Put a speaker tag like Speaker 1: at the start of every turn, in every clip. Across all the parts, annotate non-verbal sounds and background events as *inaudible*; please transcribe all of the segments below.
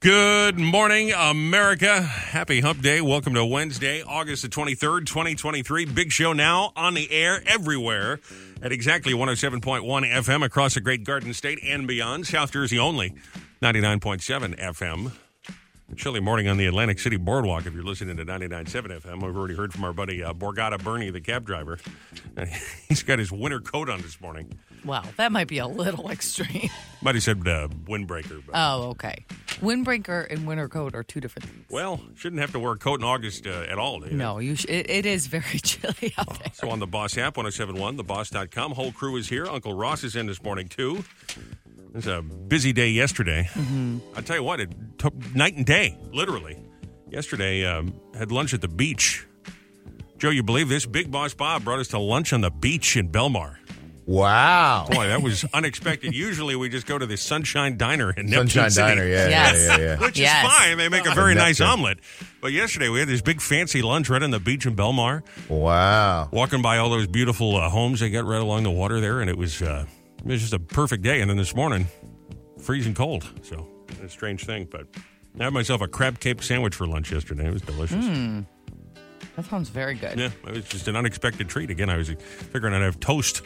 Speaker 1: Good morning, America. Happy Hump Day. Welcome to Wednesday, August the 23rd, 2023. Big show now on the air everywhere at exactly 107.1 FM across the great Garden State and beyond. South Jersey only, 99.7 FM. A chilly morning on the Atlantic City Boardwalk if you're listening to 99.7 FM. I've already heard from our buddy uh, Borgata Bernie, the cab driver. Uh, *laughs* He's got his winter coat on this morning.
Speaker 2: Wow, that might be a little *laughs* extreme.
Speaker 1: Might have said uh, windbreaker. But.
Speaker 2: Oh, okay. Windbreaker and winter coat are two different things.
Speaker 1: Well, shouldn't have to wear a coat in August uh, at all. do you?
Speaker 2: No, you. Sh- it, it is very *laughs* chilly out there.
Speaker 1: So on the Boss app, 1071, theboss.com. Whole crew is here. Uncle Ross is in this morning, too. It was a busy day yesterday.
Speaker 3: Mm-hmm.
Speaker 1: I tell you what, it took night and day, literally. Yesterday, um, had lunch at the beach. Joe, you believe this? Big Boss Bob brought us to lunch on the beach in Belmar.
Speaker 3: Wow.
Speaker 1: Boy, that
Speaker 3: *laughs*
Speaker 1: was unexpected. Usually, we just go to the Sunshine Diner in Neptune
Speaker 3: Sunshine
Speaker 1: City.
Speaker 3: Diner, yeah,
Speaker 2: Yes.
Speaker 3: yeah, yeah, yeah.
Speaker 1: which
Speaker 2: Yes.
Speaker 1: is fine. They make a very nice
Speaker 3: Nectar.
Speaker 1: omelet. But yesterday we had this big fancy lunch right on the beach in Belmar,
Speaker 3: Wow.
Speaker 1: walking by all those beautiful uh, homes they got right along the water there, and it was uh, it was just a perfect day. And then this morning, freezing cold. So a strange thing, but I had myself a crab cake sandwich for lunch yesterday. It was delicious.
Speaker 2: Hmm. That sounds very good.
Speaker 1: Yeah, it was just an unexpected treat. Again, I was figuring I'd have toast,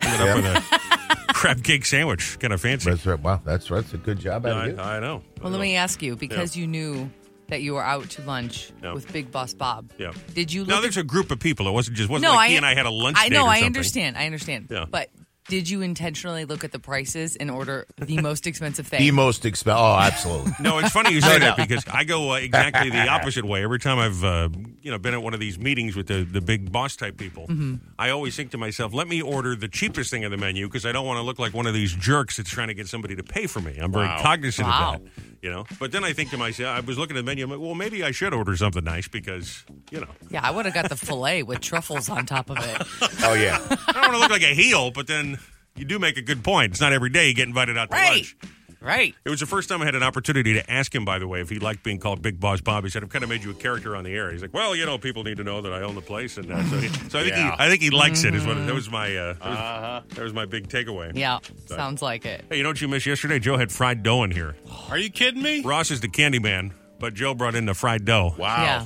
Speaker 1: ended up
Speaker 2: *laughs*
Speaker 3: Yeah.
Speaker 1: with a crab cake sandwich. Kind of fancy.
Speaker 3: That's right. Wow, that's right. That's a good job out
Speaker 1: I,
Speaker 3: of you.
Speaker 1: I know.
Speaker 2: Well, let me ask you because you knew that you were out to lunch
Speaker 1: Yeah.
Speaker 2: with Big Boss Bob.
Speaker 1: Yeah.
Speaker 2: Did you? Look
Speaker 1: Now
Speaker 2: at-
Speaker 1: there's a group of people. It wasn't just wasn't like he and I had a lunch.
Speaker 2: I
Speaker 1: date
Speaker 2: know.
Speaker 1: or
Speaker 2: I
Speaker 1: something.
Speaker 2: understand. I understand.
Speaker 1: Yeah.
Speaker 2: But did you intentionally look at the prices and order
Speaker 1: *laughs*
Speaker 2: the most expensive thing?
Speaker 3: The most expensive. Oh, absolutely.
Speaker 1: No, it's
Speaker 2: *laughs*
Speaker 1: funny you say that because I go uh, exactly the opposite way. Every time I've uh, you know been at one of these meetings with the, the big boss type people,
Speaker 2: Mm-hmm.
Speaker 1: I always think to myself, "Let me order the cheapest thing on the menu because I don't want to look like one of these jerks that's trying to get somebody to pay for me." I'm very cognizant
Speaker 2: Wow.
Speaker 1: of that, you know. But then I think to myself, I was looking at the menu. I'm like, "Well, maybe I should order something nice because you know
Speaker 2: yeah, I would have got the fillet with truffles on top of
Speaker 1: *laughs*
Speaker 2: it.
Speaker 3: Oh, yeah.
Speaker 1: I don't want to look like a heel." But then you do make a good point. It's not every day you get invited out to
Speaker 2: Right.
Speaker 1: lunch.
Speaker 2: Right.
Speaker 1: It was the first time I had an opportunity to ask him, by the way, if he liked being called Big Boss Bob. He said, "I've kind of made you a character on the air." He's like, "Well, you know, people need to know that I own the place," and uh, so, so I think
Speaker 3: Yeah.
Speaker 1: he, I think he likes it. Is what
Speaker 4: Mm-hmm.
Speaker 1: that was my uh, that, was,
Speaker 4: Uh-huh.
Speaker 1: that was my big takeaway.
Speaker 2: Yeah. Sounds like it.
Speaker 1: Hey, you know what you missed yesterday? Joe had fried dough in here.
Speaker 4: Are you kidding me?
Speaker 1: Ross is the candy man, but Joe brought in the fried dough.
Speaker 4: Wow.
Speaker 2: Yeah.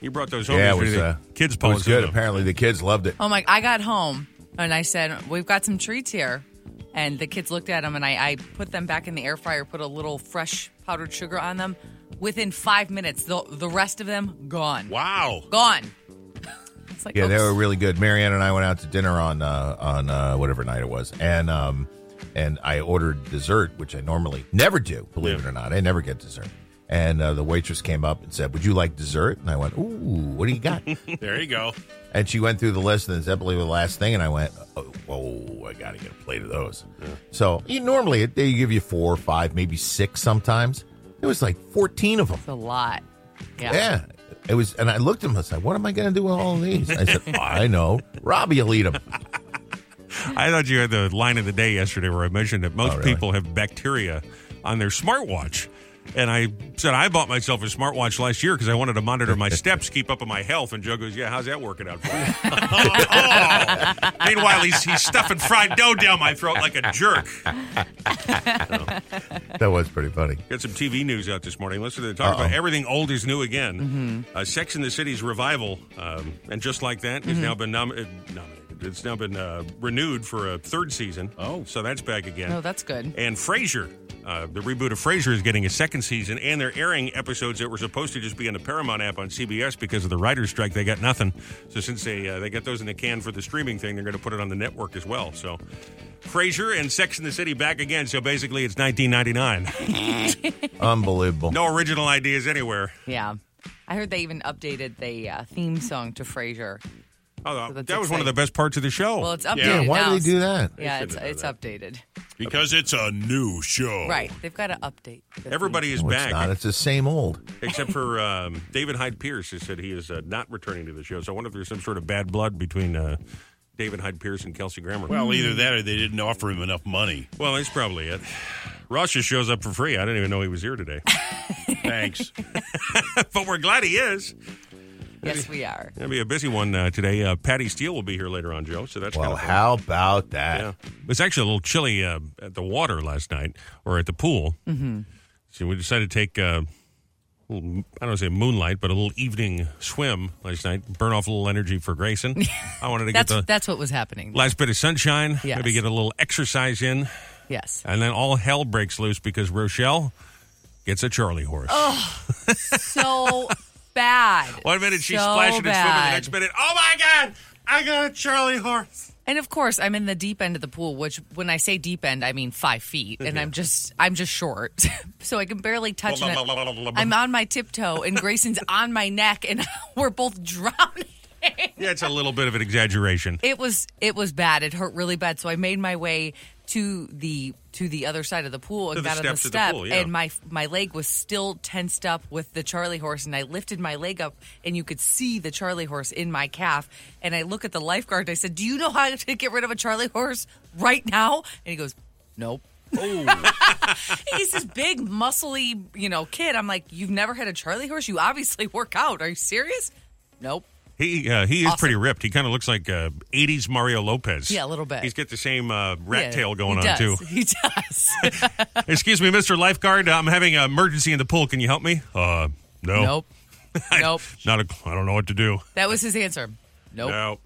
Speaker 1: He brought those home.
Speaker 3: Yeah, it
Speaker 1: yesterday.
Speaker 3: was,
Speaker 1: The
Speaker 3: uh,
Speaker 1: kids
Speaker 3: it was
Speaker 1: posted
Speaker 3: good.
Speaker 1: them.
Speaker 3: Apparently, the kids loved it.
Speaker 2: Oh my! I got home and I said, "We've got some treats here," and the kids looked at them, and I, I put them back in the air fryer, put a little fresh powdered sugar on them. Within five minutes, the the rest of them gone,
Speaker 4: Wow.
Speaker 2: gone. *laughs* it's like,
Speaker 3: Yeah, they
Speaker 2: oops.
Speaker 3: were really good. Marianne and I went out to dinner on uh, on uh, whatever night it was, and um, and I ordered dessert, which I normally never do. Believe it or not, I never get dessert. And uh, the waitress came up and said, "Would you like dessert?" And I went, "Ooh, what do you got?"
Speaker 4: There you go.
Speaker 3: And she went through the list and said, believe the last thing. And I went, oh, whoa, I got to get a plate of those. So you, normally it- they give you four or five, maybe six sometimes. It was like 14 of them.
Speaker 2: it's a lot. Yeah.
Speaker 3: Yeah. It was, and I looked at him. I said, "What am I going to do with all of these?" I
Speaker 2: *laughs*
Speaker 3: said, "I know, Robbie will eat them."
Speaker 1: I thought you had the line of the day yesterday where I mentioned that most
Speaker 3: Oh, really?
Speaker 1: people have bacteria on their smartwatch. And I said, I bought myself a smartwatch last year because I wanted to monitor
Speaker 3: *laughs*
Speaker 1: my steps, keep up on my health. And Joe goes, Yeah, how's that working out for
Speaker 3: *laughs*
Speaker 1: you? *laughs* oh. Meanwhile, he's, he's stuffing fried dough down my throat like a jerk.
Speaker 3: That was pretty funny.
Speaker 1: Got some TV news out this morning. Listen, they're talking about everything old is new again.
Speaker 3: Mm-hmm.
Speaker 1: Uh, Sex in the City's revival, um, and just like that,
Speaker 3: Mm-hmm.
Speaker 1: has now been nom- uh, nominated. It's now been uh, renewed for a third season.
Speaker 4: Oh.
Speaker 1: So that's back again.
Speaker 2: No, that's good.
Speaker 1: And Frasier, uh, the reboot of Frasier is getting a second season, and they're airing episodes that were supposed to just be on the Paramount app on CBS because of the writers' strike. They got nothing. So since they uh, they got those in the can for the streaming thing, they're going to put it on the network as well. So. Frasier and Sex in the City back again. So basically, it's 1999.
Speaker 3: Unbelievable.
Speaker 1: *laughs* No original ideas anywhere.
Speaker 2: Yeah. I heard they even updated the uh, theme song to Frasier.
Speaker 1: Oh,
Speaker 2: So
Speaker 1: that was
Speaker 2: that's
Speaker 1: one of the
Speaker 2: exciting.
Speaker 1: best parts of the show.
Speaker 2: Well, it's updated.
Speaker 4: Yeah,
Speaker 3: why
Speaker 2: now.
Speaker 3: do they do that?
Speaker 2: Yeah,
Speaker 1: shouldn't
Speaker 2: it's
Speaker 1: have
Speaker 2: it's
Speaker 1: done
Speaker 2: updated.
Speaker 4: Because it's a new
Speaker 3: Oh.
Speaker 4: show.
Speaker 2: Right. They've got to update. the theme.
Speaker 1: Everybody is
Speaker 3: No, it's
Speaker 1: back
Speaker 3: not. *laughs* It's the same old.
Speaker 1: *laughs* except for um, David Hyde Pierce, who said he is uh, not returning to the show. So I wonder if there's some sort of bad blood between uh, David Hyde Pierce and Kelsey Grammer.
Speaker 4: Well, either that or they didn't offer him enough money.
Speaker 1: Well, that's probably it. Ross just shows up for free. I didn't even know he was here today.
Speaker 4: Thanks.
Speaker 1: *laughs* but we're glad he is.
Speaker 2: Yes, we are.
Speaker 1: It'll be a busy one uh, today. Uh, Patty Steele will be here later on, Joe. So that's
Speaker 3: Well,
Speaker 1: kind of
Speaker 3: how about that?
Speaker 1: Yeah. It's actually a little chilly uh, at the water last night or at the pool. Mm-hmm. So we decided to take, uh, a little, I don't want to say moonlight, but a little evening swim last night. Burn off a little energy for Grayson. I wanted to get
Speaker 2: That's
Speaker 1: the
Speaker 2: that's what was happening.
Speaker 1: last bit of sunshine,
Speaker 2: Yes.
Speaker 1: maybe get a little exercise in,
Speaker 2: yes.
Speaker 1: and then all hell breaks loose because Rochelle gets a Charlie horse.
Speaker 2: Oh, So bad.
Speaker 1: *laughs* One minute she's
Speaker 2: So
Speaker 1: splashing and swimming, the
Speaker 2: bad.
Speaker 1: next minute, oh my God, I got a Charlie horse.
Speaker 2: And of course, I'm in the deep end of the pool, which when I say deep end, I mean five feet, and I'm just I'm just short, *laughs* so I can barely touch. it. I'm on my tiptoe, and Grayson's on my neck, and *laughs* we're both drowning.
Speaker 1: Yeah, it's a little bit of an exaggeration.
Speaker 2: It was it was bad. It hurt really bad. So I made my way to the to the other side of the pool and
Speaker 1: To the
Speaker 2: got on the
Speaker 1: steps of the
Speaker 2: step,
Speaker 1: pool, yeah.
Speaker 2: and my my leg was still tensed up with the Charlie horse, and I lifted my leg up, and you could see the Charlie horse in my calf. And I look at the lifeguard. And I said, "Do you know how to get rid of a Charlie horse right now?" And he goes, "Nope."
Speaker 1: Oh.
Speaker 2: *laughs* He's this big, muscly, you know, kid. I'm like, "You've never had a Charlie horse? You obviously work out. Are you serious?" Nope.
Speaker 1: He uh, he is
Speaker 2: Awesome.
Speaker 1: pretty ripped. He kind of looks like uh, '80s Mario Lopez.
Speaker 2: Yeah, a little bit.
Speaker 1: He's got the same uh, rat
Speaker 2: Yeah,
Speaker 1: tail going
Speaker 2: he
Speaker 1: on too.
Speaker 2: *laughs* does. He does.
Speaker 1: *laughs* Excuse me, Mr. Lifeguard. I'm having an emergency in the pool. Can you help me? Uh, no.
Speaker 2: Nope.
Speaker 1: *laughs*
Speaker 2: nope.
Speaker 1: Not a. I don't know what to do.
Speaker 2: That was his answer. Nope.
Speaker 1: No.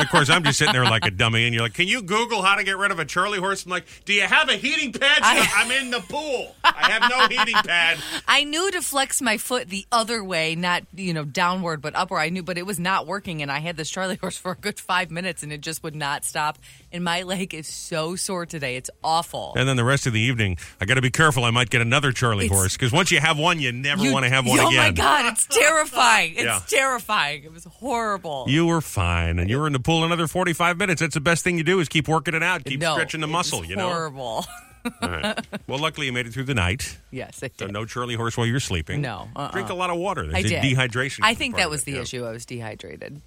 Speaker 1: of course, I'm just sitting there like a dummy, and you're like, "Can you Google how to get rid of a Charlie horse?" I'm like, "Do you have a heating pad?"
Speaker 2: I-
Speaker 1: She's like, I'm in the pool. I have no heating pad.
Speaker 2: I knew to flex my foot the other way, not, you know, downward, but upward. I knew, but it was not working. And I had this Charlie horse for a good five minutes and it just would not stop. And my leg is so sore today. It's awful.
Speaker 1: And then the rest of the evening, I got to be careful. I might get another Charlie
Speaker 2: It's-
Speaker 1: horse because once you have one, you never
Speaker 2: You-
Speaker 1: want to have one
Speaker 2: oh
Speaker 1: again.
Speaker 2: my God. It's terrifying.
Speaker 1: *laughs*
Speaker 2: It's
Speaker 1: Yeah.
Speaker 2: terrifying. It was horrible.
Speaker 1: You were fine, and you were in the pool another 45 minutes. That's the best thing you do is keep working it out, keep
Speaker 2: No,
Speaker 1: stretching the
Speaker 2: it
Speaker 1: muscle,
Speaker 2: was
Speaker 1: you know?
Speaker 2: Horrible. *laughs*
Speaker 1: All right. Well, luckily you made it through the night,
Speaker 2: yes, I did.
Speaker 1: so no Charlie horse while you're sleeping.
Speaker 2: No, uh-uh.
Speaker 1: Drink a lot of water. There's
Speaker 2: I
Speaker 1: a
Speaker 2: did.
Speaker 1: dehydration.
Speaker 2: I
Speaker 1: component,
Speaker 2: think that was the
Speaker 1: yeah.
Speaker 2: issue. I was dehydrated.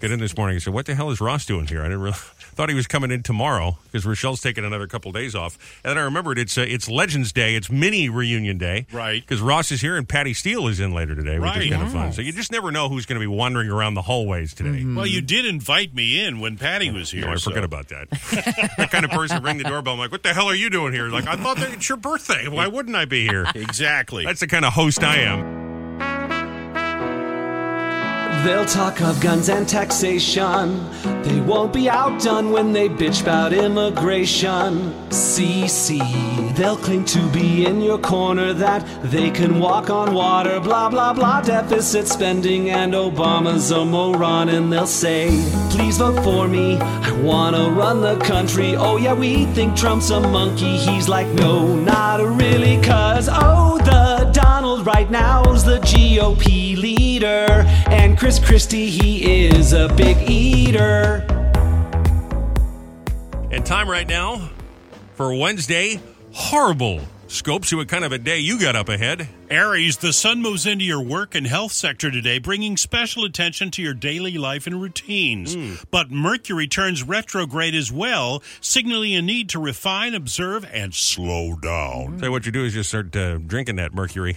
Speaker 1: Get in this morning. I said, what the hell is Ross doing here? I didn't really... *laughs* Thought he was coming in tomorrow because Rochelle's taking another couple days off, and then I remembered it's uh, it's Legends Day, it's mini reunion day,
Speaker 4: Right.
Speaker 1: Because Ross is here and Patty Steele is in later today, which
Speaker 4: Right.
Speaker 1: is kind of fun. So you just never know who's going to be wandering around the hallways today.
Speaker 4: Well, you did invite me in when Patty was here.
Speaker 1: Mm. Oh, No, I
Speaker 4: Mm-hmm. so-
Speaker 1: forget about
Speaker 4: *laughs*
Speaker 1: that. that kind of person ring the doorbell. I'm like, what the hell are you doing here? Like, I thought that it's your birthday. Why wouldn't I be here?
Speaker 4: Exactly.
Speaker 1: That's the kind of host I am.
Speaker 5: They'll talk of guns and taxation. They won't be outdone when they bitch about immigration. CC. They'll claim to be in your corner that they can walk on water. Blah, blah, blah. Deficit spending and Obama's a moron. And they'll say, please vote for me. I wanna run the country. Oh, yeah, we think Trump's a monkey. He's like, no, not really, cause oh, the Donald right now's the GOP leader. And Chris Christie, he is a big eater.
Speaker 1: And time right now for Wednesday. Horrible. Scope, see what kind of a day you got up ahead.
Speaker 4: Aries, the sun moves into your work and health sector today, bringing special attention to your daily life and routines.
Speaker 1: Mm.
Speaker 4: But Mercury turns retrograde as well, signaling a need to refine, observe, and slow down.
Speaker 1: So what you do is just start uh, drinking that
Speaker 4: *laughs*
Speaker 1: mercury.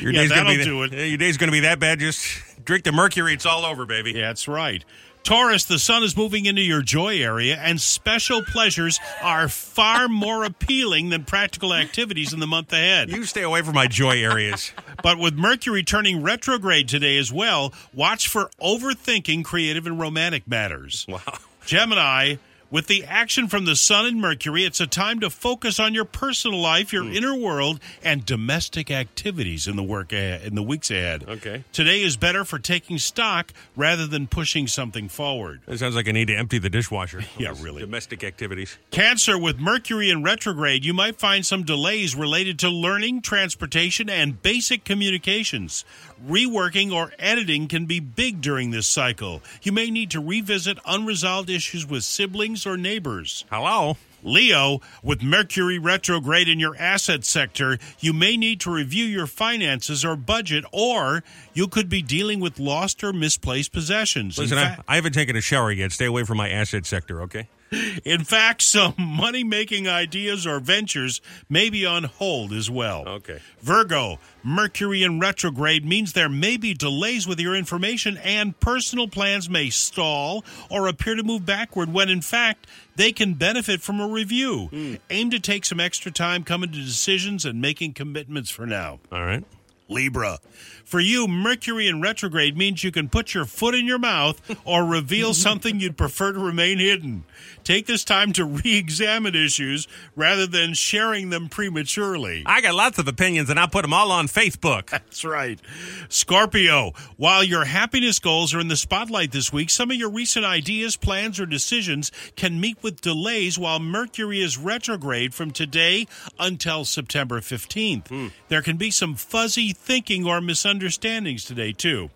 Speaker 1: Your
Speaker 4: Yeah,
Speaker 1: gonna be
Speaker 4: that'll do
Speaker 1: that,
Speaker 4: it.
Speaker 1: Yeah, Your day's going to be that bad. Just drink the mercury. It's all over, baby.
Speaker 4: Yeah, that's right. Taurus, the sun is moving into your joy area, and special pleasures are far more appealing than practical activities in the month ahead.
Speaker 1: You stay away from my joy
Speaker 4: *laughs*
Speaker 1: areas.
Speaker 4: But with Mercury turning retrograde today as well, watch for overthinking creative and romantic matters.
Speaker 1: wow.
Speaker 4: Gemini, with the action from the Sun and Mercury, it's a time to focus on your personal life, your
Speaker 1: Hmm.
Speaker 4: inner world, and domestic activities in the work ahead, in the weeks ahead.
Speaker 1: Okay.
Speaker 4: Today is better for taking stock rather than pushing something forward.
Speaker 1: That sounds like I need to empty the dishwasher.
Speaker 4: Yeah, really.
Speaker 1: Domestic activities.
Speaker 4: Cancer, with Mercury in retrograde, you might find some delays related to learning, transportation, and basic communications. Reworking or editing can be big during this cycle. You may need to revisit unresolved issues with siblings or neighbors.
Speaker 1: Hello.
Speaker 4: Leo, with Mercury retrograde in your asset sector, you may need to review your finances or budget, or you could be dealing with lost or misplaced possessions. In
Speaker 1: Listen, I,
Speaker 4: fact-
Speaker 1: I haven't taken a shower yet. Stay away from my asset sector, okay?
Speaker 4: In fact, some money making ideas or ventures may be on hold as well.
Speaker 1: Okay.
Speaker 4: Virgo, Mercury in retrograde means there may be delays with your information and personal plans may stall or appear to move backward when in fact they can benefit from a review. Aim to take some extra time coming to decisions and making commitments for now.
Speaker 1: All right.
Speaker 4: Libra. For you, Mercury in retrograde means you can put your foot in your mouth or *laughs* reveal something you'd prefer to remain hidden. Take this time to re examine issues rather than sharing them prematurely.
Speaker 1: I got lots of opinions, and I put them all on
Speaker 4: *laughs*
Speaker 1: Facebook.
Speaker 4: That's right. Scorpio, while your happiness goals are in the spotlight this week, some of your recent ideas, plans, or decisions can meet with delays while Mercury is retrograde from today until September 15th. There can be some fuzzy thinking or misunderstandings today, too.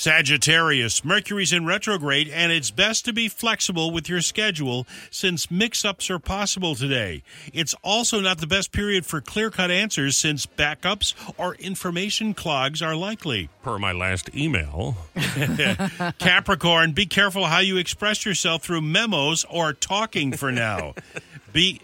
Speaker 4: Sagittarius, Mercury's in retrograde, and it's best to be flexible with your schedule since mix ups are possible today. It's also not the best period for clear cut answers since backups or information clogs are likely.
Speaker 1: per my last email.
Speaker 4: *laughs* Capricorn, be careful how you express yourself through memos or talking for now. be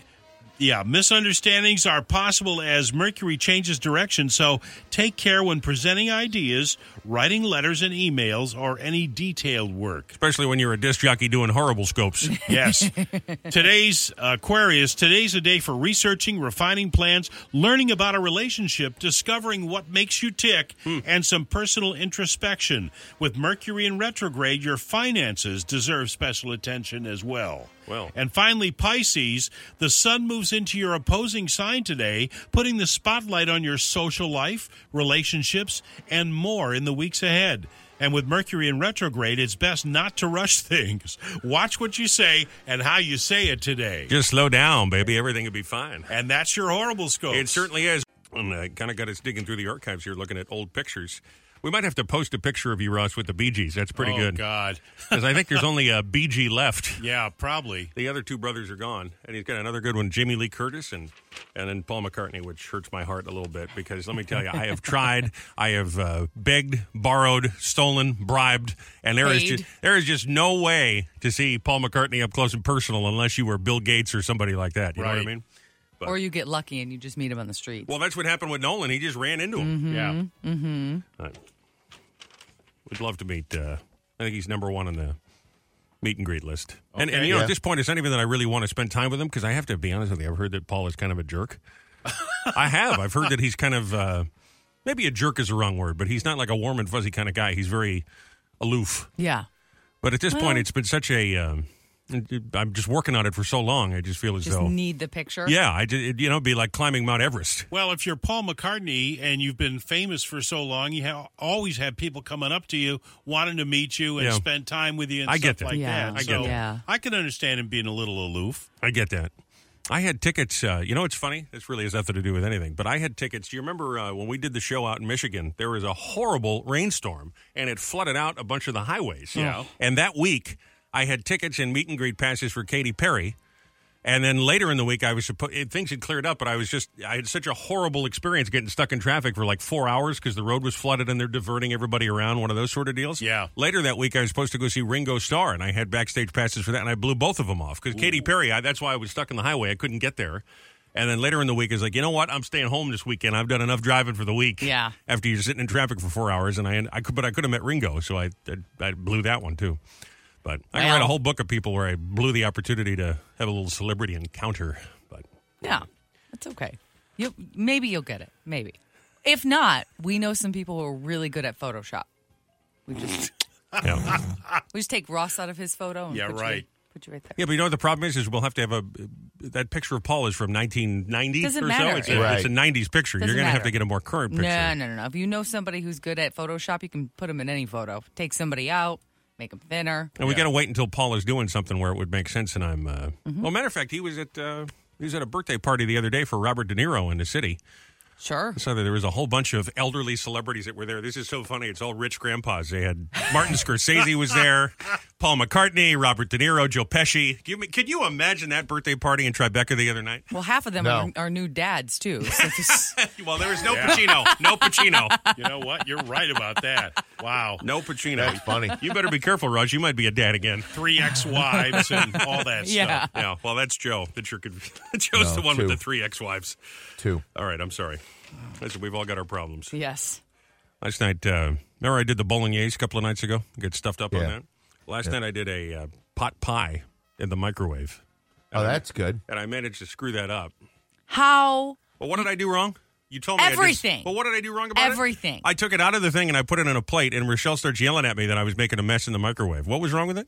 Speaker 4: yeah, misunderstandings are possible as Mercury changes direction, so take care when presenting ideas, writing letters and emails, or any detailed work.
Speaker 1: Especially when you're a disc jockey doing horrible
Speaker 4: *laughs*
Speaker 1: scopes.
Speaker 4: Yes. today's Aquarius, today's a day for researching, refining plans, learning about a relationship, discovering what makes you tick, and some personal introspection. With Mercury in retrograde, your finances deserve special attention as well.
Speaker 1: Well.
Speaker 4: And finally, Pisces, the sun moves into your opposing sign today, putting the spotlight on your social life, relationships, and more in the weeks ahead. And with Mercury in retrograde, it's best not to rush *laughs* things. Watch what you say and how you say it today.
Speaker 1: Just slow down, baby. Everything will be fine.
Speaker 4: And that's your horrible scope.
Speaker 1: It certainly is. And uh, kind of got us digging through the archives here, looking at old pictures. We might have to post a picture of you, Ross, with the Bee Gees. That's pretty
Speaker 4: oh,
Speaker 1: good. *laughs*
Speaker 4: God.
Speaker 1: Because I think
Speaker 4: *laughs*
Speaker 1: there's only a Bee Gee left.
Speaker 4: Yeah, probably.
Speaker 1: The other two brothers are gone, and he's got another good one, Jimmy Lee Curtis, and and then Paul McCartney, which hurts my heart a little bit because let me tell you, I have
Speaker 4: *laughs*
Speaker 1: tried, I have uh, begged, borrowed, stolen, bribed, and there is
Speaker 2: Paid.
Speaker 1: just there is just no way to see Paul McCartney up close and personal unless you were Bill Gates or somebody like that. You know
Speaker 4: Right.
Speaker 1: what I mean?
Speaker 2: Or you get lucky and you just meet him on the street.
Speaker 1: Well, that's what happened with Nolan. He just ran into him.
Speaker 4: Yeah.
Speaker 1: We'd love to meet. Uh, I think he's number one on the meet and greet list. and, and you know,
Speaker 3: Yeah.
Speaker 1: at this point, it's not even that I really want to spend time with him because I have to be honest with you. I've heard that Paul is kind of a jerk. I have. I've heard that he's kind of uh, maybe a jerk is the wrong word, but he's not like a warm and fuzzy kind of guy. He's very aloof.
Speaker 2: yeah.
Speaker 1: But at this point, it's been such a. Um, it- it- I'm just working on it for so long. I just feel as
Speaker 2: Just
Speaker 1: though.
Speaker 2: need the picture.
Speaker 1: yeah, I ju- it, you know, it'd be like climbing Mount Everest.
Speaker 4: Well, if you're Paul McCartney and you've been famous for so long, you ha- always have people coming up to you wanting to meet you and
Speaker 1: Yeah.
Speaker 4: spend time with you and
Speaker 1: I
Speaker 4: stuff
Speaker 1: get that.
Speaker 4: like
Speaker 2: Yeah,
Speaker 4: that.
Speaker 2: I
Speaker 1: get
Speaker 4: So
Speaker 2: that.
Speaker 4: I can understand him being a little aloof.
Speaker 1: I get that. I had tickets. Uh, you know, it's funny. This really has nothing to do with anything. But I had tickets. Do you remember uh, when we did the show out in Michigan? There was a horrible rainstorm, and it flooded out a bunch of the highways.
Speaker 4: Yeah.
Speaker 1: And that week, I had tickets and meet and greet passes for Katy Perry. And then later in the week, I was supposed things had cleared up, but I was just I had such a horrible experience getting stuck in traffic for like four hours because the road was flooded and they're diverting everybody around. One of those sort of deals.
Speaker 4: Yeah.
Speaker 1: Later that week, I was supposed to go see Ringo Starr, and I had backstage passes for that, and I blew both of them off because Katy Perry. I, that's why I was stuck in the highway. I couldn't get there. And then later in the week, I was like, you know what? I'm staying home this weekend. I've done enough driving for the week.
Speaker 2: Yeah.
Speaker 1: After you're sitting in traffic for four hours, and I, I could, but I could have met Ringo, so I, I, I blew that one too. But I can
Speaker 2: Wow.
Speaker 1: write a whole book of people where I blew the opportunity to have a little celebrity encounter. But
Speaker 2: Yeah. That's okay. You maybe you'll get it. Maybe. If not, we know some people who are really good at Photoshop. We
Speaker 4: *laughs*
Speaker 2: just *laughs*
Speaker 1: yeah,
Speaker 2: we just take Ross out of his photo and
Speaker 4: Yeah,
Speaker 2: put
Speaker 4: right.
Speaker 2: You, put you right there.
Speaker 1: yeah. But you know what the problem is? Is we'll have to have a that picture of Paul is from 1990
Speaker 2: Doesn't
Speaker 1: or so.
Speaker 2: matter.
Speaker 1: It's a,
Speaker 3: Right.
Speaker 1: it's a 90s picture. You're
Speaker 2: Doesn't
Speaker 1: going to have
Speaker 2: matter.
Speaker 1: to get a more current picture.
Speaker 2: No, no, no, no. If you know somebody who's good at Photoshop, you can put them in any photo. Take somebody out, make them thinner.
Speaker 1: And we got to wait until Paul is doing something where it would make sense. And I'm,
Speaker 2: Mm-hmm.
Speaker 1: uh, well, matter of fact, he was at uh, he was at a birthday party the other day for Robert De Niro in the city,
Speaker 2: Sure.
Speaker 1: So there was a whole bunch of elderly celebrities that were there. This is so funny. It's all rich grandpas. They had Martin Scorsese was there, Paul McCartney, Robert De Niro, Joe Pesci. Can you, can you imagine that birthday party in Tribeca the other night?
Speaker 2: Well, half of them
Speaker 3: No.
Speaker 2: are, are new dads too.
Speaker 4: *laughs*
Speaker 2: So just-
Speaker 1: *laughs* Well, there was no Pacino. No *laughs* Pacino.
Speaker 4: You know what? You're right about that. Wow.
Speaker 1: No Pacino.
Speaker 3: That's funny.
Speaker 1: You better be careful, Raj. You might be a dad again.
Speaker 4: Three ex-wives and
Speaker 1: *laughs*
Speaker 4: all that
Speaker 2: yeah.
Speaker 4: stuff.
Speaker 1: Yeah, well, that's Joe. That's your conf- *laughs* Joe's
Speaker 3: No,
Speaker 1: the one with
Speaker 3: two.
Speaker 1: the three ex-wives.
Speaker 3: Two.
Speaker 1: All right, I'm sorry. Listen, we've all got our problems.
Speaker 2: Yes.
Speaker 1: Last night, uh, remember I did the bowling ace a couple of nights ago? Get stuffed up on
Speaker 3: Yeah.
Speaker 1: that. Last night I did a uh, pot pie in the microwave,
Speaker 3: Oh, that's good.
Speaker 1: and I managed to screw that up.
Speaker 2: How?
Speaker 1: Well, what did I do wrong? You told me I did-
Speaker 2: Everything.
Speaker 1: Well, what did I do wrong about it?
Speaker 2: Everything.
Speaker 1: I took it out of the thing and I put it on a plate, and Rochelle starts yelling at me that I was making a mess in the microwave. What was wrong with it?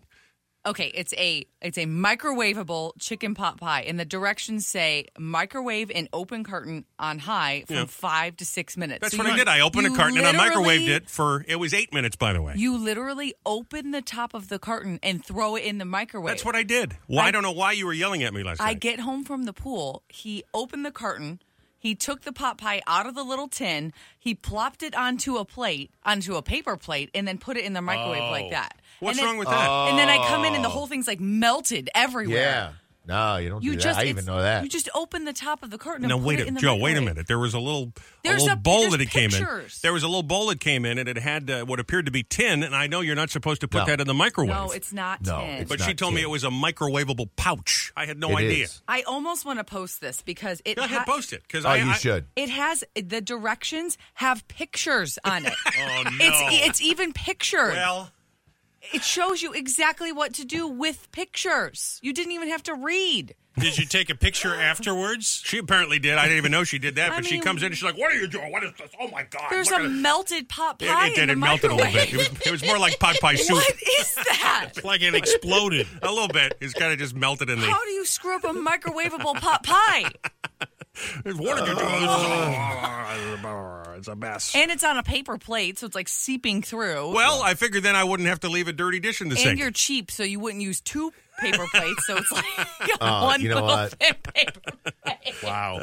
Speaker 2: Okay, it's a it's a microwavable chicken pot pie, and the directions say microwave in open curtain on high from
Speaker 1: Yeah.
Speaker 2: five to six minutes.
Speaker 1: That's
Speaker 2: So
Speaker 1: what
Speaker 2: you-
Speaker 1: I did. I opened a
Speaker 2: you
Speaker 1: carton and I microwaved
Speaker 2: literally-
Speaker 1: it for it was eight minutes, by the way.
Speaker 2: You literally open the top of the curtain and throw it in the microwave.
Speaker 1: That's what I did. Well, I,
Speaker 2: I-
Speaker 1: don't know why you were yelling at me last
Speaker 2: I
Speaker 1: night.
Speaker 2: get home from the pool. He opened the curtain. He took the pot pie out of the little tin. He plopped it onto a plate, onto a paper plate, and then put it in the microwave like that.
Speaker 1: Oh. What's
Speaker 2: And then-
Speaker 1: wrong with that?
Speaker 2: And then I come in and the whole thing's like melted everywhere.
Speaker 3: Yeah. No, you don't
Speaker 2: You
Speaker 3: do
Speaker 2: just
Speaker 3: that. I
Speaker 2: it's-
Speaker 3: even know that.
Speaker 2: You just open the top of the curtain. and
Speaker 1: now
Speaker 2: put
Speaker 1: wait,
Speaker 2: it
Speaker 1: a,
Speaker 2: in the
Speaker 1: Joe. Wait a
Speaker 2: microwave.
Speaker 1: minute. There was a little, a
Speaker 2: There's
Speaker 1: little
Speaker 2: a-
Speaker 1: bowl
Speaker 2: there's
Speaker 1: that it came in.
Speaker 2: pictures.
Speaker 1: There was a little bowl that came in, and it had uh, what appeared to be tin. And I know you're not supposed to put
Speaker 3: No.
Speaker 1: that in the microwave.
Speaker 2: No, it's not
Speaker 3: No,
Speaker 2: tin.
Speaker 3: it's
Speaker 1: but she
Speaker 3: not
Speaker 1: told me it
Speaker 3: tin.
Speaker 1: was a microwavable pouch. I had no
Speaker 3: It
Speaker 1: idea.
Speaker 3: is.
Speaker 2: I almost want to post this because it
Speaker 1: Go ahead,
Speaker 2: ha-
Speaker 1: post it because
Speaker 3: Oh,
Speaker 1: I,
Speaker 3: you
Speaker 1: I-
Speaker 3: should.
Speaker 2: It has the directions have pictures on
Speaker 1: *laughs*
Speaker 2: it.
Speaker 4: Oh, no.
Speaker 2: It's it's even pictured.
Speaker 1: Well,
Speaker 2: It shows you exactly what to do with pictures. You didn't even have to read.
Speaker 4: Did you take a
Speaker 2: *laughs*
Speaker 4: picture afterwards?
Speaker 1: she apparently did. I didn't even know she did that.
Speaker 2: I
Speaker 1: but she
Speaker 2: mean-
Speaker 1: comes in, and she's like, "What are you doing? What is this? Oh my god!"
Speaker 2: There's
Speaker 1: look
Speaker 2: a
Speaker 1: at it."
Speaker 2: melted pot
Speaker 1: It-
Speaker 2: pie.
Speaker 1: It,
Speaker 2: in
Speaker 1: did.
Speaker 2: the
Speaker 1: It melted a little bit.
Speaker 2: microwave.
Speaker 1: It was, it was more like pot pie
Speaker 2: *laughs*
Speaker 1: soup.
Speaker 2: What
Speaker 1: *laughs*
Speaker 2: is that?
Speaker 4: Like it exploded.
Speaker 1: A little bit. It's kind of just melted in the.
Speaker 2: How do you screw up a microwavable pot pie?
Speaker 1: What did you do? Oh.
Speaker 6: It's a mess.
Speaker 2: And it's on a paper plate, so it's like seeping through.
Speaker 1: Well, I figured then I wouldn't have to leave a dirty dish in the
Speaker 2: and
Speaker 1: sink.
Speaker 2: you're cheap, so you wouldn't use two paper plates. So it's like *laughs*
Speaker 3: *laughs* Oh,
Speaker 2: one
Speaker 3: you know
Speaker 2: little
Speaker 3: what?
Speaker 2: thin paper. plate.
Speaker 4: Wow.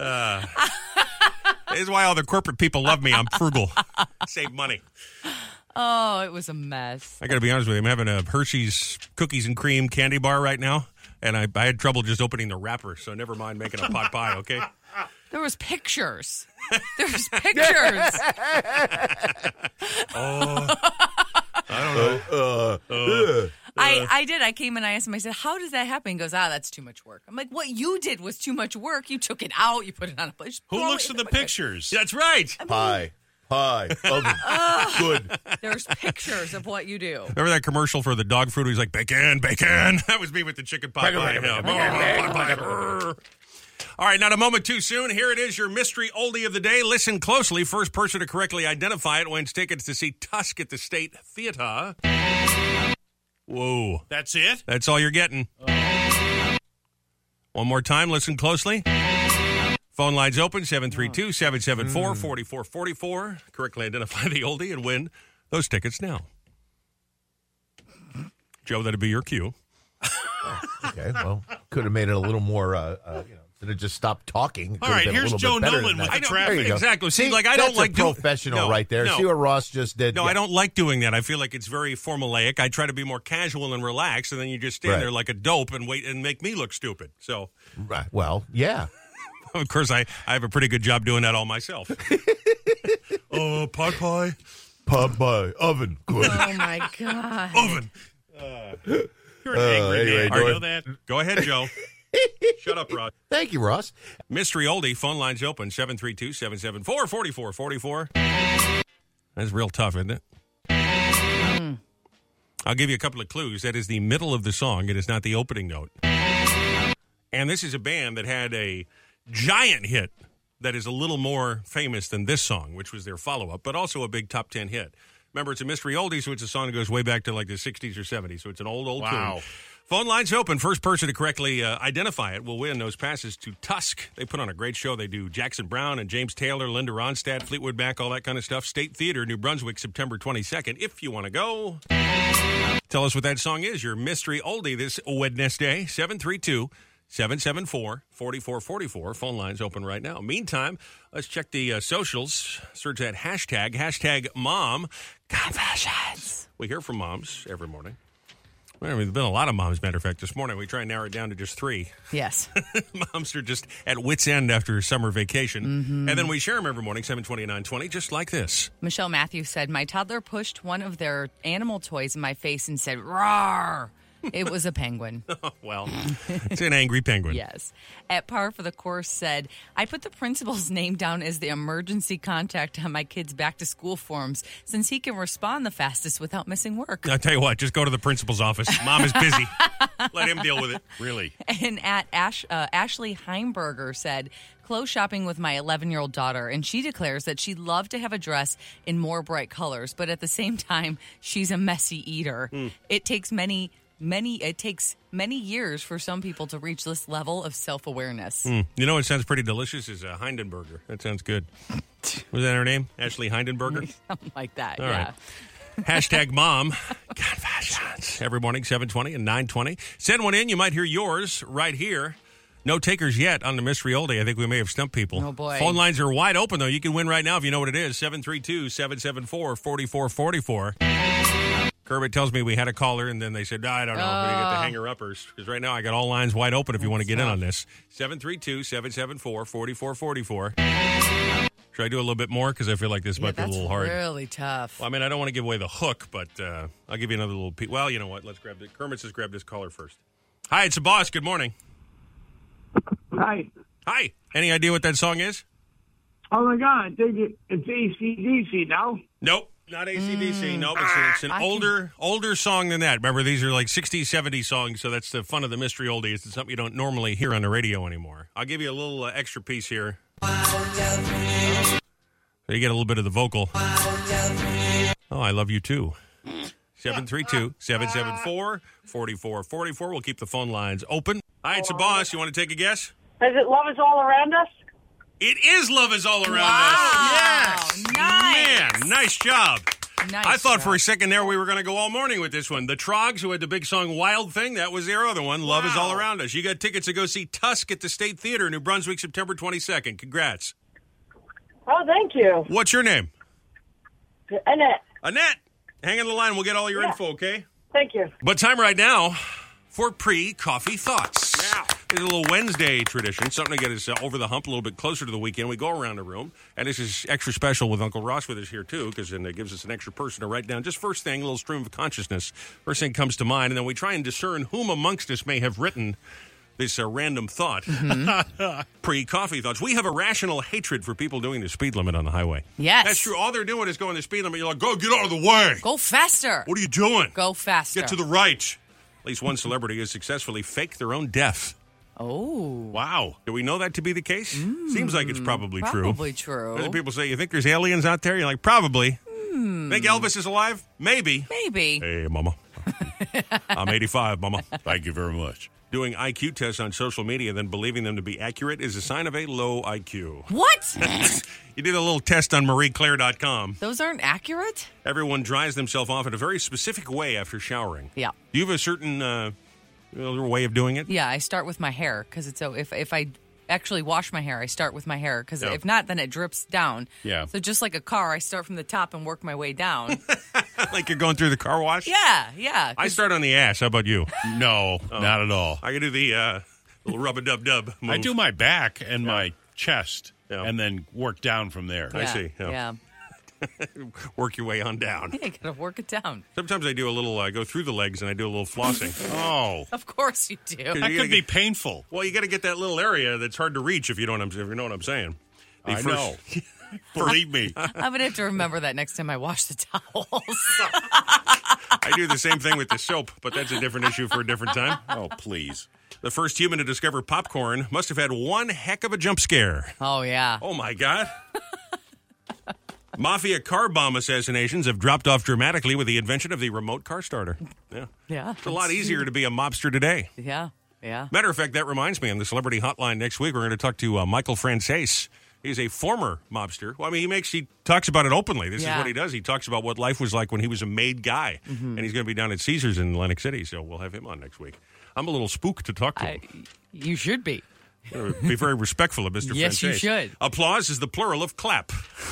Speaker 1: This is why all the corporate people love me. I'm frugal.
Speaker 2: *laughs*
Speaker 1: Save money.
Speaker 2: Oh, it was a mess.
Speaker 1: I got to be honest with you. I'm having a Hershey's cookies and cream candy bar right now, and I, I had trouble just opening the wrapper, so never mind making a pot pie, okay?
Speaker 2: There was pictures. There
Speaker 3: *laughs*
Speaker 2: was pictures.
Speaker 3: Oh.
Speaker 2: *laughs*
Speaker 3: Uh,
Speaker 2: I, I did. I came and I asked him, I said, How does that happen? He goes, Ah, that's too much work. I'm like, What you did was too much work. You took it out, you put it on a plate.
Speaker 4: Who looks at the pictures?
Speaker 1: That's right.
Speaker 3: Pie. Pie.
Speaker 1: *laughs*
Speaker 3: Oven. good.
Speaker 2: There's pictures of what you do.
Speaker 1: Remember that commercial for the dog food? He's like, bacon, bacon. *laughs* That was me with the chicken pot pie. Yeah. All right, not a moment too soon. Here it is, your mystery oldie of the day. Listen closely. First person to correctly identify it wins tickets to see Tusk at the State Theater. Whoa.
Speaker 4: That's it?
Speaker 1: That's all you're getting. One more time, listen closely. Phone lines open 732 774 4444. Correctly identify the oldie and win those tickets now. Joe, that'd be your cue.
Speaker 3: Okay. Well, could have made it a little more, uh, uh, you know, could have just stopped talking. It could have
Speaker 4: right,
Speaker 3: been a
Speaker 4: here's
Speaker 3: little
Speaker 4: Joe
Speaker 3: bit better
Speaker 4: Nolan
Speaker 3: than
Speaker 4: with
Speaker 3: that.
Speaker 4: the traffic.
Speaker 3: There you go.
Speaker 1: Exactly. See, like, I
Speaker 3: that's
Speaker 1: don't like
Speaker 3: a
Speaker 1: do-
Speaker 3: professional
Speaker 1: No,
Speaker 3: right there.
Speaker 1: no.
Speaker 3: See what Ross just did.
Speaker 1: No,
Speaker 3: Yeah.
Speaker 1: I don't like doing that. I feel like it's very formulaic. I try to be more casual and relaxed, and then you just stand
Speaker 3: Right.
Speaker 1: there like a dope and wait and make me look stupid. So,
Speaker 3: Right. Well, yeah.
Speaker 1: of course, I, I have a pretty good job doing that all *laughs* myself. Oh, pot pie.
Speaker 3: Pub by oven.
Speaker 1: *laughs*
Speaker 3: Good.
Speaker 2: Oh my God.
Speaker 1: Oven.
Speaker 4: You're an angry
Speaker 3: anyway,
Speaker 4: man. You know
Speaker 3: Jordan.
Speaker 4: that?
Speaker 1: Go ahead, Joe. Shut up, Rod.
Speaker 3: Thank you, Ross.
Speaker 1: Mystery Oldie, phone lines open 732 774 4444. That's real tough, isn't it? I'll give you a couple of clues. That is the middle of the song, it is not the opening note. And this is a band that had a giant hit that is a little more famous than this song, which was their follow up, but also a big top 10 hit. Remember, it's a mystery oldie, so it's a song that goes way back to like the 60s or 70s. So it's an old, old
Speaker 4: Wow.
Speaker 1: tune. Phone lines open. First person to correctly uh, identify it will win those passes to Tusk. They put on a great show. They do Jackson Brown and James Taylor, Linda Ronstadt, Fleetwood Mac, all that kind of stuff. State Theater, New Brunswick, September 22nd. If you want to go. Tell us what that song is, your mystery oldie this Wednesday, 732 774 4444. Phone lines open right now. Meantime, let's check the uh, socials. Search that hashtag, hashtag mom confessions. We hear from moms every morning. Well, I mean, there's been a lot of moms. Matter of fact, this morning we try and narrow it down to just three. *laughs*
Speaker 2: Yes. *laughs*
Speaker 1: moms are just at wits end after summer vacation, and then we share them every morning, seven twenty nine twenty, just like this. *laughs*
Speaker 2: Michelle Matthews said, My toddler pushed one of their animal toys in my face and said, Roar! It was a penguin.
Speaker 1: well, it's an angry penguin.
Speaker 2: yes. At par for the course said, I put the principal's *laughs* name down as the emergency contact on my kids' back to school forms since he can respond the fastest without missing work.
Speaker 1: I'll tell you what, just go to the principal's office. Mom is busy. Let him deal with it.
Speaker 4: Really?
Speaker 2: And at Ash, uh, Ashley Heimberger said, clothes shopping with my 11 year old daughter, and she declares that she'd love to have a dress in more bright colors, but at the same time, she's a messy eater.
Speaker 1: Hmm.
Speaker 2: It takes many, many, it takes many years for some people to reach this level of self awareness.
Speaker 1: Hmm. You know what sounds pretty delicious is a Hindenburger. That sounds good. Was that her name? Ashley Hindenburger?
Speaker 2: *laughs* Something like that.
Speaker 1: All
Speaker 2: yeah.
Speaker 1: right. Hashtag mom confessions every morning, 720 and 920. Send one in. You might hear yours right here. No takers yet on the mystery oldie. I think we may have stumped people.
Speaker 2: Oh, boy.
Speaker 1: Phone lines are wide open, though. You can win right now if you know what it is 732 774 4444. Kermit tells me we had a caller, and then they said, I don't know. We're going to get
Speaker 2: Oh.
Speaker 1: the hanger uppers. Because right now I got all lines wide open if you want to get in on this. 732 774 4444. Should I do a little bit more? Because I feel like this
Speaker 2: Yeah,
Speaker 1: might be a
Speaker 2: that's
Speaker 1: little hard.
Speaker 2: really tough.
Speaker 1: Well, I mean, I don't want to give away the hook, but uh, I'll give you another little. Pe- well, you know what? Let's grab the Kermit's. Just grab this caller first. Hi, it's the boss. Good morning.
Speaker 7: Hi.
Speaker 1: Hi. Any idea what that song is?
Speaker 7: Oh my God, I think it, it's ACDC now.
Speaker 1: Nope. Not ACDC. Nope. It's, it's an
Speaker 2: Mm. Ah, I can-
Speaker 1: older older song than that. Remember, these are like 60s, 70s songs, so that's the fun of the mystery oldies. It's something you don't normally hear on the radio anymore. I'll give you a little uh, extra piece here. So you get a little bit of the vocal. Oh, I love you too. 732 774 4444. We'll keep the phone lines open. All right, so, boss, you want to take a guess?
Speaker 8: Is it love is all around us?
Speaker 1: It is Love is All Around
Speaker 2: Wow.
Speaker 1: Us.
Speaker 2: Nice.
Speaker 1: Man, nice job.
Speaker 2: nice
Speaker 1: I thought for a
Speaker 2: job.
Speaker 1: second there we were going to go all morning with this one. The Trogs, who had the big song Wild Thing, that was their other one. Love is all around us. You got tickets to go see Tusk at the State Theater, New Brunswick, September 22nd. Congrats.
Speaker 8: Oh, thank you.
Speaker 1: What's your name?
Speaker 8: Annette,
Speaker 1: Annette. Hang on the line. We'll get all your info, okay?
Speaker 8: thank you.
Speaker 1: But time right now for pre coffee thoughts. Yeah. It's a little Wednesday tradition, something to get us uh, over the hump a little bit closer to the weekend. We go around the room, and this is extra special with Uncle Ross with us here, too, because then it gives us an extra person to write down just first thing, a little stream of consciousness. First thing comes to mind, and then we try and discern whom amongst us may have written this uh, random thought. *laughs* pre coffee thoughts. We have a rational hatred for people doing the speed limit on the highway.
Speaker 2: Yes.
Speaker 1: That's true. All they're doing is going the speed limit. You're like, go get out of the way.
Speaker 2: Go faster.
Speaker 1: What are you doing?
Speaker 2: Go faster.
Speaker 1: Get to the right. At least one celebrity has successfully faked their own death.
Speaker 2: Oh, Hmm.
Speaker 4: Wow.
Speaker 1: Do we know that to be the case? Seems like it's probably,
Speaker 2: probably
Speaker 1: true.
Speaker 2: true.
Speaker 1: Other people say, you think there's aliens out there? You're like, probably.
Speaker 2: Hmm.
Speaker 1: Think Elvis is alive?
Speaker 2: *laughs*
Speaker 1: Maybe.
Speaker 2: Maybe.
Speaker 1: Hey, mama. I'm 85, mama.
Speaker 4: Thank you very much.
Speaker 1: Doing IQ tests on social media, then believing them to be accurate is a sign of a low IQ.
Speaker 2: What? *laughs*
Speaker 1: You did a little test on marieclaire.com.
Speaker 2: Those aren't accurate?
Speaker 1: Everyone dries themselves off in a very specific way after showering.
Speaker 2: Yeah.
Speaker 1: Do you have a certain uh, way of doing it?
Speaker 2: Yeah, I start with my hair because it's so. If if I actually wash my hair, I start with my hair because
Speaker 1: Yeah.
Speaker 2: if not, then it drips down.
Speaker 4: Yeah.
Speaker 2: So just like a car, I start from the top and work my way down.
Speaker 1: *laughs* *laughs* like you're going through the car wash?
Speaker 2: yeah, yeah.
Speaker 1: I start on the ass. How about you?
Speaker 4: *laughs* No, not at all.
Speaker 1: I can do the uh, little rub a dub dub.
Speaker 4: Oh. I do my back and my chest
Speaker 1: Yeah.
Speaker 4: and then work down from there.
Speaker 1: I
Speaker 2: yeah,
Speaker 1: see, yeah.
Speaker 2: Yeah. *laughs*
Speaker 1: work your way on down.
Speaker 2: You gotta work it down.
Speaker 1: Sometimes I do a little. I go through the legs and I do a little
Speaker 4: *laughs*
Speaker 1: flossing.
Speaker 4: Oh,
Speaker 2: Of course you do.
Speaker 4: that
Speaker 1: You gotta
Speaker 4: could be
Speaker 1: get-
Speaker 4: painful.
Speaker 1: well, you got to get that little area that's hard to reach if you don't. If you know what I'm saying. The
Speaker 4: I know. Believe me.
Speaker 2: I'm gonna have to remember that next time I wash the towels.
Speaker 1: *laughs* I do the same thing with the soap, but that's a different issue for a different time.
Speaker 4: Oh, please.
Speaker 1: The first human to discover popcorn must have had one heck of a jump scare.
Speaker 2: oh yeah.
Speaker 1: *laughs* Oh my God. Mafia car bomb assassinations have dropped off dramatically with the invention of the remote car starter. Yeah.
Speaker 2: Yeah.
Speaker 1: It's a lot e- easier to be a mobster today.
Speaker 2: Yeah. Yeah.
Speaker 1: Matter of fact, that reminds me on the celebrity hotline next week, we're going to talk to uh, Michael Frances. He's a former mobster. Well, I mean, he makes he talks about it openly. This is
Speaker 2: Yeah. Mm-hmm.
Speaker 1: what he does. He talks about what life was like when he was a made guy, and he's going to be down at Caesars in Atlantic City. So we'll have him on next week. I'm a little spooked to talk to him.
Speaker 2: You should be.
Speaker 1: Be very respectful of Mr.
Speaker 2: *laughs* Yes, you
Speaker 1: Frances.
Speaker 2: should.
Speaker 1: Applause is the plural of clap.
Speaker 4: *laughs*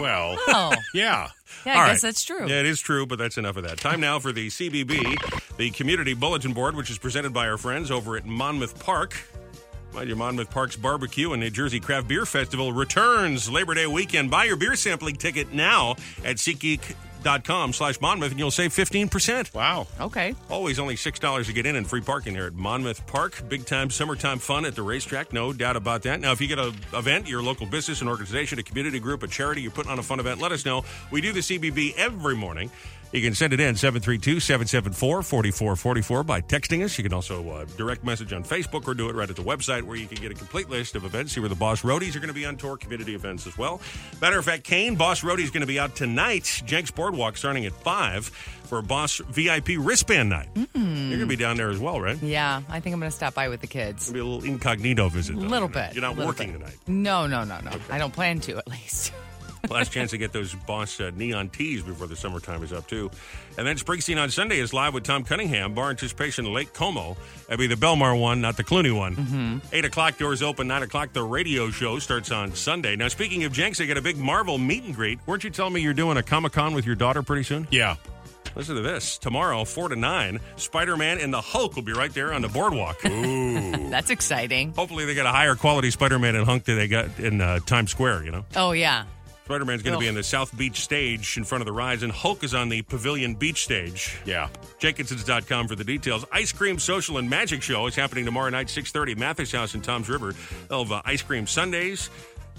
Speaker 4: Well,
Speaker 2: Oh,
Speaker 4: yeah.
Speaker 1: *laughs*
Speaker 2: yeah, I
Speaker 1: All right.
Speaker 2: guess that's true.
Speaker 1: Yeah, it is true, but that's enough of that. Time now for the CBB, the Community Bulletin Board, which is presented by our friends over at Monmouth Park. Mind you, Monmouth Park's Barbecue and New Jersey Craft Beer Festival returns Labor Day weekend. Buy your beer sampling ticket now at SeatGeek.com slash Monmouth, and you'll save 15%.
Speaker 4: Wow.
Speaker 2: Okay.
Speaker 1: Always only $6 to get in and free parking there at Monmouth Park. Big time summertime fun at the racetrack, no doubt about that. Now, if you get an event, your local business, an organization, a community group, a charity, you're putting on a fun event, let us know. We do the CBB every morning. You can send it in 732 774 4444 by texting us. You can also uh, direct message on Facebook or do it right at the website where you can get a complete list of events. See where the Boss Roadies are going to be on tour, community events as well. Matter of fact, Kane, Boss Roadie's going to be out tonight, Jenks Boardwalk, starting at 5 for Boss VIP wristband night.
Speaker 2: Hmm.
Speaker 1: You're going to be down there as well, right? It'll
Speaker 2: Yeah, I think I'm going to stop by with the kids.
Speaker 1: be a little incognito visit.
Speaker 2: A
Speaker 1: though.
Speaker 2: little bit.
Speaker 1: You're not
Speaker 2: little
Speaker 1: working
Speaker 2: bit.
Speaker 1: tonight.
Speaker 2: No, no, no, no. I don't plan to, at least. *laughs*
Speaker 1: Last chance to get those Boss uh, neon tees before the summertime is up, too. And then Springsteen on Sunday is live with Tom Cunningham, bar anticipation Lake Como. That'd be the Belmar one, not the Clooney one. 8 o'clock, doors open. 9 o'clock, the radio show starts on Sunday. Now, speaking of Jenks, I got a big Marvel meet and greet. Weren't you telling me you're doing a Comic Con with your daughter pretty soon?
Speaker 4: Yeah.
Speaker 1: Listen to this. Tomorrow, 4 to 9, Spider Man and the Hulk will be right there on the boardwalk.
Speaker 2: That's exciting.
Speaker 1: *laughs* Hopefully, they got a higher quality Spider Man and Hunk than they got in uh, Times Square, you know?
Speaker 2: Oh, yeah.
Speaker 1: Spider Man's going to be
Speaker 2: Ugh.
Speaker 1: in the South Beach stage in front of the rise, and Hulk is on the Pavilion Beach stage.
Speaker 4: Yeah.
Speaker 1: Jenkinsons.com for the details. Ice Cream Social and Magic Show is happening tomorrow night, 6.30, Mathis House in Tom's River. They'll have uh, ice cream sundaes,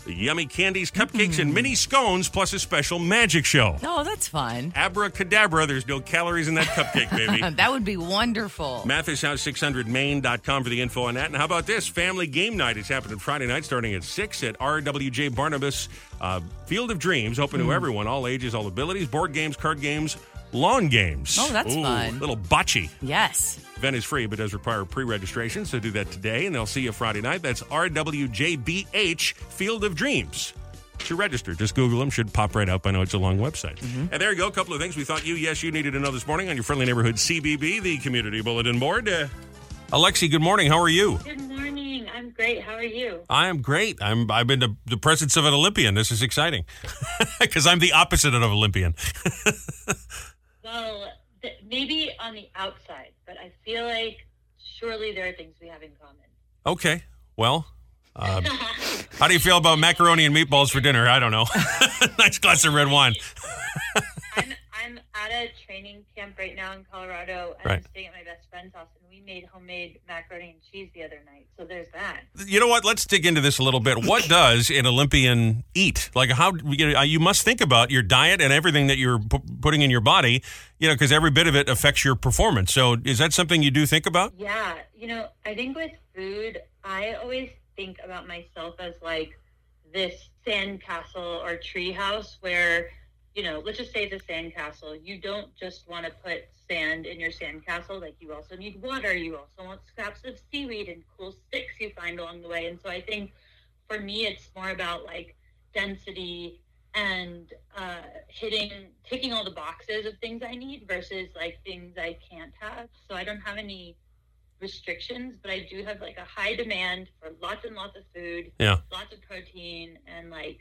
Speaker 1: the yummy candies, cupcakes, and mini scones, plus a special magic show.
Speaker 2: Oh, that's fun.
Speaker 1: Abracadabra, there's no calories in that cupcake, baby.
Speaker 2: That would be wonderful.
Speaker 1: MathisHouse600Main.com for the info on that. And how about this? Family Game Night is happening Friday night starting at 6 at RWJ Barnabas uh, Field of Dreams, open
Speaker 2: Hmm.
Speaker 1: to everyone, all ages, all abilities, board games, card games, lawn games.
Speaker 2: Oh, that's fun.
Speaker 1: Little bocce.
Speaker 2: Yes.
Speaker 1: Event is free, but does require pre registration, so do that today, and they'll see you Friday night. That's RWJBH Field of Dreams. To register, just Google them, should pop right up. I know it's a long website. And there you go, a couple of things we thought you, yes, you needed to know this morning on your friendly neighborhood CBB, the Community Bulletin Board. Uh, Alexi, good morning. How are you?
Speaker 9: Good morning. I'm great. How are you?
Speaker 1: I am great. I'm, I'm in the, the presence of an Olympian. This is exciting *laughs* because I'm the opposite of an Olympian. *laughs*
Speaker 9: Well, th- maybe on the outside, but I feel like surely there are things we have in common.
Speaker 1: Okay. Well, uh, how do you feel about macaroni and meatballs for dinner? I don't know. *laughs* nice glass of red wine.
Speaker 9: *laughs* I'm I'm at a training camp right now in Colorado, and I'm
Speaker 1: Right.
Speaker 9: staying at my best friend's house, and we made homemade macaroni and cheese the other night. So there's that.
Speaker 1: You know what? Let's dig into this a little bit. What does an Olympian eat? Like, how you, know, uh, you must think about your diet and everything that you're pu- putting in your body, you know, because every bit of it affects your performance. So, is that something you do think about?
Speaker 9: Yeah, you know, I think with food, I always think about myself as like this sandcastle or treehouse where, you know, let's just say the sandcastle. You don't just want to put sand in your sandcastle. Like you also need water. You also want scraps of seaweed and cool sticks you find along the way. And so I think for me, it's more about like density and uh, hitting, taking all the boxes of things I need versus like things I can't have. So I don't have any restrictions, but I do have like a high demand for lots and lots of food,
Speaker 1: Yeah.
Speaker 9: lots of protein, and like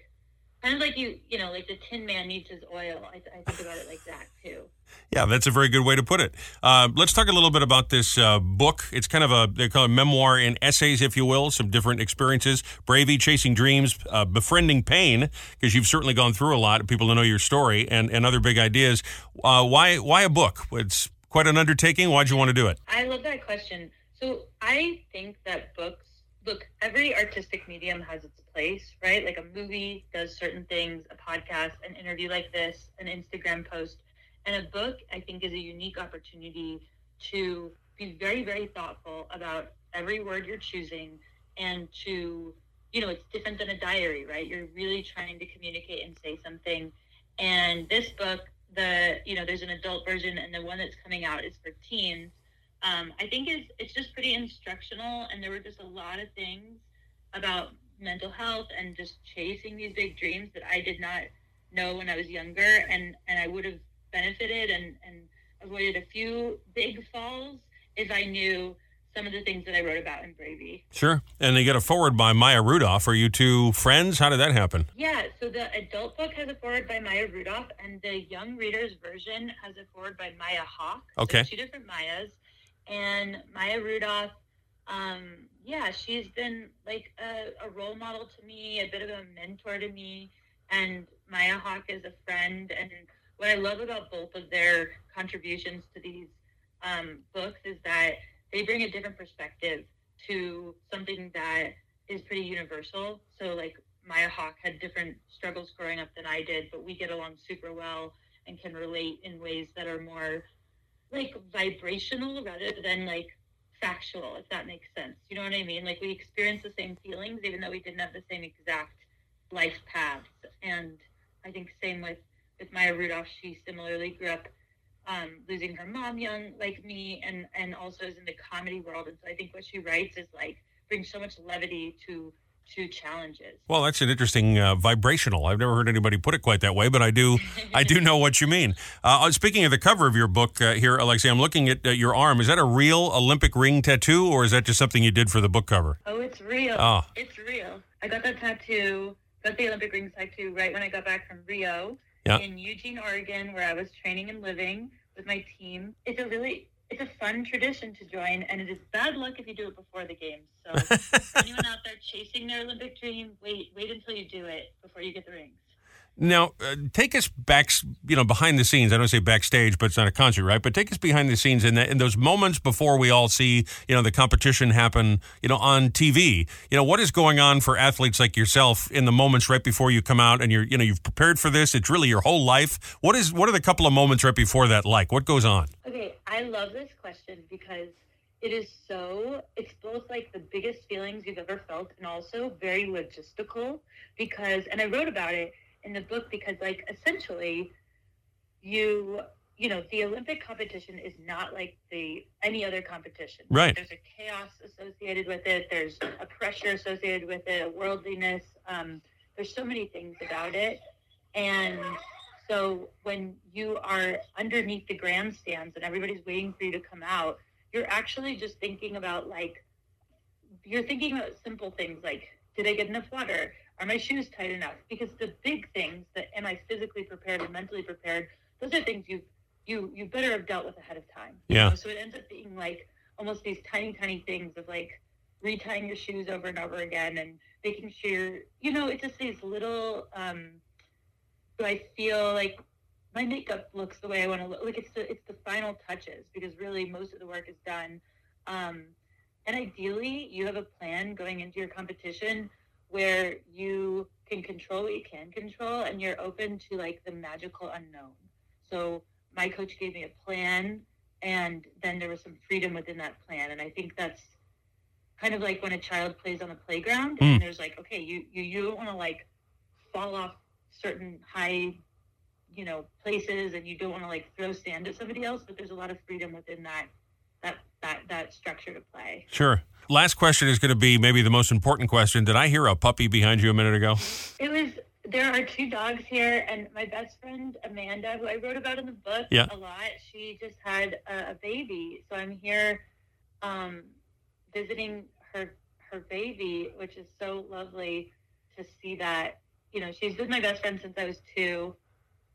Speaker 9: kind of like you, you know, like the Tin Man needs his oil. I, I think about it like that too.
Speaker 1: Yeah, that's a very good way to put it. Uh, let's talk a little bit about this uh, book. It's kind of a they call it memoir and essays, if you will, some different experiences: bravey, chasing dreams, uh, befriending pain, because you've certainly gone through a lot. People to know your story and, and other big ideas. Uh, why why a book? It's quite an undertaking. Why'd you want to do it?
Speaker 9: I love that question. So I think that books look, every artistic medium has its place, right? Like a movie does certain things, a podcast, an interview like this, an Instagram post. And a book, I think, is a unique opportunity to be very, very thoughtful about every word you're choosing and to, you know, it's different than a diary, right? You're really trying to communicate and say something. And this book, the, you know, there's an adult version and the one that's coming out is for teens um, I think it's it's just pretty instructional, and there were just a lot of things about mental health and just chasing these big dreams that I did not know when I was younger, and and I would have benefited and and avoided a few big falls if I knew some of the things that I wrote about in E. Bravey.
Speaker 1: Sure. And they get a forward by Maya Rudolph. Are you two friends? How did that happen?
Speaker 9: Yeah, so the adult book has a forward by Maya Rudolph, and the young readers version has a forward by Maya Hawk. So
Speaker 1: Okay.
Speaker 9: two different Mayas, and Maya Rudolph. Um, yeah, she's been like a, a role model to me, a bit of a mentor to me, and Maya Hawk is a friend. And what I love about both of their contributions to these um, books is that they bring a different perspective to something that is pretty universal. So like Maya Hawk had different struggles growing up than I did, but we get along super well and can relate in ways that are more like vibrational rather than like factual, if that makes sense. You know what I mean? Like we experience the same feelings even though we didn't have the same exact life paths. And I think same with with Maya Rudolph, she similarly grew up um, losing her mom young like me and and also is in the comedy world and so i think what she writes is like brings so much levity to to challenges
Speaker 1: Well, that's an interesting uh, vibrational. I've never heard anybody put it quite that way, but I do, I do know what you mean. Uh, uh, speaking of the cover of your book uh, here, Alexei, I'm looking at uh, your arm. Is that a real Olympic ring tattoo, or is that just something you did for the book cover?
Speaker 9: oh it's real
Speaker 1: Oh.
Speaker 9: it's real i got that tattoo got the olympic rings tattoo right when i got back from rio
Speaker 1: Yeah.
Speaker 9: in eugene oregon where i was training and living with my team it's a really it's a fun tradition to join and it is bad luck if you do it before the games
Speaker 1: *laughs*
Speaker 9: so anyone out there chasing their olympic dream wait wait until you do it before you get the rings
Speaker 1: Now, uh, take us back, you know, behind the scenes. I don't say backstage, but it's not a concert, right? But take us behind the scenes in, that, in those moments before we all see, you know, the competition happen, you know, on TV. You know, what is going on for athletes like yourself in the moments right before you come out and you're, you know, you've prepared for this. It's really your whole life. What is, what are the couple of moments right before that like? What goes on?
Speaker 9: Okay, I love this question because it is so, it's both like the biggest feelings you've ever felt and also very logistical because, and I wrote about it in the book because, like, essentially, you, you know, the Olympic competition is not like the any other competition.
Speaker 1: Right.
Speaker 9: There's a chaos associated with it, there's a pressure associated with it, a worldliness. Um, there's so many things about it. And so when you are underneath the grandstands and everybody's waiting for you to come out, you're actually just thinking about like you're thinking about simple things like did I get enough water? Are my shoes tight enough? Because the big things that am I physically prepared and mentally prepared, those are things you you you better have dealt with ahead of time. you
Speaker 1: Yeah.
Speaker 9: know? So it ends up being like almost these tiny, tiny things of like retying your shoes over and over again and making sure you're you know, it's just these little um so I feel like my makeup looks the way I want to look. Like it's the it's the final touches because really most of the work is done. Um, and ideally, you have a plan going into your competition where you can control what you can control, and you're open to like the magical unknown. So my coach gave me a plan, and then there was some freedom within that plan, and I think that's kind of like when a child plays on the playground,
Speaker 1: Mm.
Speaker 9: and there's like, okay, you you you don't want to like fall off certain high you know places and you don't want to like throw sand at somebody else but there's a lot of freedom within that that that that structure to play
Speaker 1: Sure. Last question is going to be maybe the most important question. Did I hear a puppy behind you a minute ago?
Speaker 9: it was there are two dogs here and my best friend amanda who i wrote about in the book
Speaker 1: Yeah.
Speaker 9: a lot she just had a, a baby so i'm here um, visiting her her baby which is so lovely to see that you know she's been my best friend since i was two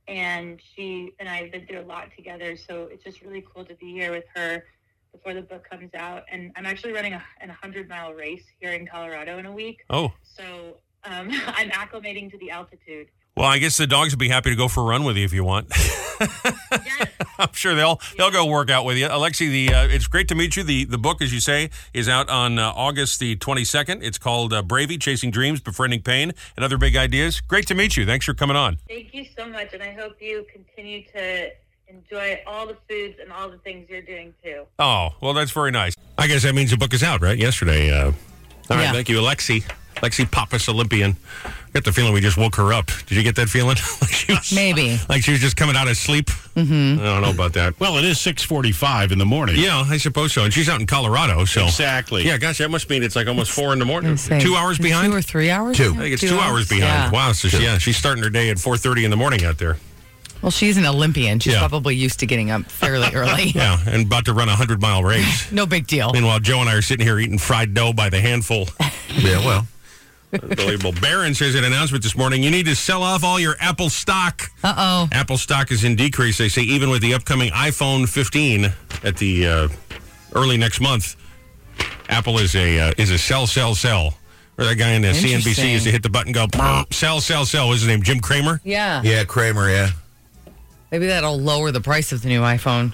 Speaker 9: and she and i have been through a lot together so it's just really cool to be here with her before the book comes out and i'm actually running a, an 100 mile race here in colorado in a week
Speaker 1: Oh,
Speaker 9: so um, *laughs* I'm acclimating to the altitude.
Speaker 1: well, I guess the dogs would be happy to go for a run with you if you want.
Speaker 9: Yes,
Speaker 1: *laughs* I'm sure they'll they'll go work out with you, Alexi. The uh, it's great to meet you. The the book, as you say, is out on uh, August the 22nd. It's called uh, Bravey: Chasing Dreams, Befriending Pain, and Other Big Ideas. Great to meet you. Thanks for coming on.
Speaker 9: thank you so much, and I hope you continue to enjoy all the foods and all the things you're doing too.
Speaker 1: Oh, well, that's very nice. I guess that means the book is out, right? Yesterday. Uh, all right,
Speaker 2: Yeah.
Speaker 1: thank you, Alexi. Alexi Pappas, Olympian. Got the feeling we just woke her up. Did you get that feeling? *laughs* like she was,
Speaker 2: Maybe.
Speaker 1: like she was just coming out of sleep. Mm-hmm. I don't know about that.
Speaker 4: Well, it is 645 in the morning.
Speaker 1: Yeah, I suppose so. And she's out in Colorado, so
Speaker 4: Exactly.
Speaker 1: Yeah, gosh, that must mean it's like almost four in the morning.
Speaker 2: Let's see.
Speaker 1: Two hours behind.
Speaker 2: Two or three hours?
Speaker 10: Two.
Speaker 1: I think it's two, hours, behind.
Speaker 2: Yeah.
Speaker 1: Wow. So she, yeah, she's starting her day at four thirty in the morning out there.
Speaker 2: Well, she's an Olympian. She's
Speaker 1: Yeah.
Speaker 2: probably used to getting
Speaker 1: *laughs*
Speaker 2: up fairly early.
Speaker 1: Yeah, and about to run a 100 mile race.
Speaker 2: No big deal.
Speaker 1: Meanwhile, Joe and I are sitting here eating fried dough by the
Speaker 2: *laughs*
Speaker 1: handful.
Speaker 3: Yeah, well,
Speaker 1: Unbelievable. Barron says in an announcement this morning you need to sell off all your Apple stock.
Speaker 2: Uh oh.
Speaker 1: Apple stock is in decrease, they say, even with the upcoming iPhone 15 at the uh, early next month. Apple is a uh, is a sell, sell, sell. Or that guy in the CNBC used to
Speaker 2: Interesting.
Speaker 1: hit the button, go sell, sell, sell. What's his name? Jim Kramer.
Speaker 2: Yeah.
Speaker 3: yeah, Kramer, yeah.
Speaker 2: Maybe that'll lower the price of the new iPhone.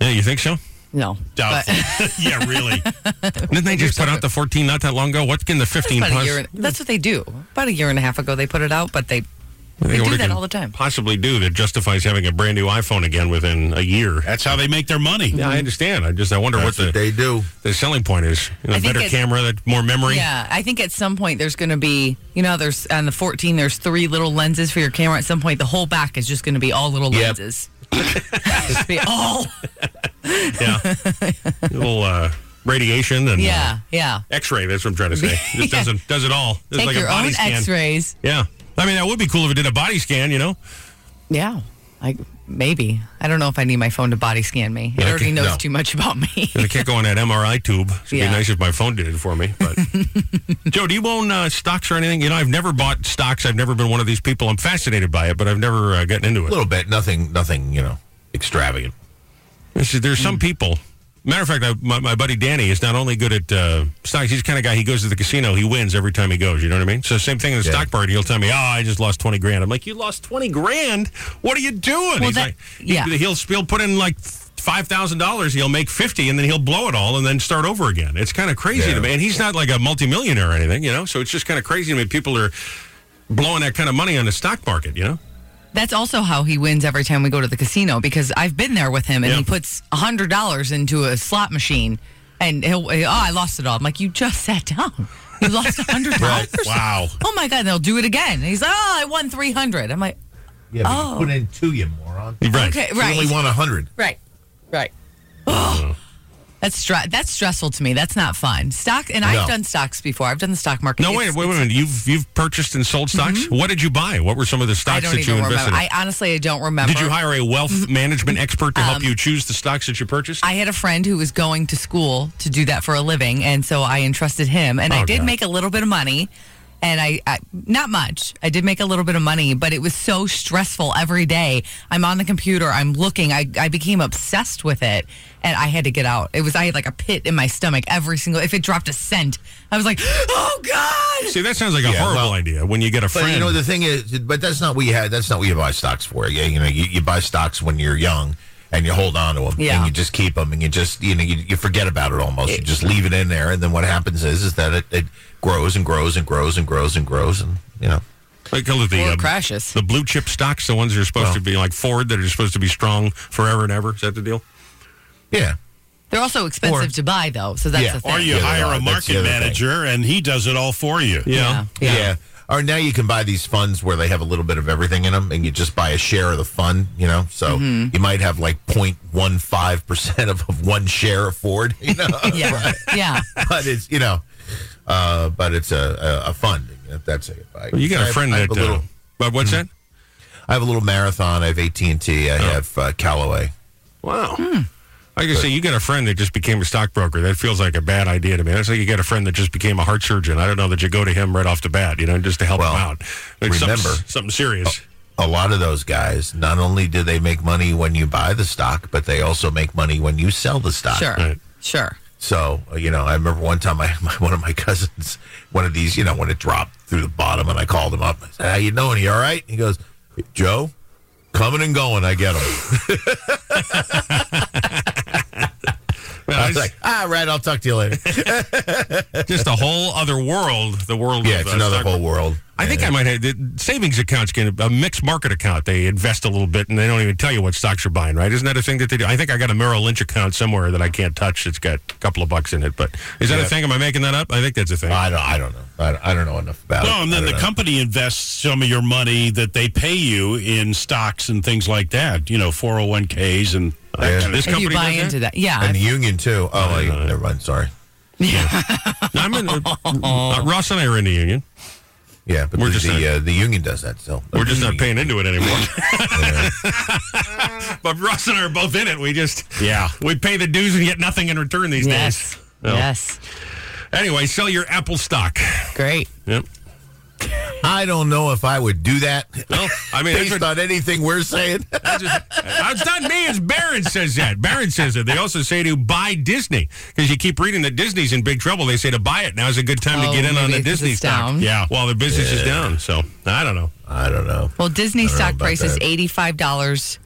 Speaker 1: Yeah, you think so?
Speaker 2: No.
Speaker 4: Doubtful.
Speaker 2: *laughs*
Speaker 1: *laughs*
Speaker 4: yeah, really.
Speaker 1: Didn't they just put out the 14 not that long ago? What can the 15
Speaker 2: About a
Speaker 1: plus-
Speaker 2: year, that's what they do. About a year and a half ago, they put it out, but they they
Speaker 1: what
Speaker 2: do
Speaker 1: it
Speaker 2: that
Speaker 1: can
Speaker 2: all the time.
Speaker 1: Possibly do that justifies having a brand new iPhone again within a year.
Speaker 4: That's how they make their money.
Speaker 1: Yeah,
Speaker 2: Mm-hmm.
Speaker 1: I understand. I just I wonder
Speaker 3: That's
Speaker 1: what the
Speaker 3: what they do.
Speaker 1: the selling point is. You know,
Speaker 2: I think
Speaker 1: better
Speaker 2: it's-
Speaker 1: camera, that more memory.
Speaker 2: Yeah, I think at some point there's going to be, you know, there's on the 14, there's three little lenses for your camera. At some point, the whole back is just going to be all little
Speaker 3: Yep.
Speaker 2: lenses. *laughs* just be all.
Speaker 1: Yeah.
Speaker 2: *laughs*
Speaker 1: little uh, radiation and uh,
Speaker 2: Yeah, yeah.
Speaker 1: X-ray. That's what I'm trying to
Speaker 2: *laughs*
Speaker 1: say. It just
Speaker 2: Yeah.
Speaker 1: does it does it all. It's
Speaker 2: Take
Speaker 1: like
Speaker 2: your
Speaker 1: a body
Speaker 2: own
Speaker 1: scan.
Speaker 2: x rays.
Speaker 1: Yeah. I mean, that would be cool if it did a body scan. You know.
Speaker 2: Yeah. I, maybe. I don't know if I need my phone to body scan me. It
Speaker 1: Yeah,
Speaker 2: already
Speaker 1: okay,
Speaker 2: knows
Speaker 1: no.
Speaker 2: too much
Speaker 1: *laughs*
Speaker 2: about me. *laughs*
Speaker 1: And I can't go on that MRI tube. It'd
Speaker 2: Yeah.
Speaker 1: be nice if my phone did it for me.
Speaker 2: *laughs*
Speaker 1: But Joe, do you own uh, stocks or anything? You know, I've never bought stocks. I've never been one of these people. I'm fascinated by it, but I've never uh, gotten into
Speaker 3: A
Speaker 1: it.
Speaker 3: little bit, nothing, nothing, you know, extravagant.
Speaker 1: This is- There's
Speaker 2: Hmm.
Speaker 1: some people. Matter of fact, I, my, my buddy Danny is not only good at uh, stocks, he's the kind of guy, he goes to the casino, he wins every time he goes. You know what I mean? So, same thing in the
Speaker 3: Yeah.
Speaker 1: stock party. He'll tell me, oh, I just lost 20 grand. I'm like, you lost 20 grand? What are you doing?
Speaker 2: Well,
Speaker 1: he's
Speaker 2: that-
Speaker 1: like, he,
Speaker 2: yeah.
Speaker 1: he'll, he'll put in like $5,000, he'll make 50 and then he'll blow it all and then start over again. It's kind of crazy
Speaker 3: Yeah.
Speaker 1: to me. And he's not like a multimillionaire or anything, you know? So, it's just kind of crazy to me. People are blowing that kind of money on the stock market, you know?
Speaker 2: That's also how he wins every time we go to the casino because I've been there with him and
Speaker 1: Yeah.
Speaker 2: he puts hundred dollars into a slot machine and he'll oh I lost it all. I'm like you just sat down. You lost
Speaker 1: *laughs*
Speaker 2: hundred dollars.
Speaker 1: Wow.
Speaker 2: Oh my god! and They'll do it again. And he's like oh I won three hundred. I'm like
Speaker 3: Yeah, but
Speaker 2: Oh.
Speaker 3: you put in two, you moron. You
Speaker 1: Right.
Speaker 2: okay right
Speaker 3: only won a hundred.
Speaker 2: right right. Ugh. *gasps* That's stre- that's stressful to me. That's not fun. Stock and I've
Speaker 3: No.
Speaker 2: done stocks before. I've done the stock market.
Speaker 1: No,
Speaker 2: It's-
Speaker 1: wait, wait, wait a minute. You've you've purchased and sold stocks. What did you buy? What were some of the
Speaker 2: I
Speaker 1: stocks
Speaker 2: don't
Speaker 1: that you
Speaker 2: even remember.
Speaker 1: invested? in?
Speaker 2: I honestly I don't remember.
Speaker 1: did you hire a wealth management expert to help you choose the stocks that you purchased?
Speaker 2: I had a friend who was going to school to do that for a living, and so I entrusted him. And
Speaker 1: Oh,
Speaker 2: I did
Speaker 1: God.
Speaker 2: make a little bit of money, and I, I not much. I did make a little bit of money, but it was so stressful every day. I'm on the computer, I'm looking. I, I became obsessed with it, and I had to get out. It was I had like a pit in my stomach every single. If it dropped a cent, I was like, *gasps* oh God.
Speaker 1: See, that sounds like a
Speaker 3: Yeah,
Speaker 1: horrible
Speaker 3: well-
Speaker 1: idea. When you get a
Speaker 3: But
Speaker 1: friend,
Speaker 3: you know the thing is, but that's not what you had. That's not what you buy stocks for. Yeah, you know, you, you buy stocks when you're young and you hold on to them
Speaker 2: Yeah.
Speaker 3: and you just keep them and you just you know you, you forget about it almost. you just leave it in there, and then what happens is is that it, it grows and grows and grows and grows and grows and you know.
Speaker 1: they call it the
Speaker 2: Or
Speaker 1: uh,
Speaker 2: crashes.
Speaker 1: the blue chip stocks, the ones that are supposed to be like Ford, that are supposed to be strong forever and ever. Is that the deal?
Speaker 3: Yeah.
Speaker 2: They're also expensive to buy though, so that's
Speaker 3: Yeah,
Speaker 2: the thing.
Speaker 4: Or you
Speaker 3: Yeah,
Speaker 4: hire a
Speaker 3: that's the
Speaker 4: market
Speaker 3: other thing.
Speaker 4: manager and he does it all for you.
Speaker 2: yeah.
Speaker 3: Yeah. Or now you can buy these funds where they have a little bit of everything in them, and you just buy a share of the fund. You know, so you might have like 0.15 percent of, of one share of Ford. You know,
Speaker 1: *laughs*
Speaker 2: yeah, yeah.
Speaker 3: *laughs* but it's you know, uh, but it's a a, a fund. That's it. I,
Speaker 1: Well, you
Speaker 3: I
Speaker 1: got a
Speaker 3: have-
Speaker 1: friend
Speaker 3: I
Speaker 1: that.
Speaker 3: have a
Speaker 1: uh,
Speaker 3: little.
Speaker 1: but what's that?
Speaker 3: I have a little marathon. I have AT and T.
Speaker 1: Oh.
Speaker 3: I have uh, Callaway.
Speaker 1: Wow. Like I say, you got a friend that just became a stockbroker. That feels like a bad idea to me. That's like you got a friend that just became a heart surgeon. I don't know that you go to him right off the bat, you know, just to help
Speaker 3: Well,
Speaker 1: him out. Like something-
Speaker 3: remember-
Speaker 1: something, serious.
Speaker 3: A lot of those guys, not only do they make money when you buy the stock, but they also make money when you sell the stock.
Speaker 2: Sure,
Speaker 1: Right.
Speaker 2: sure.
Speaker 3: So uh, you know, I remember one time I, *laughs* my one of my cousins, one of these, you know, when it dropped through the bottom, and I called him up. I said, "How you doing? You all right?" He goes, "Joe, coming and going.
Speaker 1: *laughs*
Speaker 3: I get him."
Speaker 1: Man,
Speaker 3: I was
Speaker 1: just-
Speaker 3: like, "Ah, right. I'll talk to
Speaker 1: *laughs*
Speaker 3: you later."
Speaker 1: just a whole other world. The world. of,
Speaker 3: yeah, it's
Speaker 1: uh,
Speaker 3: another
Speaker 1: stock-
Speaker 3: whole world.
Speaker 1: I think
Speaker 3: Yeah.
Speaker 1: I might have the savings accounts can a mixed market account. They invest a little bit and they don't even tell you what stocks you're buying. Right? Isn't that a thing that they do? I think I got a Merrill Lynch account somewhere that I can't touch. It's got a couple of bucks in it. But is that a
Speaker 3: Yeah.
Speaker 1: thing? Am I making that up? I think that's a thing.
Speaker 3: I don't. I don't know. I don't, I don't know enough about it.
Speaker 4: No, and then
Speaker 3: I
Speaker 4: the
Speaker 3: don't know.
Speaker 4: company invests some of your money that they pay you in stocks and things like that, you know, 401ks and that
Speaker 3: Yeah.
Speaker 4: kind of
Speaker 1: this
Speaker 2: If you
Speaker 1: company
Speaker 2: buy
Speaker 1: does that?
Speaker 2: into that, yeah.
Speaker 3: and the union too. Oh, wait, never mind. Sorry.
Speaker 2: *laughs*
Speaker 1: No, I'm in. uh, Ross and I are in the union.
Speaker 3: Yeah, but
Speaker 1: We're
Speaker 3: the,
Speaker 1: just
Speaker 3: the,
Speaker 1: not-
Speaker 3: uh, the union does that still.
Speaker 1: We're just not paying into it anymore.
Speaker 3: *laughs* Yeah.
Speaker 1: but Russ and I are both in it. We just
Speaker 4: Yeah.
Speaker 1: we pay the dues and get nothing in return these
Speaker 2: Yes.
Speaker 1: days. No.
Speaker 2: Yes.
Speaker 1: Anyway, sell your Apple stock.
Speaker 2: Great.
Speaker 1: Yep.
Speaker 3: I don't know if I would do that
Speaker 1: *laughs* Well, I mean, that's
Speaker 3: based
Speaker 1: what-
Speaker 3: on anything we're saying. *laughs*
Speaker 1: I just- uh, it's not me. It's Barron says that. Barron says that. They also say to buy Disney because you keep reading that Disney's in big trouble. They say to buy it. Now's a good time
Speaker 2: Oh,
Speaker 1: to get in on
Speaker 2: maybe
Speaker 1: the
Speaker 2: 'cause
Speaker 1: Disney
Speaker 2: it's
Speaker 1: stock.
Speaker 2: down.
Speaker 1: Yeah, while the business is down. So I don't know.
Speaker 3: I don't know.
Speaker 2: Well, Disney
Speaker 3: know
Speaker 2: stock
Speaker 3: about
Speaker 2: price is
Speaker 3: that.
Speaker 2: eighty-five dollars,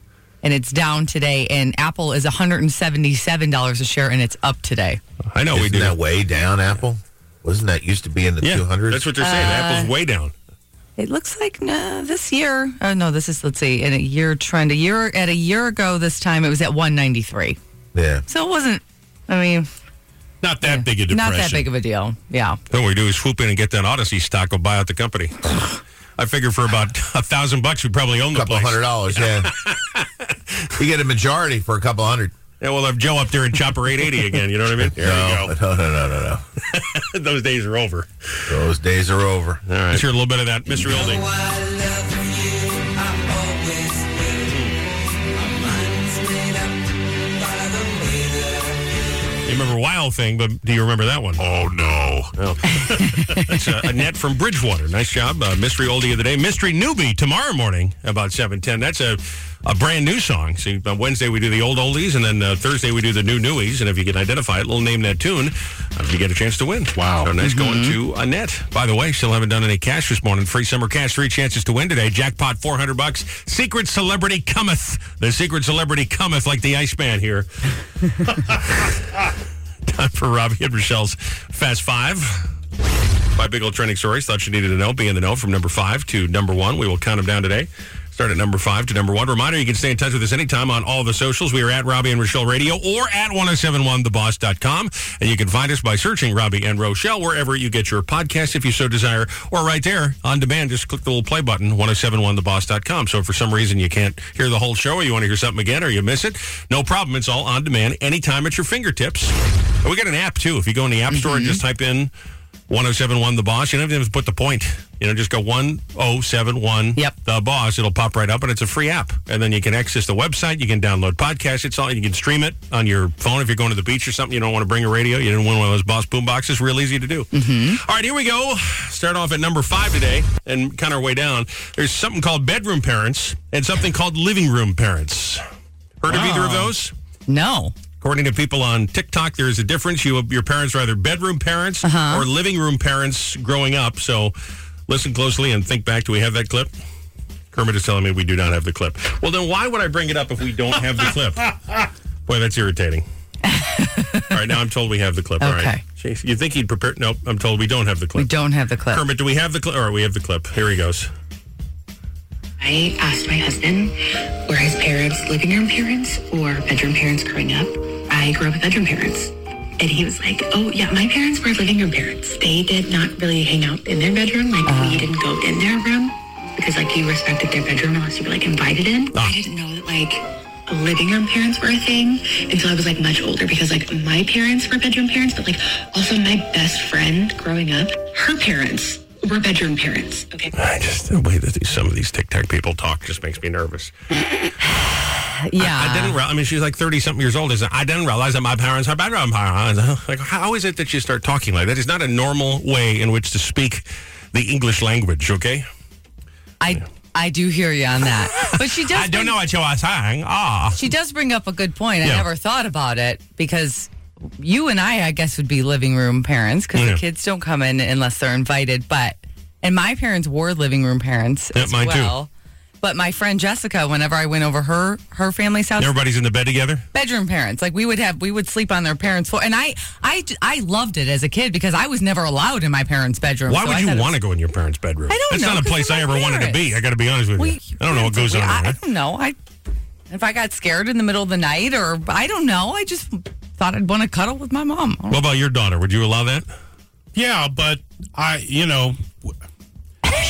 Speaker 2: and it's down today. And Apple is one hundred and seventy-seven dollars a share, and it's up today.
Speaker 1: I know we
Speaker 3: Isn't
Speaker 1: do.
Speaker 3: that way down, Apple? Wasn't that used to be in the
Speaker 1: yeah,
Speaker 3: 200s?
Speaker 1: that's what they're
Speaker 2: Uh,
Speaker 1: saying. Apple's way down.
Speaker 2: It looks like no, this year. Oh no, this is let's see, in a year trend. A year at a year ago this time, it was at one ninety-three.
Speaker 3: yeah.
Speaker 2: So it wasn't. I mean,
Speaker 4: Not that big a depression.
Speaker 2: not that big of a deal. Yeah.
Speaker 1: Then what we do is swoop in and get that Odyssey stock or buy out the company. I figure for about *laughs* a thousand bucks, we probably own the
Speaker 3: couple
Speaker 1: place.
Speaker 3: hundred dollars,
Speaker 1: *laughs*
Speaker 3: yeah. you get a majority for a couple hundred.
Speaker 1: Yeah, we'll have Joe up there in Chopper 880 again. You know what I mean? There
Speaker 3: no, no, no, no, no, no.
Speaker 1: you go. *laughs* Those days are over.
Speaker 3: Those days are over.
Speaker 1: All right. Sure, a little bit of that, Mr. Ildy. You remember Wild Thing, but do you remember that one? Oh, no. That's uh, Annette from Bridgewater. Nice job. Uh, Mystery Oldie of the Day. Mystery Newbie tomorrow morning about 710. That's a, a brand new song. See, on Wednesday we do the old oldies, and then uh, Thursday we do the new newies. And if you can identify it, we'll name that tune. Uh, you get a chance to win. Wow. So nice going to Annette. By the way, still haven't done any cash this morning. Free summer cash, three chances to win today. Jackpot 400 bucks. Secret celebrity cometh. The secret celebrity cometh like the Iceman here *laughs* time for Robbie and Rochelle's Fast Five. Five big old trending stories. Thought you needed to know. Be in the know from number five to number one. We will count them down today. Start at number five to number one. Reminder, you can stay in touch with us anytime on all the socials. We are at Robbie and Rochelle Radio or at 1071theboss.com. And you can find us by searching Robbie and Rochelle wherever you get your podcast if you so desire, or right there on demand. Just click the little play button, 1071theboss.com. So if for some reason you can't hear the whole show or you want to hear something again or you miss it, no problem. It's all on demand anytime at your fingertips. And we got an app too. If you go in the app store and just type in 1071 the boss. You don't even have to put the point. You know, just go 1071
Speaker 2: Yep.
Speaker 1: the boss. It'll pop right up and it's a free app. And then you can access the website. You can download podcasts. It's all you can stream it on your phone if you're going to the beach or something. You don't want to bring a radio. You didn't want one of those boss boom boxes. Real easy to do. All right, here we go. Start off at number five today and kind of our way down. There's something called bedroom parents and something called living room parents. Heard of either of those?
Speaker 2: No.
Speaker 1: According to people on TikTok, there is a difference. You, your parents are either bedroom parents
Speaker 2: Uh-huh.
Speaker 1: or living room parents growing up. So listen closely and think back. Do we have that clip? Kermit is telling me we do not have the clip. Well, then why would I bring it up if we don't have the
Speaker 2: *laughs*
Speaker 1: clip? Boy, that's irritating. All right, now I'm told we have the clip. All right.
Speaker 2: Okay.
Speaker 1: Jeez, you think he'd prepare? Nope, I'm told we don't have the
Speaker 2: We
Speaker 1: clip.
Speaker 2: don't have the clip.
Speaker 1: Kermit, do we have the clip? All right, we have the clip. Here he goes.
Speaker 11: I asked my husband, were his parents living room parents or bedroom parents growing up? I grew up with bedroom parents. And he was like, oh, yeah, my parents were living room parents. They did not really hang out in their bedroom. Like, we didn't go in their room because, like, you respected their bedroom unless you were, like, invited in. I didn't know that, like, living room parents were a thing until I was, like, much older because, like, my parents were bedroom parents, but, like, also my best friend growing up, her parents were bedroom parents. Okay.
Speaker 1: I just the way that these, some of these TikTok people talk just makes me nervous.
Speaker 2: yeah.
Speaker 1: I didn't. Re- I mean, she's like thirty something years old. Isn't I didn't realize that my parents are bad vampires. Like, how is it that you start talking like that? It's not a normal way in which to speak the English language. Okay.
Speaker 2: I I do hear you on that, but she does.
Speaker 1: I don't
Speaker 2: bring-
Speaker 1: know what you are saying. Ah.
Speaker 2: She does bring up a good point.
Speaker 1: Yeah.
Speaker 2: I never thought about it because you and I, I guess, would be living room parents because
Speaker 1: Yeah.
Speaker 2: the kids don't come in unless they're invited. But and my parents were living room parents
Speaker 1: Yeah,
Speaker 2: as
Speaker 1: mine too.
Speaker 2: well. But my friend Jessica, whenever I went over her her family's house,
Speaker 1: Everybody's in the bed together.
Speaker 2: bedroom parents. Like we would have, we would sleep on their parents' floor. And I, I, I loved it as a kid because I was never allowed in my parents' bedroom.
Speaker 1: Why
Speaker 2: so I
Speaker 1: would you
Speaker 2: thought it
Speaker 1: want to
Speaker 2: was-
Speaker 1: go in your parents' bedroom?
Speaker 2: I don't
Speaker 1: That's
Speaker 2: know,
Speaker 1: not a
Speaker 2: 'cause
Speaker 1: place
Speaker 2: they're
Speaker 1: I
Speaker 2: my
Speaker 1: ever wanted to be.
Speaker 2: parents.
Speaker 1: I got to be honest with
Speaker 2: Well,
Speaker 1: you. I don't know what goes on.
Speaker 2: I, I
Speaker 1: there.
Speaker 2: don't know. I, if I got scared in the middle of the night, or I don't know, I just thought I'd want to cuddle with my mom. I don't
Speaker 1: What about your daughter? Would you allow that?
Speaker 4: Yeah, but I, you know,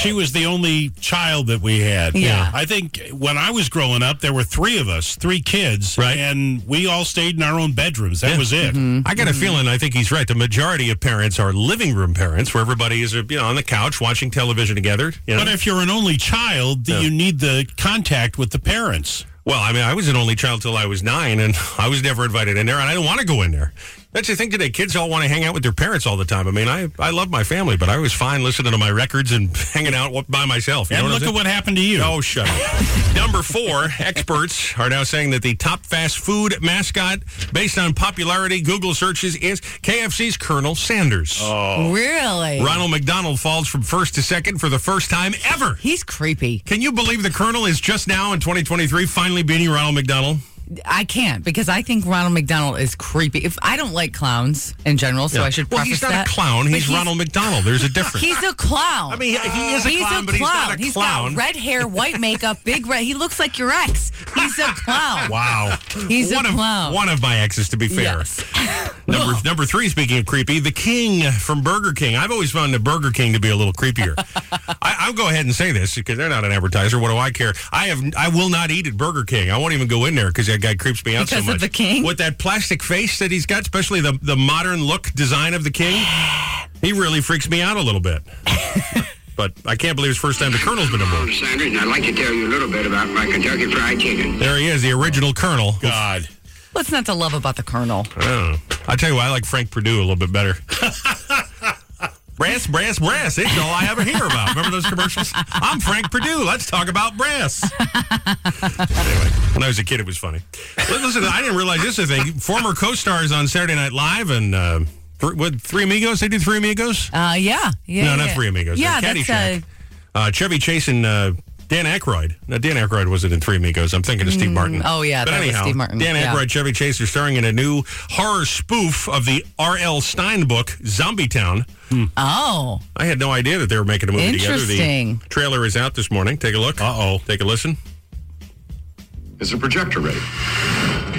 Speaker 4: She was the only child that we had.
Speaker 2: Yeah.
Speaker 4: I think when I was growing up, there were three of us, three kids, right. and we all stayed in our own bedrooms. That was it.
Speaker 1: I got a feeling. I think he's right. The majority of parents are living room parents, where everybody is, you know, on the couch watching television together. You know?
Speaker 4: But if you're an only child, then you need the contact with the parents.
Speaker 1: Well, I mean, I was an only child till I was nine, and *laughs* I was never invited in there, and I didn't want to go in there. That's the thing today. Kids all want to hang out with their parents all the time. I mean, I, I love my family, but I was fine listening to my records and *laughs* hanging out wa- by myself. You
Speaker 4: and
Speaker 1: know
Speaker 4: look
Speaker 1: what I'm
Speaker 4: at what happened to you.
Speaker 1: saying? Oh, shut up. *laughs* Number four, experts are now saying that the top fast food mascot based on popularity, Google searches, is KFC's Colonel Sanders.
Speaker 4: Oh.
Speaker 2: Really?
Speaker 1: Ronald McDonald falls from first to second for the first time ever.
Speaker 2: He's creepy.
Speaker 1: Can you believe the Colonel is just now in 2023 finally beating Ronald McDonald?
Speaker 2: I can't because I think Ronald McDonald is creepy. If I don't like clowns in general, so
Speaker 1: Yeah.
Speaker 2: I should.
Speaker 1: Well,
Speaker 2: preface
Speaker 1: he's not
Speaker 2: that.
Speaker 1: a clown.
Speaker 2: But
Speaker 1: He's, Ronald McDonald. There's a difference.
Speaker 2: *laughs* He's a clown.
Speaker 1: I mean, he- he is a
Speaker 2: he's
Speaker 1: clown,
Speaker 2: a
Speaker 1: but he's not a
Speaker 2: He's
Speaker 1: clown.
Speaker 2: got red hair, white makeup, big red. He looks like your ex. He's a
Speaker 1: *laughs*
Speaker 2: clown.
Speaker 1: wow.
Speaker 2: He's a
Speaker 1: one of,
Speaker 2: clown.
Speaker 1: One of my exes, to be fair.
Speaker 2: Yes. *laughs*
Speaker 1: Number number three, speaking of creepy, the King *laughs* from Burger King. I've always found the Burger King to be a little
Speaker 2: *laughs*
Speaker 1: creepier. I, I'll go ahead and say this because they're not an advertiser. What do I care? I have I will not eat at Burger King. I won't even go in there because that guy creeps me out so
Speaker 2: Because
Speaker 1: much.
Speaker 2: of the King?
Speaker 1: with that plastic face that he's got, especially the the modern look design of the King. He really freaks me out a little
Speaker 2: *laughs*
Speaker 1: bit. but I can't believe it's the first time the Colonel's been aboard.
Speaker 12: Sanders, and I'd like to tell you a little bit about my Kentucky Fried Chicken.
Speaker 1: There he is, the original Colonel.
Speaker 4: God.
Speaker 2: What's not to love about the Colonel?
Speaker 1: Oh. I tell you what, I like Frank Purdue a little bit better. brass, brass, brass. It's all I ever hear about. Remember those commercials? I'm Frank Purdue. Let's talk about brass. anyway, when I was a kid, it was funny. But listen, I didn't realize this is a thing. Former co-stars on Saturday Night Live and uh, th- what, Three Amigos? They do Three Amigos?
Speaker 2: Uh, yeah, yeah.
Speaker 1: no,
Speaker 2: yeah.
Speaker 1: not Three Amigos.
Speaker 2: Yeah,
Speaker 1: Uh,
Speaker 2: that's
Speaker 1: Caddyshack.
Speaker 2: uh,
Speaker 1: Uh, Chevy Chase and uh, Dan Aykroyd. Now, Dan Aykroyd wasn't in Three Amigos. I'm thinking of Steve Martin.
Speaker 2: oh, yeah,
Speaker 1: but
Speaker 2: that was
Speaker 1: anyhow,
Speaker 2: Steve Martin,
Speaker 1: Dan
Speaker 2: yeah.
Speaker 1: Aykroyd, Chevy Chase are starring in a new horror spoof of the R.L. Stein book, Zombie Town.
Speaker 2: oh,
Speaker 1: I had no idea that they were making a movie together.
Speaker 2: Interesting.
Speaker 1: The trailer is out this morning. Take a look. Uh oh. Take a listen.
Speaker 12: Is the projector ready?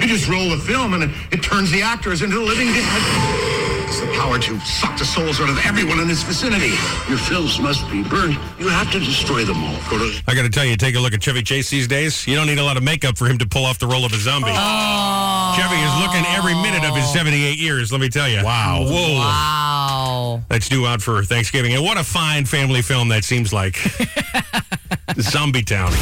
Speaker 12: You just roll the film and it, it turns the actors into the living dead. It's the power to suck the souls out of everyone in this vicinity. Your films must be burned. You have to destroy them all. Go to
Speaker 1: I got to tell you, take a look at Chevy Chase these days. You don't need a lot of makeup for him to pull off the role of a zombie. Chevy is looking every minute of his 78 years, let me tell you. Wow. Whoa.
Speaker 2: oh,
Speaker 1: That's due out for Thanksgiving. And what a fine family film that seems like. Zombie Town.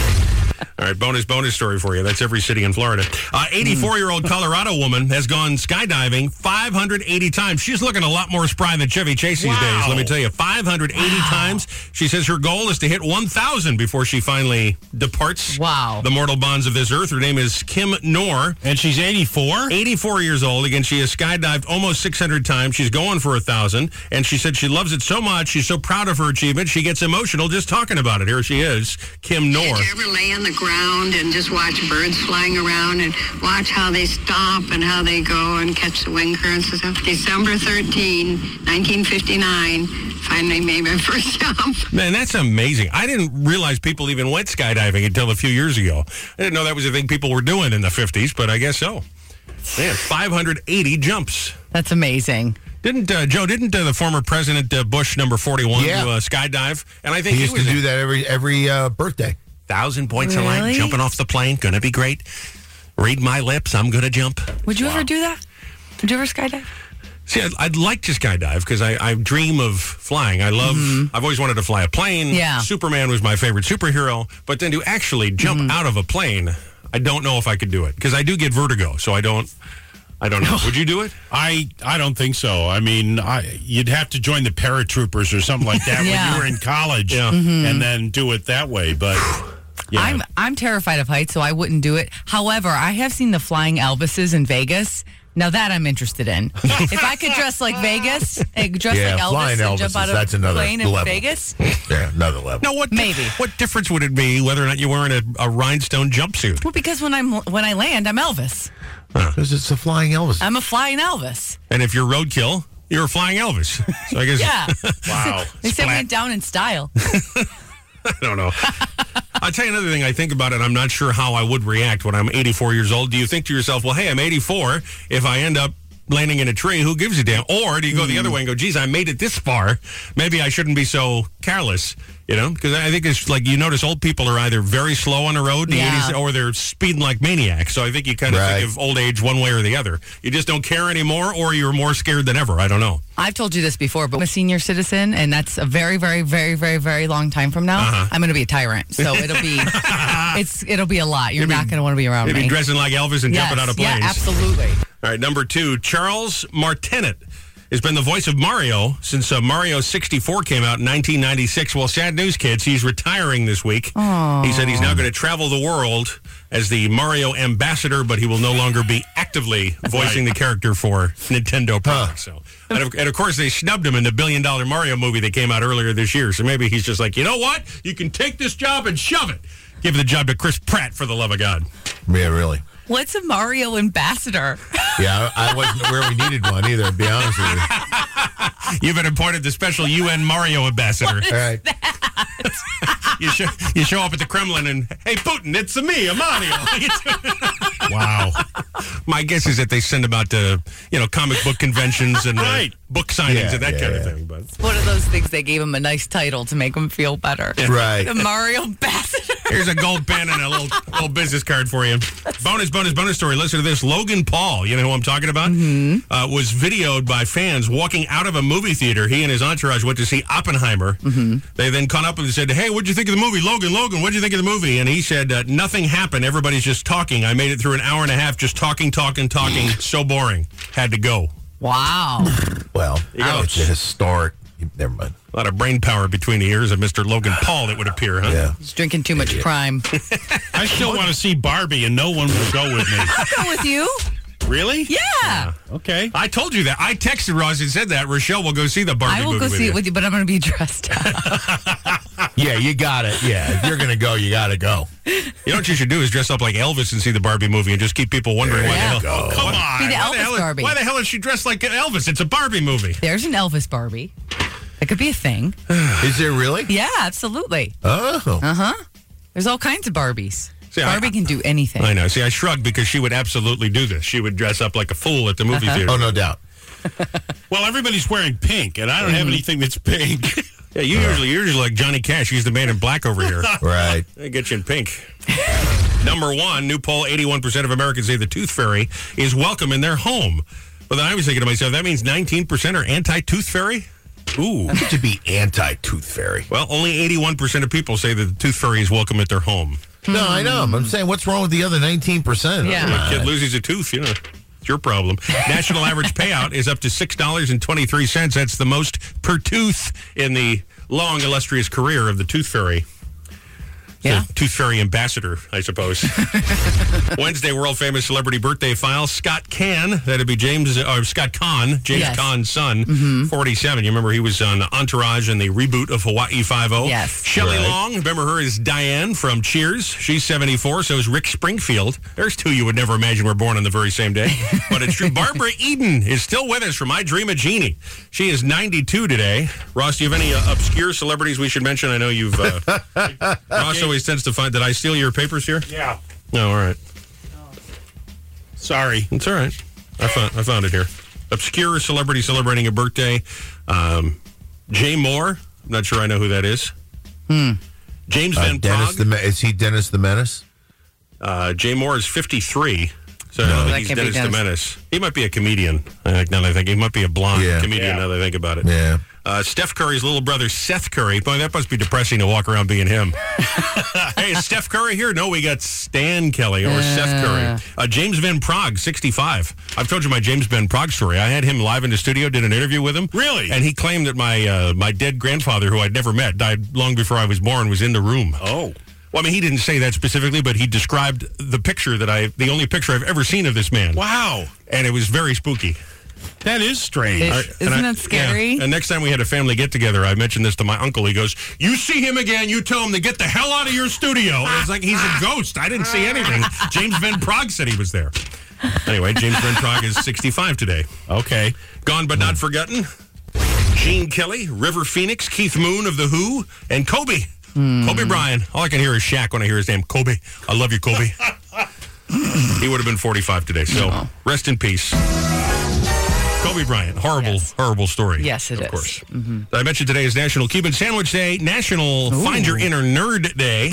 Speaker 1: All right, bonus, bonus story for you. That's every city in Florida. 84 year old Colorado woman has gone skydiving 580 times. She's looking a lot more spry than Chevy Chase these
Speaker 4: Wow.
Speaker 1: days, let me tell you. 580 times. She says her goal is to hit 1,000 before she finally departs
Speaker 2: Wow.
Speaker 1: the mortal bonds of this earth. Her name is Kim Knorr.
Speaker 4: And she's 84?
Speaker 1: 84 years old. Again, she has skydived almost 600 times. She's going for a thousand, and she said she loves it so much. She's so proud of her achievement. She gets emotional just talking about it. Here she is, Kim Noor.
Speaker 11: Did you ever lay on the ground and just watch birds flying around and watch how they stop and how they go and catch the wind currents and stuff? December 13, 1959, finally made my *laughs* first jump.
Speaker 1: Man, that's amazing. I didn't realize people even went skydiving until a few years ago. I didn't know that was a thing people were doing in the 50s, but I guess so. Man, 580 jumps.
Speaker 2: that's amazing.
Speaker 1: Didn't uh, Joe? Didn't uh, the former President uh, Bush, number 41,
Speaker 3: Yeah.
Speaker 1: do a skydive? And I think
Speaker 3: He used to
Speaker 1: was
Speaker 3: do that every every uh, birthday.
Speaker 1: thousand points a line,
Speaker 2: Really?
Speaker 1: jumping off the plane, gonna be great. Read my lips, I'm gonna jump.
Speaker 2: Would you ever do that? Would you ever skydive?
Speaker 1: See, I'd, I'd like to skydive because I, I dream of flying. I love. I've always wanted to fly a plane.
Speaker 2: Mm-hmm. Yeah.
Speaker 1: Superman was my favorite superhero, but then to actually jump
Speaker 2: Mm-hmm.
Speaker 1: out of a plane, I don't know if I could do it because I do get vertigo. So I don't. I don't know.
Speaker 2: *laughs*
Speaker 1: Would you do it?
Speaker 4: I I don't think so. I mean, I you'd have to join the paratroopers or something like that
Speaker 2: Yeah.
Speaker 4: when you were in college,
Speaker 1: Yeah. Mm-hmm.
Speaker 4: and then do it that way. But yeah,
Speaker 2: I'm I'm terrified of heights, so I wouldn't do it. However, I have seen the flying Elvises in Vegas. Now that I'm interested in. if I could dress like Vegas, eh, dress
Speaker 3: Yeah,
Speaker 2: like Elvis,
Speaker 3: flying
Speaker 2: and
Speaker 3: Elvises,
Speaker 2: jump out of
Speaker 3: that's
Speaker 2: a
Speaker 3: another
Speaker 2: plane
Speaker 3: level.
Speaker 2: in Vegas,
Speaker 3: Yeah, another level.
Speaker 1: No. What? di-
Speaker 2: Maybe.
Speaker 1: What difference would it be whether or not you're wearing a, a rhinestone jumpsuit?
Speaker 2: well, because when I'm when I land, I'm Elvis.
Speaker 3: Because it's a flying Elvis.
Speaker 2: I'm a flying Elvis.
Speaker 1: And if you're roadkill, you're a flying Elvis. So I guess.
Speaker 2: Yeah,
Speaker 4: wow.
Speaker 2: they said we went down in style.
Speaker 1: I don't know. I'll tell you another thing I think about it. I'm not sure how I would react when I'm 84 years old. Do you think to yourself, well, hey, I'm 84. If I end up landing in a tree. Who gives a damn? Or do you go the
Speaker 2: Hmm.
Speaker 1: other way and go, geez, I made it this far. Maybe I shouldn't be so careless, you know? Because I think it's like you notice old people are either very slow on the road the
Speaker 2: Yeah.
Speaker 1: 80s, or they're speeding like maniacs. So I think you kind of
Speaker 3: Right.
Speaker 1: think of old age one way or the other. You just don't care anymore, or you're more scared than ever. I don't know.
Speaker 2: I've told you this before, but I'm a senior citizen, and that's a very, very, very, very, very long time from now.
Speaker 1: Uh-huh.
Speaker 2: I'm going to be a
Speaker 1: *laughs*
Speaker 2: tyrant, so it'll be it's it'll be a lot. You're not going to want to be around
Speaker 1: Maybe
Speaker 2: me.
Speaker 1: dressing like Elvis and
Speaker 2: Yes,
Speaker 1: jumping out of
Speaker 2: yeah,
Speaker 1: planes.
Speaker 2: absolutely.
Speaker 1: All right, number two, Charles Martinet has been the voice of Mario since uh, Mario 64 came out in 1996. Well, sad news, kids. He's retiring this week. He said he's now going to travel the world as the Mario ambassador, but he will no longer be actively voicing the character for Nintendo products. So, and of, and of course, they snubbed him in the billion dollar Mario movie that came out earlier this year. So maybe he's just like, you know what? You can take this job and shove it. Give the job to Chris Pratt for the love of God.
Speaker 3: *laughs* Yeah, really.
Speaker 2: What's a Mario ambassador? *laughs*
Speaker 3: Yeah, I I wasn't where we needed one either. To be honest *laughs* with you.
Speaker 1: You've been appointed the special UN Mario ambassador.
Speaker 3: All right.
Speaker 1: you, show, you show up at the Kremlin and, hey, Putin, it's me, a *laughs* Mario. wow. My guess is that they send him out to, you know, comic book conventions and uh,
Speaker 4: Right.
Speaker 1: book signings
Speaker 3: Yeah,
Speaker 1: and that
Speaker 3: yeah,
Speaker 1: kind
Speaker 3: yeah.
Speaker 1: of thing. But
Speaker 2: One of those things they gave him a nice title to make him feel better. The
Speaker 3: Right.
Speaker 1: *laughs*
Speaker 2: Mario ambassador.
Speaker 1: Here's a gold pen and a little little business card for you. Bonus, bonus, bonus story. Listen to this. Logan Paul, you know who I'm talking about, mm-hmm. uh, was videoed by fans walking out of a movie theater. He and his entourage went to see Oppenheimer. Mm-hmm. They then caught up and said, "Hey, what'd you think of the movie, Logan? Logan, what'd you think of the movie?" And he said, uh, "Nothing happened. Everybody's just talking. I made it through an hour and a half just talking, talking, talking.
Speaker 2: Mm.
Speaker 1: so boring. Had to go.
Speaker 2: Wow.
Speaker 3: Well,
Speaker 1: Ouch.
Speaker 3: it's a historic. Never mind.
Speaker 1: A lot of brain power between the ears of Mr. Logan Paul. It would appear, huh?
Speaker 3: Yeah.
Speaker 2: He's drinking too much
Speaker 1: *laughs*
Speaker 2: prime.
Speaker 4: I still want to see Barbie, and no one will go with me.
Speaker 2: Go with you.
Speaker 4: really?
Speaker 2: Yeah.
Speaker 4: Okay.
Speaker 1: I told you that. I texted Roz and said that Rochelle will go see the Barbie
Speaker 2: I will
Speaker 1: movie
Speaker 2: go
Speaker 1: with
Speaker 2: see
Speaker 1: you.
Speaker 2: it with you, but I'm going to be dressed up.
Speaker 3: Yeah, you got it. Yeah, if you're gonna go, you gotta go.
Speaker 1: You know what you should do is dress up like Elvis and see the Barbie movie and just keep people wondering why
Speaker 2: Yeah.
Speaker 1: the hell.
Speaker 3: Go.
Speaker 1: come on.
Speaker 2: Be the
Speaker 1: why,
Speaker 2: Elvis
Speaker 1: hell is,
Speaker 2: Barbie.
Speaker 1: why the hell is she dressed like Elvis? It's a Barbie movie.
Speaker 2: There's an Elvis Barbie. That could be
Speaker 1: *laughs*
Speaker 2: a thing.
Speaker 3: Is there really?
Speaker 2: Yeah, absolutely.
Speaker 3: Oh,
Speaker 2: There's all kinds of Barbies.
Speaker 1: See, I-
Speaker 2: Barbie can do anything.
Speaker 1: I know. See, I shrugged because she would absolutely do this. She would dress up like a fool at the movie theater.
Speaker 3: oh, no doubt.
Speaker 4: Well, everybody's wearing pink, and I don't have
Speaker 3: Mm-hmm.
Speaker 4: anything
Speaker 3: *laughs*
Speaker 4: that's pink.
Speaker 1: Yeah, you
Speaker 3: Uh-huh.
Speaker 1: usually you're usually like Johnny Cash. He's the man in black over
Speaker 3: *laughs*
Speaker 1: here.
Speaker 3: Right.
Speaker 1: They get you in pink. *laughs* Number one, new poll: eighty-one percent of Americans say the tooth fairy is welcome in their home. But then I was thinking to myself, that means nineteen percent are anti-tooth fairy. Ooh.
Speaker 3: To be anti-tooth fairy.
Speaker 1: Well, only eighty-one percent of people say that the tooth fairy is welcome at their home.
Speaker 3: No, I know. I'm saying, what's wrong with the other 19 percent?
Speaker 2: Yeah.
Speaker 1: My kid loses a tooth, you know. It's your problem. National average payout is up to six dollars and twenty three cents. That's the most per tooth in the long illustrious career of the Tooth Fairy. The
Speaker 2: Yeah.
Speaker 1: Tooth Fairy ambassador, I
Speaker 2: *laughs*
Speaker 1: suppose. Wednesday, world famous celebrity birthday file. Scott Can, that'd be James uh, or Scott Kahn, James
Speaker 2: Yes. Mm-hmm.
Speaker 1: Kahn's son, forty seven. You remember he was on Entourage and the reboot of Hawaii Five O.
Speaker 2: Yes.
Speaker 1: Oh, Shelley
Speaker 3: Right.
Speaker 1: Long, remember her is Diane from Cheers. She's 74, so is Rick Springfield. There's two you would never imagine were born on the very same day. But it's true. Barbara Eden is still with us from I Dream a Genie. She is 92 today. Ross, do you have any uh, obscure celebrities we should mention? I know you've. Uh, Ross always tends to find. Did I steal your papers here?
Speaker 4: Yeah.
Speaker 1: No, all right.
Speaker 4: Sorry.
Speaker 1: It's all right. I found, I found it here. Obscure celebrity celebrating a birthday. Um, Jay Moore. I'm not sure I know who that is. James
Speaker 3: Uh,
Speaker 1: Van
Speaker 3: Dennis
Speaker 1: Praag.
Speaker 3: the Me- is he Dennis the Menace?
Speaker 1: Uh, Jay Moore is 53. So I don't think
Speaker 2: that
Speaker 1: he's
Speaker 2: can't be
Speaker 1: Dennis, the
Speaker 2: Dennis.
Speaker 1: Menace. He might be a comedian. I think, now that I think he might be a blonde
Speaker 3: Yeah.
Speaker 1: comedian.
Speaker 4: Yeah.
Speaker 1: Now that I think about it.
Speaker 3: Yeah.
Speaker 1: Uh, Steph Curry's little brother Seth Curry. Boy, that must be depressing to walk around being
Speaker 4: *laughs*
Speaker 1: him. hey, is Steph Curry here? No, we got Stan Kelly or Seth Curry. Uh, James Van Prague, 65. I've told you my James Van Prague story. I had him live in the studio, did an interview with him.
Speaker 4: Really?
Speaker 1: And he claimed that my uh, my dead grandfather, who I'd never met, died long before I was born, was in the room.
Speaker 4: Oh.
Speaker 1: Well, I mean, he didn't say that specifically, but he described the picture that I, the only picture I've ever seen of this man.
Speaker 4: Wow.
Speaker 1: And it was very spooky.
Speaker 4: That is strange.
Speaker 2: It-
Speaker 1: And
Speaker 2: isn't
Speaker 1: I-
Speaker 2: that scary?
Speaker 1: yeah. And next time we had a family get together, I mentioned this to my uncle. He goes, You see him again, you tell him to get the hell out of your studio. And it's like he's
Speaker 2: *laughs*
Speaker 1: a ghost. I didn't see anything. James Van Prague said he was there. Anyway, James Van Prague is 65 today.
Speaker 4: Okay.
Speaker 1: Gone but not forgotten. Gene Kelly, River Phoenix, Keith Moon of The Who, and Kobe. Kobe Bryant. All I can hear is Shaq when I hear his name. Kobe. I love you, Kobe. he would have been 45 today, so rest in peace. Kobe Bryant, horrible, horrible story.
Speaker 2: Yes, it
Speaker 1: of
Speaker 2: is.
Speaker 1: course. I mentioned today is National Cuban Sandwich Day, National Find Your Inner Nerd Day.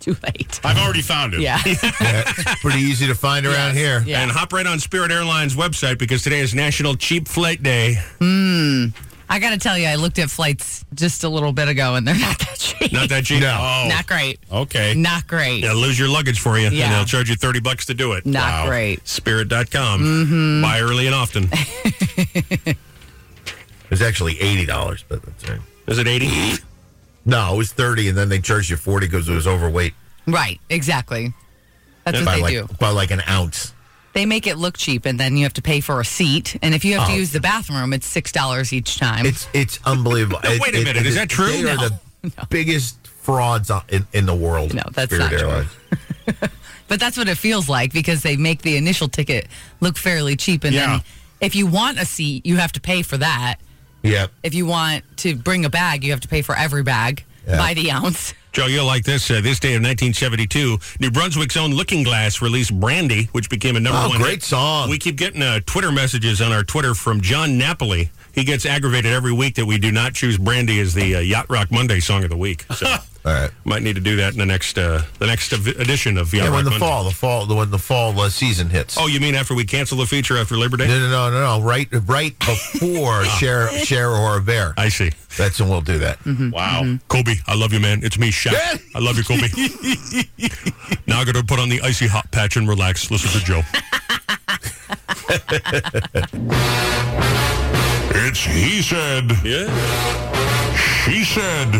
Speaker 2: Too late.
Speaker 1: I've already found it.
Speaker 2: Yeah.
Speaker 3: it's pretty easy to find around here.
Speaker 2: yeah.
Speaker 1: And hop right on Spirit Airlines website because today is National Cheap Flight Day.
Speaker 2: Mm. I got to tell you, I looked at flights just a little bit ago, and they're not that *laughs* cheap.
Speaker 1: Not that cheap. No.
Speaker 2: Not great.
Speaker 1: Okay.
Speaker 2: Not great.
Speaker 1: They'll lose your luggage for you, and
Speaker 2: Yeah.
Speaker 1: they'll charge you 30 bucks to do it.
Speaker 2: Not great. Mm-hmm.
Speaker 1: Spirit.com. Buy early and
Speaker 2: *laughs*
Speaker 1: often.
Speaker 3: It was actually $80, but that's all right.
Speaker 1: Is it 80
Speaker 3: No, it was 30 and then they charged you 40 because it was overweight.
Speaker 2: Right. Exactly. That's what
Speaker 3: by
Speaker 2: they
Speaker 3: like,
Speaker 2: do.
Speaker 3: By like an ounce.
Speaker 2: They make it look cheap, and then you have to pay for a seat. And if you have
Speaker 3: Oh.
Speaker 2: to use the bathroom, it's six dollars each time.
Speaker 3: It's it's unbelievable.
Speaker 1: *laughs* No, wait a minute, is that true?
Speaker 3: They
Speaker 1: No.
Speaker 3: are the biggest frauds on- in, in the world. No,
Speaker 2: that's not true. But that's what it feels like because they make the initial ticket look fairly cheap, and
Speaker 3: Yeah.
Speaker 2: then if you want a seat, you have to pay for that.
Speaker 3: Yep.
Speaker 2: If you want to bring a bag, you have to pay for every bag by the ounce.
Speaker 1: Joe, you'll like this. Uh, this day of 1972, New Brunswick's own Looking Glass released "Brandy," which became a number
Speaker 3: Oh,
Speaker 1: one.
Speaker 3: great
Speaker 1: hit.
Speaker 3: song.
Speaker 1: We keep getting uh, Twitter messages on our Twitter from John Napoli. He gets aggravated every week that we do not choose "Brandy" as the uh, Yacht Rock Monday song of the week. So,
Speaker 3: *laughs* all right,
Speaker 1: might need to do that in the next uh, the next ev- edition of Yacht
Speaker 3: Yeah,
Speaker 1: Rock
Speaker 3: when the
Speaker 1: Monday.
Speaker 3: fall, the fall, the, when the fall uh, season hits.
Speaker 1: Oh, you mean after we cancel the feature after Labor Day?
Speaker 3: No, no, no, no, no. Right, right
Speaker 1: *laughs*
Speaker 3: before share, share or bear.
Speaker 1: I see.
Speaker 3: That's when we'll do that.
Speaker 1: Wow. Kobe, I love you, man. It's me, Shaq. I love you,
Speaker 3: *laughs*
Speaker 1: Kobe. now I got to put on the icy hot patch and relax. Listen to Joe.
Speaker 13: It's he said.
Speaker 1: Yeah.
Speaker 13: She said.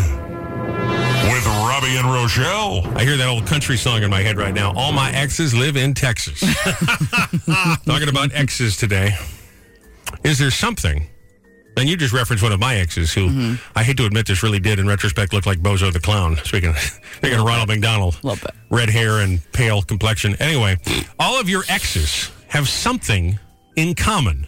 Speaker 13: With Robbie and Rochelle.
Speaker 1: I hear that old country song in my head right now. All my exes live
Speaker 13: *laughs*
Speaker 1: in Texas. Talking about exes today. Is there something? And you just referenced one of my exes who I hate to admit this really did in retrospect look like Bozo the Clown. *laughs* Speaking of, speaking of Ronald McDonald. Love that. Red hair and pale complexion. Anyway, all of your exes have something in common.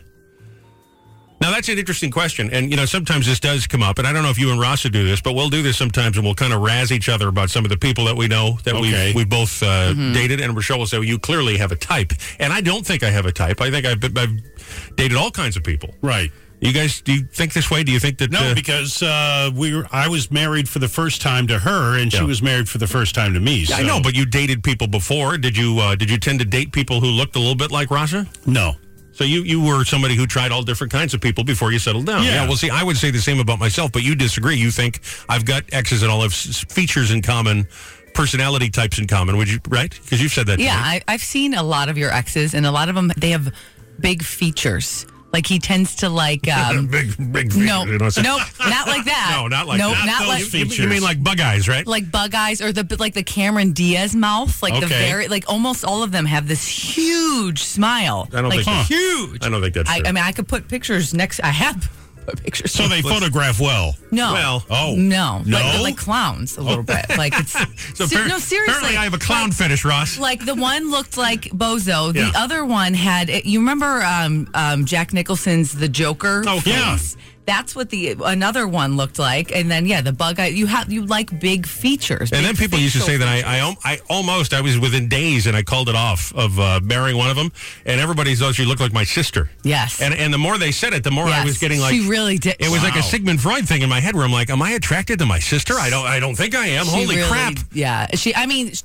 Speaker 1: Now that's an interesting question, and you know sometimes this does come up, and I don't know if you and Rasa do this, but we'll do this sometimes, and we'll kind of razz each other about some of the people that we know that
Speaker 4: Okay.
Speaker 1: we've, we've both uh, dated, and Rochelle will say, well, "You clearly have a type," and I don't think I have a type. I think I've, I've dated all kinds of people.
Speaker 4: Right.
Speaker 1: You guys, do you think this way? Do you think that?
Speaker 4: No,
Speaker 1: uh,
Speaker 4: because uh, we were, I was married for the first time to her, and she was married for the first time to me.
Speaker 1: Yeah, I know, but you dated people before. Did you uh, did you tend to date people who looked a little bit like Rasa?
Speaker 4: No.
Speaker 1: So you you were somebody who tried all different kinds of people before you settled down.
Speaker 4: Yeah.
Speaker 1: Well, see, I would say the same about myself, but you disagree. You think I've got exes and all have s- features in common, personality types in common. Would you right? Because you've said that. to
Speaker 2: yeah,
Speaker 1: me.
Speaker 2: I, I've seen a lot of your exes, and a lot of them they have big features. Like he tends
Speaker 1: *laughs*
Speaker 2: to like um,
Speaker 1: big big
Speaker 2: No,
Speaker 1: features, you know, so-
Speaker 2: nope, not like that.
Speaker 1: *laughs* No, not like
Speaker 2: Nope,
Speaker 1: that.
Speaker 2: not Not like-
Speaker 1: you, you- you mean like bug eyes, right?
Speaker 2: like bug eyes or the like the Cameron Diaz mouth, like the
Speaker 1: Okay.
Speaker 2: very like almost all of them have this huge smile.
Speaker 1: I don't
Speaker 2: like
Speaker 1: think that's-
Speaker 2: huge.
Speaker 1: I don't think that's
Speaker 2: I,
Speaker 1: true.
Speaker 2: I mean, I could put pictures next. I have *laughs* put pictures.
Speaker 4: So they
Speaker 2: Let's-
Speaker 4: photograph well.
Speaker 2: No.
Speaker 4: Well. Oh.
Speaker 2: No. Like,
Speaker 4: No?
Speaker 2: like clowns a little bit. Like it's
Speaker 1: *laughs* So
Speaker 2: ser-
Speaker 1: appar-
Speaker 2: no seriously.
Speaker 1: Apparently, I have a clown fetish, Ross.
Speaker 2: Like the one looked like Bozo. The
Speaker 1: Yeah.
Speaker 2: other one had. You remember um, um, Jack Nicholson's The Joker? Oh
Speaker 1: yeah.
Speaker 2: That's what the another one looked like, and then yeah, the bug eye. You have you like big features,
Speaker 1: And
Speaker 2: big
Speaker 1: then people used to
Speaker 2: facial
Speaker 1: say that I, I, al- I almost, I was within days and I called it off of uh, marrying one of them. And everybody says, you look like my sister.
Speaker 2: Yes.
Speaker 1: And and the more they said it, the more I
Speaker 2: Yes.
Speaker 1: was getting like.
Speaker 2: She really did-
Speaker 1: It was like a
Speaker 2: Wow.
Speaker 1: Sigmund Freud thing in my head where I'm like, am I attracted to my sister? I don't I don't think I am.
Speaker 2: She
Speaker 1: Holy
Speaker 2: really-
Speaker 1: crap.
Speaker 2: Yeah, she. I mean, sh-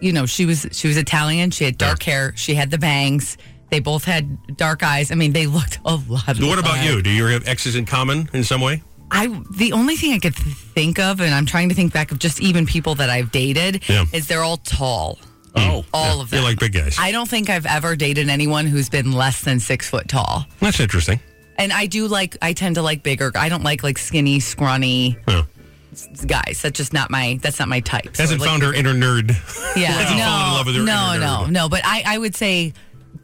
Speaker 2: you know, she was she was Italian. She had dark hair. She had the bangs. They both had dark eyes. I mean, they looked a lot.
Speaker 1: What about
Speaker 2: alike.
Speaker 1: you? Do you have exes in common in some way?
Speaker 2: I the only thing I could th- think of, and I'm trying to think back of just even people that I've dated,
Speaker 1: Yeah.
Speaker 2: is they're all tall.
Speaker 1: Oh.
Speaker 2: Mm. All of them.
Speaker 1: You like big guys.
Speaker 2: I don't think I've ever dated anyone who's been less than six foot tall.
Speaker 1: That's interesting.
Speaker 2: And I do like. I tend to like bigger. I don't like like skinny, scrawny
Speaker 1: Yeah.
Speaker 2: s- guys. That's just not my. That's not my type. So,
Speaker 1: Hasn't
Speaker 2: like,
Speaker 1: found her inner nerd.
Speaker 2: Yeah,
Speaker 1: Hasn't
Speaker 2: no,
Speaker 1: fallen in love with her
Speaker 2: no,
Speaker 1: inner nerd.
Speaker 2: no, no. But I, I would say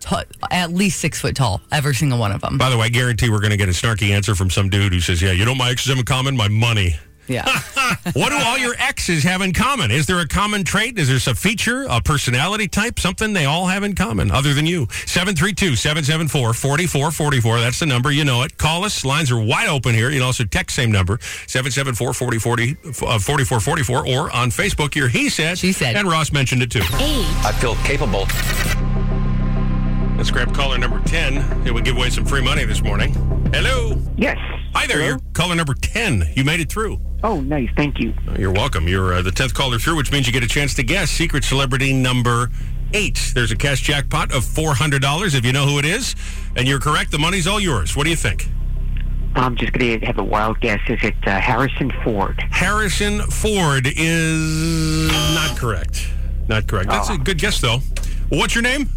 Speaker 2: t- at least six foot tall, every single one of them.
Speaker 1: By the way, I guarantee we're going to get a snarky answer from some dude who says, yeah, you know what my exes have in common? My money.
Speaker 2: Yeah,
Speaker 1: what do all your exes have in common? Is there a common trait? Is there a feature, a personality type, something they all have in common other than you? 732 774 4444. That's the number. You know it. Call us. Lines are wide open here. You can also text same number 774 4444 or on Facebook. Your He Said. She Said. And Ross mentioned it too.
Speaker 14: I feel capable.
Speaker 1: Let's grab caller number 10. Here we give away some free money this morning. Hello.
Speaker 14: Yes.
Speaker 1: Hi there. You're caller number 10. You made it through.
Speaker 14: Oh, nice. Thank you.
Speaker 1: You're welcome. You're uh, the 10th caller through, which means you get a chance to guess secret celebrity number eight. There's a cash jackpot of $400 if you know who it is. And you're correct. The money's all yours. What do you think?
Speaker 14: I'm just going to have a wild guess. Is it uh, Harrison Ford?
Speaker 1: Harrison Ford is not correct. Not correct. That's a good guess, though. Well, what's your name?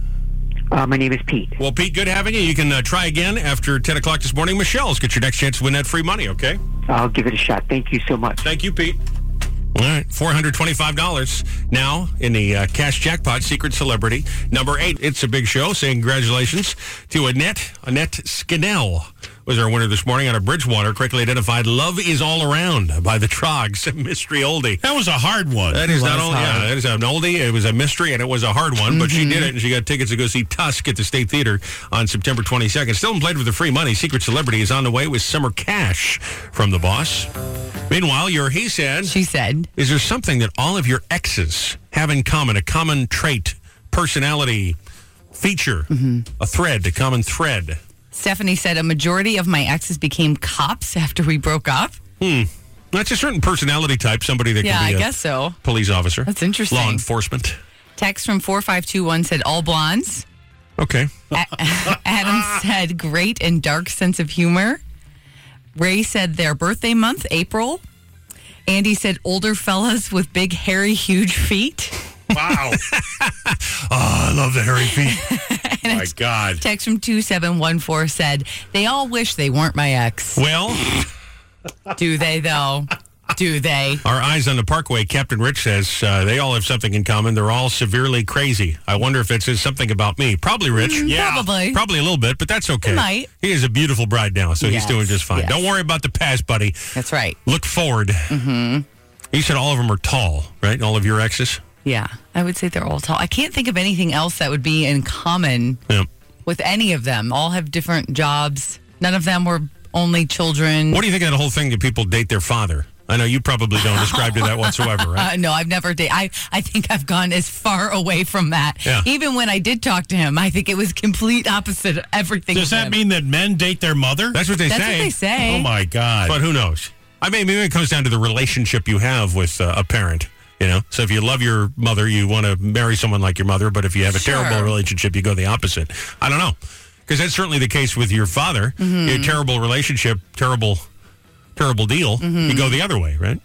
Speaker 14: Uh, my name is Pete.
Speaker 1: Well, Pete, good having you. You can uh, try again after 10 o'clock this morning. Michelle's get your next chance to win that free money, okay?
Speaker 14: I'll give it a shot. Thank you so much.
Speaker 1: Thank you, Pete. All right, four hundred twenty-five dollars now in the uh, cash jackpot. Secret celebrity number eight. It's a big show. Saying congratulations to Annette. Annette Skinnell was our winner this morning on a Bridgewater, correctly identified. Love is all around by the Trogs. *laughs* Mystery oldie.
Speaker 4: That was a hard one.
Speaker 1: That is not
Speaker 4: Was
Speaker 1: only
Speaker 4: hard. Mm-hmm.
Speaker 1: yeah, that is an oldie. It was a mystery and it was a hard one, but she did it and she got tickets to go see Tusk at the State Theater on September twenty second. Still in played with the free money. Secret celebrity is on the way with summer cash from the boss. Meanwhile, your he said. She
Speaker 2: said.
Speaker 1: Is there something that all of your exes have in common? A common trait, personality, feature,
Speaker 2: Mm-hmm.
Speaker 1: a thread, a common thread.
Speaker 2: Stephanie said a majority of my exes became cops after we broke up.
Speaker 1: Hmm. That's a certain personality type, somebody that
Speaker 2: Yeah,
Speaker 1: could be
Speaker 2: I
Speaker 1: a
Speaker 2: guess so.
Speaker 1: police officer.
Speaker 2: That's interesting.
Speaker 1: Law enforcement.
Speaker 2: Text from 4521 said all blondes. *laughs*
Speaker 1: Okay.
Speaker 2: A- Adam said great and dark sense of humor. Ray said their birthday month, April. Andy said older fellas with big, hairy, huge feet.
Speaker 1: Wow. oh, I love the hairy
Speaker 2: *laughs*
Speaker 1: feet. My God.
Speaker 2: Text from 2714 said they all wish they weren't my ex.
Speaker 1: Well,
Speaker 2: do they though? Do they?
Speaker 1: Our eyes on the parkway, Captain Rich says uh, they all have something in common. They're all severely crazy. I wonder if it says something about me. Probably Rich.
Speaker 2: Mm, Yeah. probably.
Speaker 1: Probably a little bit, but that's okay.
Speaker 2: might.
Speaker 1: He is a beautiful bride now, so
Speaker 2: Yes,
Speaker 1: he's doing just fine.
Speaker 2: yes.
Speaker 1: Don't worry about the past, buddy.
Speaker 2: That's right.
Speaker 1: Look forward. Mm-hmm. You said all of them are tall, right? All of your exes?
Speaker 2: Yeah, I would say they're all tall. I can't think of anything else that would be in common
Speaker 1: Yeah.
Speaker 2: with any of them. All have different jobs. None of them were only children.
Speaker 1: What do you think of the whole thing that people date their father? I know you probably
Speaker 2: *laughs*
Speaker 1: don't ascribe to that whatsoever, right?
Speaker 2: Uh, *laughs* no, I've never dated. I, I think I've gone as far away from that.
Speaker 1: Yeah.
Speaker 2: Even when I did talk to him, I think it was complete opposite of everything.
Speaker 4: *laughs* Does
Speaker 2: of
Speaker 4: that
Speaker 2: him.
Speaker 4: mean that men date their mother?
Speaker 1: That's what they
Speaker 2: That's
Speaker 1: say.
Speaker 2: what they say.
Speaker 1: Oh my god! But who knows? I mean, maybe it comes down to the relationship you have with uh, a parent. You know, so if you love your mother, you want to marry someone like your mother. But if you have a
Speaker 2: Sure.
Speaker 1: terrible relationship, you go the opposite. I don't know, because that's certainly the case with your father.
Speaker 2: Mhm.
Speaker 1: Your terrible relationship, terrible, terrible deal.
Speaker 2: Mm-hmm.
Speaker 1: You go the other way, right?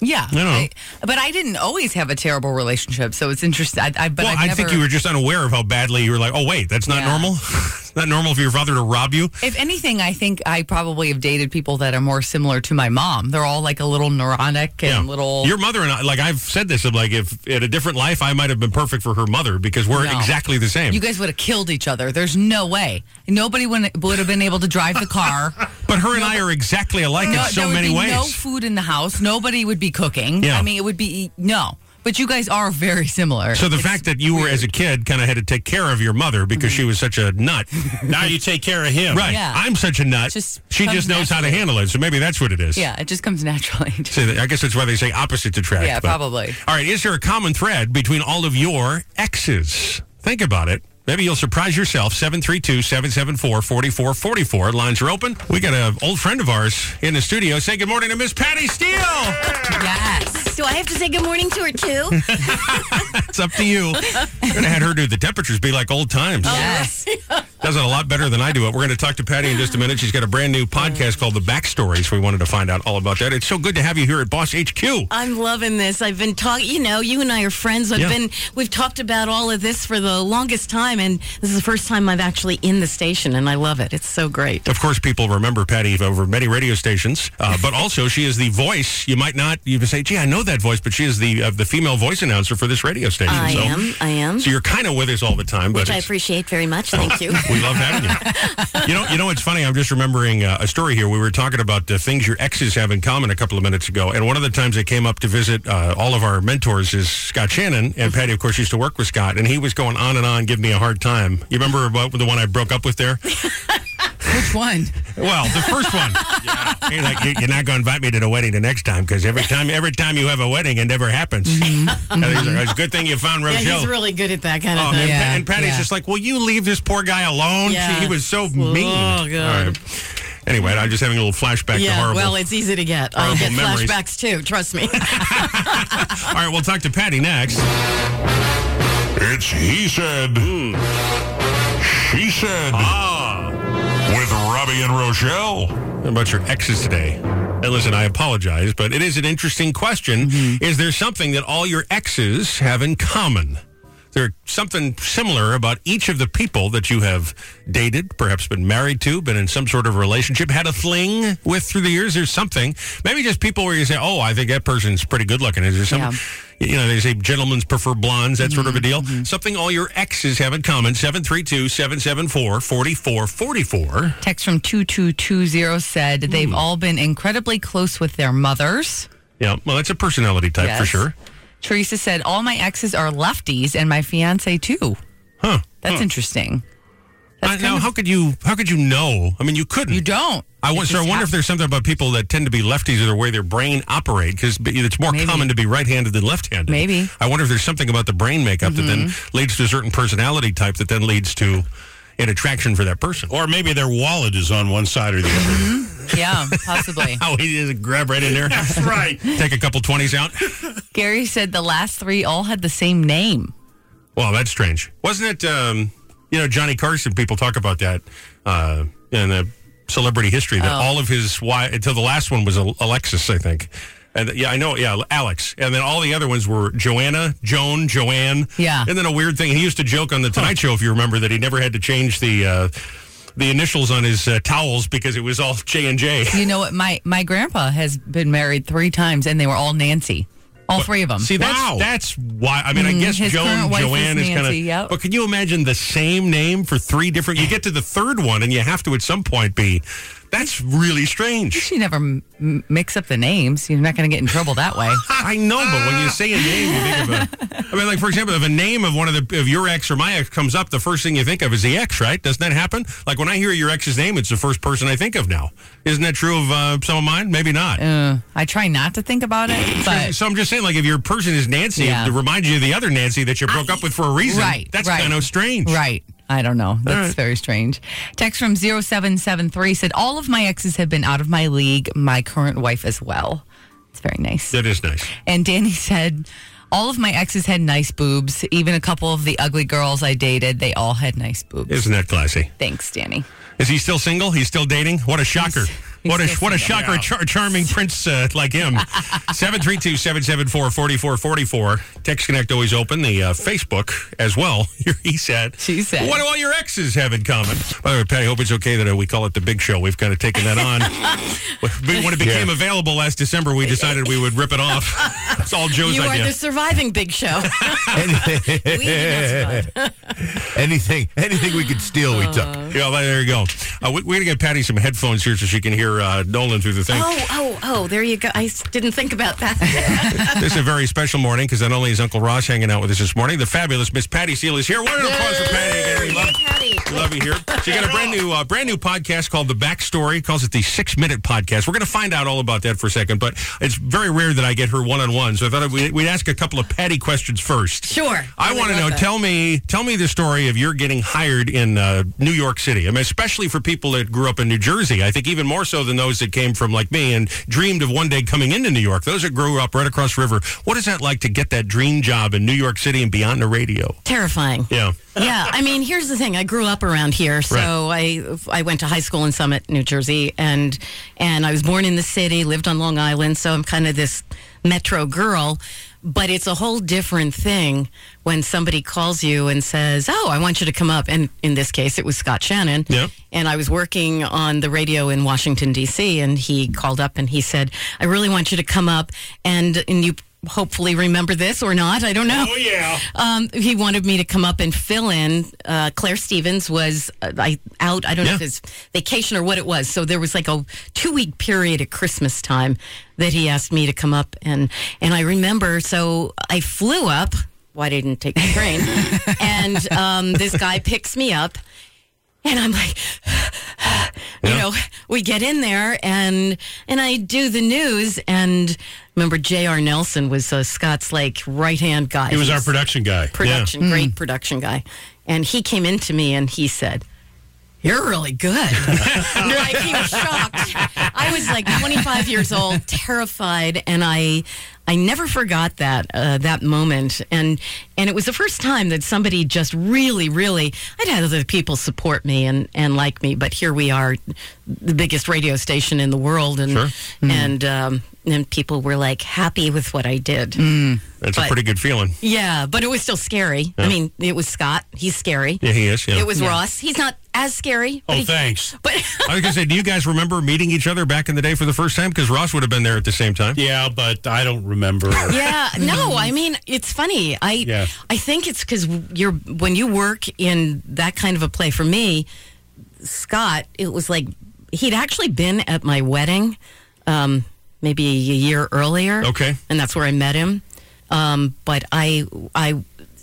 Speaker 2: Yeah.
Speaker 1: I don't know.
Speaker 2: but I didn't always have a terrible relationship, so it's interesting. I, I, but
Speaker 1: well,
Speaker 2: I've
Speaker 1: I
Speaker 2: never,
Speaker 1: think you were just unaware of how badly you were like, oh wait, that's not
Speaker 2: Yeah.
Speaker 1: normal. *laughs* it's not normal for your father to rob you.
Speaker 2: If anything, I think I probably have dated people that are more similar to my mom. They're all like a little neurotic and little.
Speaker 1: Your mother and I, like I've said this, I'm like if in a different life I might have been perfect for her mother because we're
Speaker 2: No.
Speaker 1: exactly the same.
Speaker 2: You guys would have killed each other. There's no way. Nobody would would have been able to drive
Speaker 1: *laughs*
Speaker 2: the car.
Speaker 1: but her and I are exactly alike
Speaker 2: no,
Speaker 1: in so
Speaker 2: there would
Speaker 1: many
Speaker 2: be
Speaker 1: ways.
Speaker 2: No food in the house. Nobody would be cooking.
Speaker 1: Yeah.
Speaker 2: I mean, it would be no. But you guys are very similar.
Speaker 1: so the fact that you were as a kid kind of had to take care of your mother because she was such a nut.
Speaker 4: *laughs* now you take care of him.
Speaker 1: Right.
Speaker 2: Mm-hmm. Yeah.
Speaker 1: I'm such a nut.
Speaker 2: Just
Speaker 1: she
Speaker 2: comes
Speaker 1: just knows how to
Speaker 2: naturally.
Speaker 1: handle it. So maybe that's what it is.
Speaker 2: yeah, it just comes naturally. *laughs*
Speaker 1: So I guess that's why they say opposites attract.
Speaker 2: yeah,
Speaker 1: but-
Speaker 2: probably.
Speaker 1: All right, is there a common thread between all of your exes? Think about it. Maybe you'll surprise yourself. 732 774 4444. Lines are open. We got an old friend of ours in the studio. Say good morning to Miss Patty Steele.
Speaker 9: Yes. Do I have to say good morning to her too?
Speaker 1: it's up to
Speaker 2: *laughs*
Speaker 1: you. We're going to have her do the temperatures be like old times.
Speaker 9: Yes.
Speaker 1: Does it a lot better than I do it. We're going to talk to Patty in just a minute. She's got a brand new podcast called The Backstories. We wanted to find out all about that. It's so good to have you here at Boss HQ.
Speaker 9: I'm loving this. I've been talking, you know, you and I are friends. I've
Speaker 1: Yeah.
Speaker 9: been, we've talked about all of this for the longest time, and this is the first time I've actually in the station, and I love it. It's so great.
Speaker 1: Of course, people remember Patty over many radio stations, uh, but also she is the voice. You might not you say, "Gee, I know that voice," but she is the uh, the female voice announcer for this radio station.
Speaker 9: I
Speaker 1: so,
Speaker 9: am. I am.
Speaker 1: So you're kind of with us all the time, but
Speaker 9: Which I
Speaker 1: it's-
Speaker 9: appreciate very much. Thank you.
Speaker 1: *laughs* we love having you. you know, you know what's funny? I'm just remembering uh, a story here. We were talking about the things your exes have in common a couple of minutes ago, and one of the times I came up to visit uh, all of our mentors is Scott Shannon, and Patty, of course, used to work with Scott, and he was going on and on, giving me a hard time. You remember about the one I broke up with there?
Speaker 9: Which one?
Speaker 1: Well, the first
Speaker 9: *laughs*
Speaker 1: one. You're like, "You- you're not going to invite me to the wedding the next time because
Speaker 9: *laughs*
Speaker 1: every time, every time you have a wedding, it never happens. And he's like, it's a good thing you found
Speaker 9: Mm-hmm. Yeah,
Speaker 1: Rochelle.
Speaker 9: he's really good at that kind of
Speaker 1: Oh,
Speaker 9: thing.
Speaker 1: man, Pa- and Patty's just like, will you leave this poor guy alone?
Speaker 9: Yeah.
Speaker 1: He was so
Speaker 9: Oh,
Speaker 1: mean.
Speaker 9: God.
Speaker 1: All right. Anyway, I'm just having a little flashback to
Speaker 9: yeah,
Speaker 1: horrible.
Speaker 9: well, it's easy to get. I
Speaker 1: horrible
Speaker 9: get
Speaker 1: memories.
Speaker 9: flashbacks too. Trust me.
Speaker 1: All right, we'll talk to Patty next.
Speaker 13: It's He Said,
Speaker 3: Mm.
Speaker 13: She Said, Ah, with Robbie and Rochelle.
Speaker 1: What about your exes today? Hey, listen, I apologize, but it is an interesting question.
Speaker 13: Mm-hmm.
Speaker 1: Is there something that all your exes have in common? There's something similar about each of the people that you have dated, perhaps been married to, been in some sort of relationship, had a fling with through the years. There's something. Maybe just people where you say, "Oh, I think that person's pretty good looking." Is there something? You know, they say gentlemen's prefer blondes, that sort of
Speaker 2: Mm-hmm.
Speaker 1: a deal. Something all your exes have in common. 732 774 4444.
Speaker 2: *laughs* Text from 2220 said they've
Speaker 1: Hmm.
Speaker 2: all been incredibly close with their mothers.
Speaker 1: Yeah, well, that's a personality type for
Speaker 2: Yes.
Speaker 1: sure.
Speaker 2: Teresa said, All my exes are lefties and my fiance too.
Speaker 1: Huh.
Speaker 2: That's
Speaker 1: Huh.
Speaker 2: interesting.
Speaker 1: Uh, now, how could you? How could you know? I mean, you couldn't. You
Speaker 2: don't.
Speaker 1: I
Speaker 2: It
Speaker 1: want, so I
Speaker 2: just
Speaker 1: wonder if
Speaker 2: hap-
Speaker 1: there's something about people that tend to be lefties or the way their brain operate because it's more common to be right-handed than left-handed.
Speaker 2: Maybe. Mm-hmm.
Speaker 1: I wonder if there's something about the brain makeup that then leads to a certain personality type that then leads to an attraction for that person.
Speaker 4: Or maybe their wallet is on one side or the other.
Speaker 2: Yeah,
Speaker 1: *laughs*
Speaker 2: possibly.
Speaker 1: Oh, he just grab right in
Speaker 4: *laughs*
Speaker 1: there. That's
Speaker 4: right.
Speaker 1: Take a couple twenties out.
Speaker 2: Gary said the last three all had the same name.
Speaker 1: Well, that's strange. Wasn't it, um, you know, Johnny Carson, people talk about that uh, in the celebrity history that
Speaker 2: Oh.
Speaker 1: all of his, why, until the last one was Al- Alexis, I think. And uh, yeah, I know. Yeah, Alex. And then all the other ones were Joanna, Joan, Joanne.
Speaker 2: Yeah.
Speaker 1: And then a weird thing. He used to joke on the Tonight Show, if you remember, that he never had to change the uh, the initials on his uh, towels because it was all J and J.
Speaker 2: You know what? My my grandpa has been married three times, and they were all Nancy. All three of them.
Speaker 1: See, that's that's why. I mean, I
Speaker 2: Mhm,
Speaker 1: guess
Speaker 2: his
Speaker 1: Joan
Speaker 2: current wife is
Speaker 1: Joanne is, kind of.
Speaker 2: Nancy, yep.
Speaker 1: But can you imagine the same name for three different? You get to the third one, and you have to at some point be. That's really strange. *laughs*
Speaker 2: you never m- m- mix up the names. You're not going to get in trouble that way.
Speaker 1: I know, but when you say a name, you think of a. I mean, like for example, if a name of one of the of your ex or my ex comes up, the first thing you think of is the ex, right? Doesn't that happen? Like when I hear your ex's name, it's the first person I think of now. Isn't that true of uh, some of mine? Maybe not.
Speaker 2: Uh, I try not to think about it, but
Speaker 1: so I'm just saying, like, if your person is Nancy,
Speaker 2: Yeah.
Speaker 1: it reminds you of the other Nancy that you broke up with for a reason.
Speaker 2: Right,
Speaker 1: That's
Speaker 2: right.
Speaker 1: kind of strange.
Speaker 2: right. I don't know. That's
Speaker 1: right.
Speaker 2: very strange. Text from 0773 said, All of my exes have been out of my league, my current wife as well. It's very nice.
Speaker 1: That is nice.
Speaker 2: And Danny said, All of my exes had nice boobs. Even a couple of the ugly girls I dated, they all had nice boobs.
Speaker 1: Isn't that classy?
Speaker 2: Thanks, Danny.
Speaker 1: Is he still single? He's still dating? What a shocker.
Speaker 2: he's
Speaker 1: what a
Speaker 2: still
Speaker 1: what a
Speaker 2: single.
Speaker 1: shocker, char- charming prince uh, like him.
Speaker 2: *laughs*
Speaker 1: 732-774-4444. Text Connect always open. The uh, Facebook as well. *laughs* Here he said.
Speaker 2: She said.
Speaker 1: What do all your exes have in common? By the way, Patty, hope it's okay that uh, we call it the big show. We've kind of taken that
Speaker 2: *laughs*
Speaker 1: on. When- when it became available last December, we decided we would rip it
Speaker 2: *laughs*
Speaker 1: off. It's all Joe's
Speaker 9: you
Speaker 1: idea.
Speaker 9: are the surviving big show.
Speaker 3: *laughs* anything, anything we could steal, we took.
Speaker 1: yeah, well, there you go. Uh, we, we're going to get Patty some headphones here so she can hear uh, Nolan through the thing.
Speaker 2: *laughs*
Speaker 9: oh, oh, oh! There you go. I s- didn't think about that.
Speaker 1: This is a very special morning because not only is Uncle Ross hanging out with us this morning, the fabulous Miss Patty Seal is here. One round of applause for Patty again. We love,
Speaker 9: Patty.
Speaker 1: we love you here. She got a brand new, uh, brand new podcast called The Backstory. Calls it the Six Minute Podcast. We're going to find out all about that for a second, but it's very rare that I get her one on one. So I thought we'd, we'd ask a couple of Patty questions first.
Speaker 9: Sure.
Speaker 1: I want to
Speaker 9: love
Speaker 1: know.
Speaker 9: that.
Speaker 1: Tell me, tell me the story of your getting hired in uh, New York City. I mean, especially for people that grew up in New Jersey. I think even more so than those that came from like me and dreamed of one day coming into New York. Those that grew up right across the river. What is that like to get that dream job in New York City and beyond the radio?
Speaker 9: Terrifying.
Speaker 1: Yeah.
Speaker 9: yeah, I mean, here's the thing. I grew up around here, so I I went to high school in Summit, New Jersey, and and I was born in the city, lived on Long Island, so I'm kind of this metro girl. But it's a whole different thing when somebody calls you and says, "Oh, I want you to come up," and in this case, it was Scott Shannon.
Speaker 1: Yeah.
Speaker 9: And I was working on the radio in Washington D.C., and he called up and he said, "I really want you to come up, and and you." Hopefully, remember this or not. I don't know.
Speaker 4: Oh, yeah.
Speaker 9: Um, he wanted me to come up and fill in. Uh, Claire Stevens was uh, I out. I don't know
Speaker 1: Yeah.
Speaker 9: if it's vacation or what it was. So there was like a two week period at Christmas time that he asked me to come up and and I remember. So I
Speaker 4: *laughs*
Speaker 9: flew up. Why didn't take the train? and um, this guy picks me up And I'm like, *sighs* you know, we get in there and and I do the news and remember J.R. Nelson was uh, Scott's like right hand guy.
Speaker 4: He was our
Speaker 9: He's
Speaker 4: production guy.
Speaker 9: Production,
Speaker 4: Yeah.
Speaker 9: great production guy. And he came into me and he said, You're really good. like he was shocked. I was like 25 years old, terrified, and I I never forgot that uh, that moment. And and it was the first time that somebody just really, really. I'd had other people support me and and like me, but here we are, the biggest radio station in the world, and and um, and people were like happy with what I did.
Speaker 1: That's a
Speaker 9: But-
Speaker 1: pretty good feeling.
Speaker 9: yeah, but it was still scary.
Speaker 1: Yeah.
Speaker 9: I mean, it was Scott. He's scary.
Speaker 1: Yeah, he is, yeah.
Speaker 9: It was
Speaker 4: Oh,
Speaker 1: Yeah.
Speaker 9: Ross. He's not as scary. but
Speaker 1: Oh,
Speaker 9: he-
Speaker 1: thanks.
Speaker 9: But
Speaker 1: I was gonna say, do you guys remember meeting each other back in the day for the first time? Because Ross would have been there at the same time.
Speaker 4: Yeah, but I don't remember.
Speaker 9: *laughs* yeah, no, I mean, it's funny. I
Speaker 4: Yeah.
Speaker 9: I think it's because you're when you work in that kind of a play. For me, Scott, it was like he'd actually been at my wedding, um, maybe a year earlier.
Speaker 1: Okay.
Speaker 9: and that's where I met him. Um, but I, I,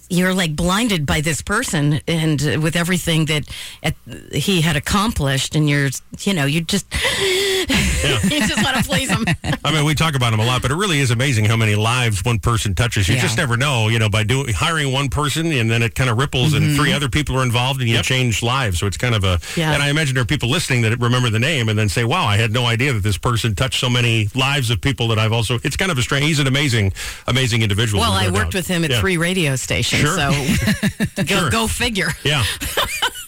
Speaker 9: you're like blinded by this person and uh, with everything that at, he had accomplished, and you're, you know, you just, *laughs* you just want to please him.
Speaker 1: I mean, we talk about him a lot, but it really is amazing how many lives one person touches. You
Speaker 9: Yeah.
Speaker 1: just never know, you know, by doing hiring one person and then it kind of ripples and
Speaker 13: Mhm.
Speaker 9: Mm-hmm.
Speaker 1: three other people are involved and you change lives. So it's kind of a,
Speaker 13: Yeah.
Speaker 1: and I imagine there are people listening that remember the name and then say, wow, I had no idea that this person touched so many lives of people that I've also, it's kind of a strange, he's an amazing, amazing individual.
Speaker 9: Well,
Speaker 1: no
Speaker 9: I
Speaker 1: doubt.
Speaker 9: worked with him at
Speaker 1: Yeah.
Speaker 9: three radio stations,
Speaker 1: Sure. *laughs*
Speaker 9: so go,
Speaker 1: Sure.
Speaker 9: go figure. *laughs*
Speaker 1: Yeah.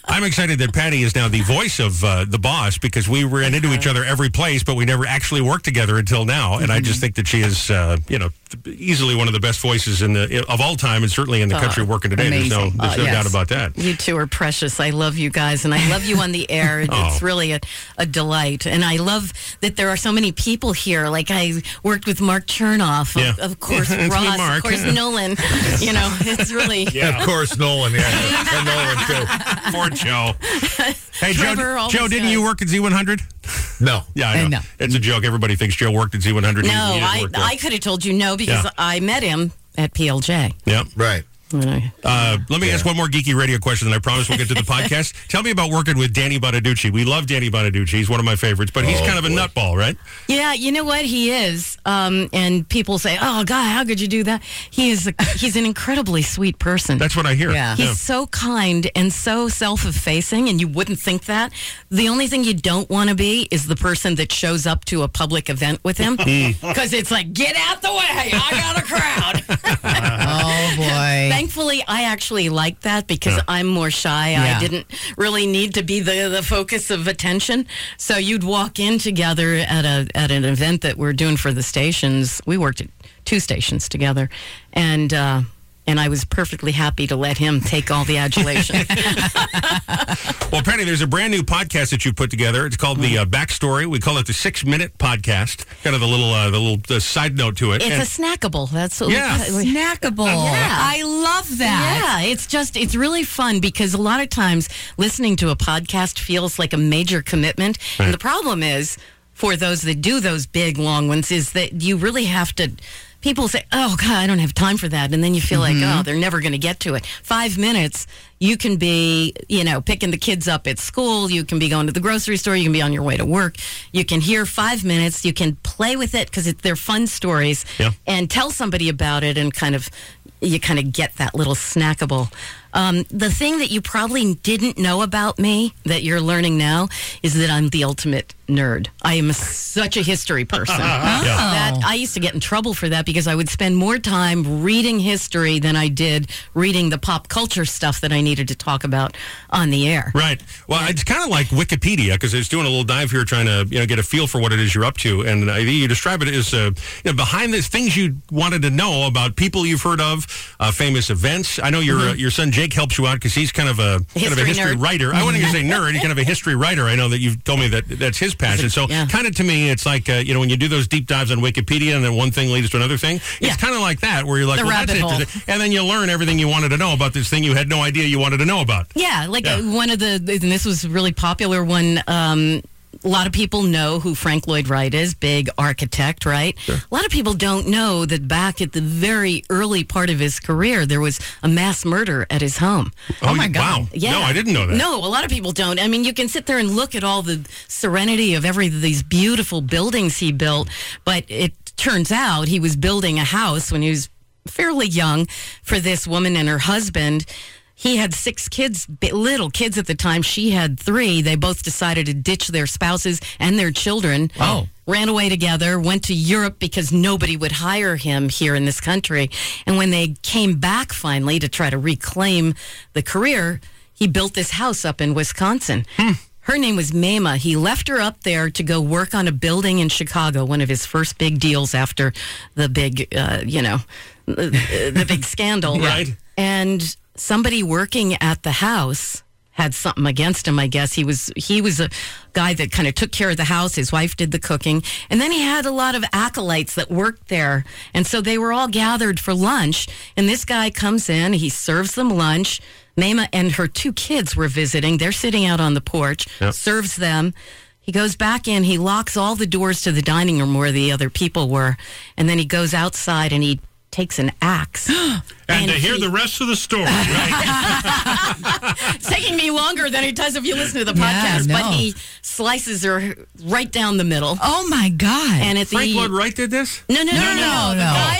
Speaker 1: I'm excited that Patty is now the voice of uh, the boss because we ran into each other every place, but we never actually worked together until now. And I
Speaker 9: Mm-hmm.
Speaker 1: just think that she is, uh, you know, easily one of the best voices in the of all time, and certainly in the
Speaker 9: Oh,
Speaker 1: country working today. There's
Speaker 9: amazing.
Speaker 1: no, there's no
Speaker 9: Oh, yes.
Speaker 1: doubt about that.
Speaker 9: You two are precious. I love you guys, and I love you on
Speaker 1: *laughs*
Speaker 9: the air.
Speaker 1: Oh.
Speaker 9: It's really a, a delight, and I love that there are so many people here. Like I worked with Mark Chernoff, of,
Speaker 3: Yeah.
Speaker 1: *laughs*
Speaker 9: of course,
Speaker 3: It's me,
Speaker 9: Ross,
Speaker 3: Mark.
Speaker 9: of course, Nolan. You know, it's really
Speaker 3: Of course, Nolan.
Speaker 9: *laughs*
Speaker 3: Yeah, and Nolan too.
Speaker 1: Poor Joe. Hey,
Speaker 9: Trevor, all
Speaker 1: Joe, Joe
Speaker 9: these
Speaker 1: didn't
Speaker 9: guys.
Speaker 1: you work at Z100?
Speaker 3: No.
Speaker 1: Yeah, I
Speaker 9: Uh,
Speaker 1: know.
Speaker 9: no.
Speaker 1: It's a joke. Everybody thinks Joe worked at Z100. He- he
Speaker 9: no.
Speaker 1: didn't
Speaker 9: I
Speaker 1: work there.
Speaker 9: I could have told you no because
Speaker 1: Yeah.
Speaker 9: I met him at PLJ.
Speaker 1: Yeah.
Speaker 3: Right.
Speaker 1: Uh, let me ask one more geeky radio question, and I promise we'll get to the podcast. Tell me about working with Danny Bonaducci. We love Danny Bonaducci. He's one of my favorites, but he's
Speaker 13: Oh,
Speaker 1: kind of a nutball, right?
Speaker 9: Yeah, you know what he is, um, and people say, "Oh God, how could you do that?" He is a, he's an incredibly sweet person.
Speaker 1: That's what I hear. Yeah.
Speaker 9: he's
Speaker 1: Yeah.
Speaker 9: so kind and so self-effacing, and you wouldn't think that. The only thing you don't want to be is the person that shows up to a public event with him, *laughs* because it's like, get out the way, I got a crowd.
Speaker 15: oh boy.
Speaker 9: *laughs* Thankfully, I actually like that because I'm more shy.
Speaker 15: Yeah.
Speaker 9: I didn't really need to be the, the focus of attention. So you'd walk in together at a at an event that we're doing for the stations. We worked at two stations together, and. Uh, and I was perfectly happy to let him take all the adulation.
Speaker 1: Well, Penny, there's a brand new podcast that you put together. It's called the uh,
Speaker 9: Mm-hmm.
Speaker 1: Backstory. We call it the Six Minute Podcast. Kind of the little, uh, the little uh, side note to it.
Speaker 9: it's
Speaker 1: And-
Speaker 9: a snackable. That's what
Speaker 1: Yeah.
Speaker 9: we snackable. Oh, Yeah.
Speaker 15: I love that.
Speaker 9: Yeah, it's just it's really fun because a lot of times listening to a podcast feels like a major commitment,
Speaker 15: Right.
Speaker 9: and the problem is for those that do those big long ones is that you really have to. People say, "Oh God, I don't have time for that," and then you feel
Speaker 15: Mm-hmm.
Speaker 9: like, "Oh, they're never going to get to it." Five minutes, you can be, you know, picking the kids up at school. You can be going to the grocery store. You can be on your way to work. You can hear five minutes. You can play with it because they're fun stories
Speaker 15: Yeah.
Speaker 9: and tell somebody about it and kind of you kind of get that little snackable um, the thing that you probably didn't know about me that you're learning now is that i'm the ultimate nerd i am such a history person
Speaker 2: Oh.
Speaker 15: Yeah.
Speaker 9: that i used to get in trouble for that because i would spend more time reading history than i did reading the pop culture stuff that i needed to talk about on the air
Speaker 1: *laughs* Right. Well, it's kind of like Wikipedia because it's doing a little dive here, trying to you know get a feel for what it is you're up to, and I think you describe it as uh, you know, behind the things you wanted to know about people you've heard of, uh, famous events. I know your
Speaker 9: Mm-hmm.
Speaker 1: uh, your son Jake helps you out because he's kind of a kind of a
Speaker 13: History
Speaker 1: history
Speaker 13: nerd.
Speaker 1: writer. I wouldn't even
Speaker 9: *laughs*
Speaker 1: say nerd. He's kind of a history writer. I know that you've told me that that's his passion. So kind of to me, it's like uh, you know when you do those deep dives on Wikipedia and then one thing leads to another thing. It's kind of like that where you're like,
Speaker 9: The
Speaker 1: well, that's
Speaker 9: rabbit hole.
Speaker 1: it, and then you learn everything you wanted to know about this thing you had no idea you wanted to know about.
Speaker 9: Yeah, like
Speaker 1: Yeah.
Speaker 9: uh one of the, and this was really popular when um, a lot of people know who Frank Lloyd Wright is, big architect, right? A lot of people don't know that back at the very early part of his career, there was a mass murder at his home.
Speaker 1: Oh, Oh, my God. wow.
Speaker 9: Yeah.
Speaker 1: No, I didn't know that.
Speaker 9: No, a lot of people don't. I mean, you can sit there and look at all the serenity of every of these beautiful buildings he built, but it turns out he was building a house when he was fairly young for this woman and her husband. He had six kids, bi- little kids at the time. She had three. They both decided to ditch their spouses and their children. Oh. Ran away together, went to Europe because nobody would hire him here in this country. And when they came back finally to try to reclaim the career, he built this house up in Wisconsin. Her name was Mama. He left her up there to go work on a building in Chicago, one of his first big deals after the big, uh, you know, *laughs* uh, the big scandal.
Speaker 1: Right.
Speaker 9: And somebody working at the house had something against him. I guess he was he was a guy that kind of took care of the house. His wife did the cooking, and then he had a lot of acolytes that worked there, and so they were all gathered for lunch. And this guy comes in, he serves them lunch. Mama and her two kids were visiting. They're sitting out on the porch.
Speaker 16: Yep.
Speaker 9: Serves them. He goes back in, he locks all the doors to the dining room where the other people were, and then he goes outside and he takes an axe.
Speaker 4: And, to hear the rest of the story.
Speaker 9: it's taking me longer than it does if you listen to the podcast, but he slices her right down the middle. Oh my god! And
Speaker 1: *laughs*
Speaker 9: at
Speaker 1: Frank
Speaker 9: the
Speaker 1: Lloyd Wright did this?
Speaker 9: No, no, no, no, no.
Speaker 1: no.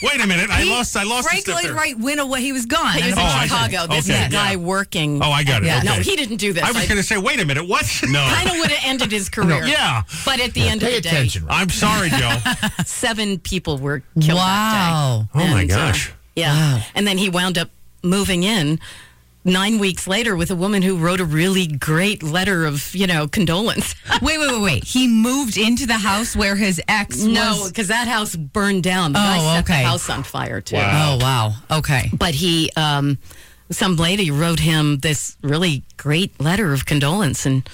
Speaker 1: Wait a minute. I
Speaker 9: He-
Speaker 1: lost. I lost.
Speaker 9: Frank
Speaker 1: a step
Speaker 9: Lloyd
Speaker 1: there.
Speaker 9: Wright-
Speaker 2: Right, went away. He was gone.
Speaker 9: He was in
Speaker 1: Oh, I see.
Speaker 9: Chicago. This
Speaker 1: Okay.
Speaker 9: is a guy
Speaker 1: Yeah.
Speaker 9: working.
Speaker 1: Oh, I got it.
Speaker 9: Yeah.
Speaker 1: Okay.
Speaker 9: No, he didn't do this.
Speaker 1: I was going to say, wait a minute.
Speaker 9: *laughs*
Speaker 1: What? No.
Speaker 9: Kind of would have
Speaker 1: *laughs*
Speaker 9: ended his career.
Speaker 1: Yeah.
Speaker 9: But at the end of the day,
Speaker 1: I'm sorry, Joe.
Speaker 9: seven people were killed wow. that day.
Speaker 1: Oh, my
Speaker 9: uh,
Speaker 1: gosh.
Speaker 9: yeah. And then he wound up moving in nine weeks later with a woman who wrote a really great letter of, you know, condolence.
Speaker 2: *laughs*
Speaker 15: Wait, wait, wait, wait. He moved into the house where his ex
Speaker 9: No,
Speaker 15: was.
Speaker 9: because that house burned down. The
Speaker 15: Oh,
Speaker 9: guy set
Speaker 15: okay.
Speaker 9: the house on fire too.
Speaker 15: Wow. Oh,
Speaker 9: wow. Okay. But he, um, some lady wrote him this really great letter of condolence, and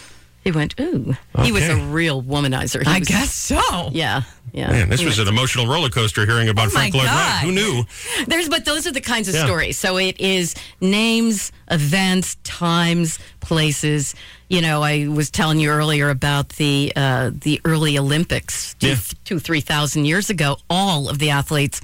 Speaker 9: he went, "Ooh, he was a
Speaker 1: Okay.
Speaker 9: real womanizer." He
Speaker 15: I
Speaker 9: was-
Speaker 15: guess so.
Speaker 9: Yeah,
Speaker 1: *laughs*
Speaker 9: yeah.
Speaker 1: Man, this
Speaker 9: He
Speaker 1: was an emotional roller coaster hearing about
Speaker 9: Oh, my
Speaker 1: Frank Lloyd Wright.
Speaker 9: God.
Speaker 1: Who knew?
Speaker 9: There's, but those are the kinds of
Speaker 1: Yeah.
Speaker 9: stories. So it is names, events, times, places. You know, I was telling you earlier about the uh, the early Olympics two, two three thousand years ago. All of the athletes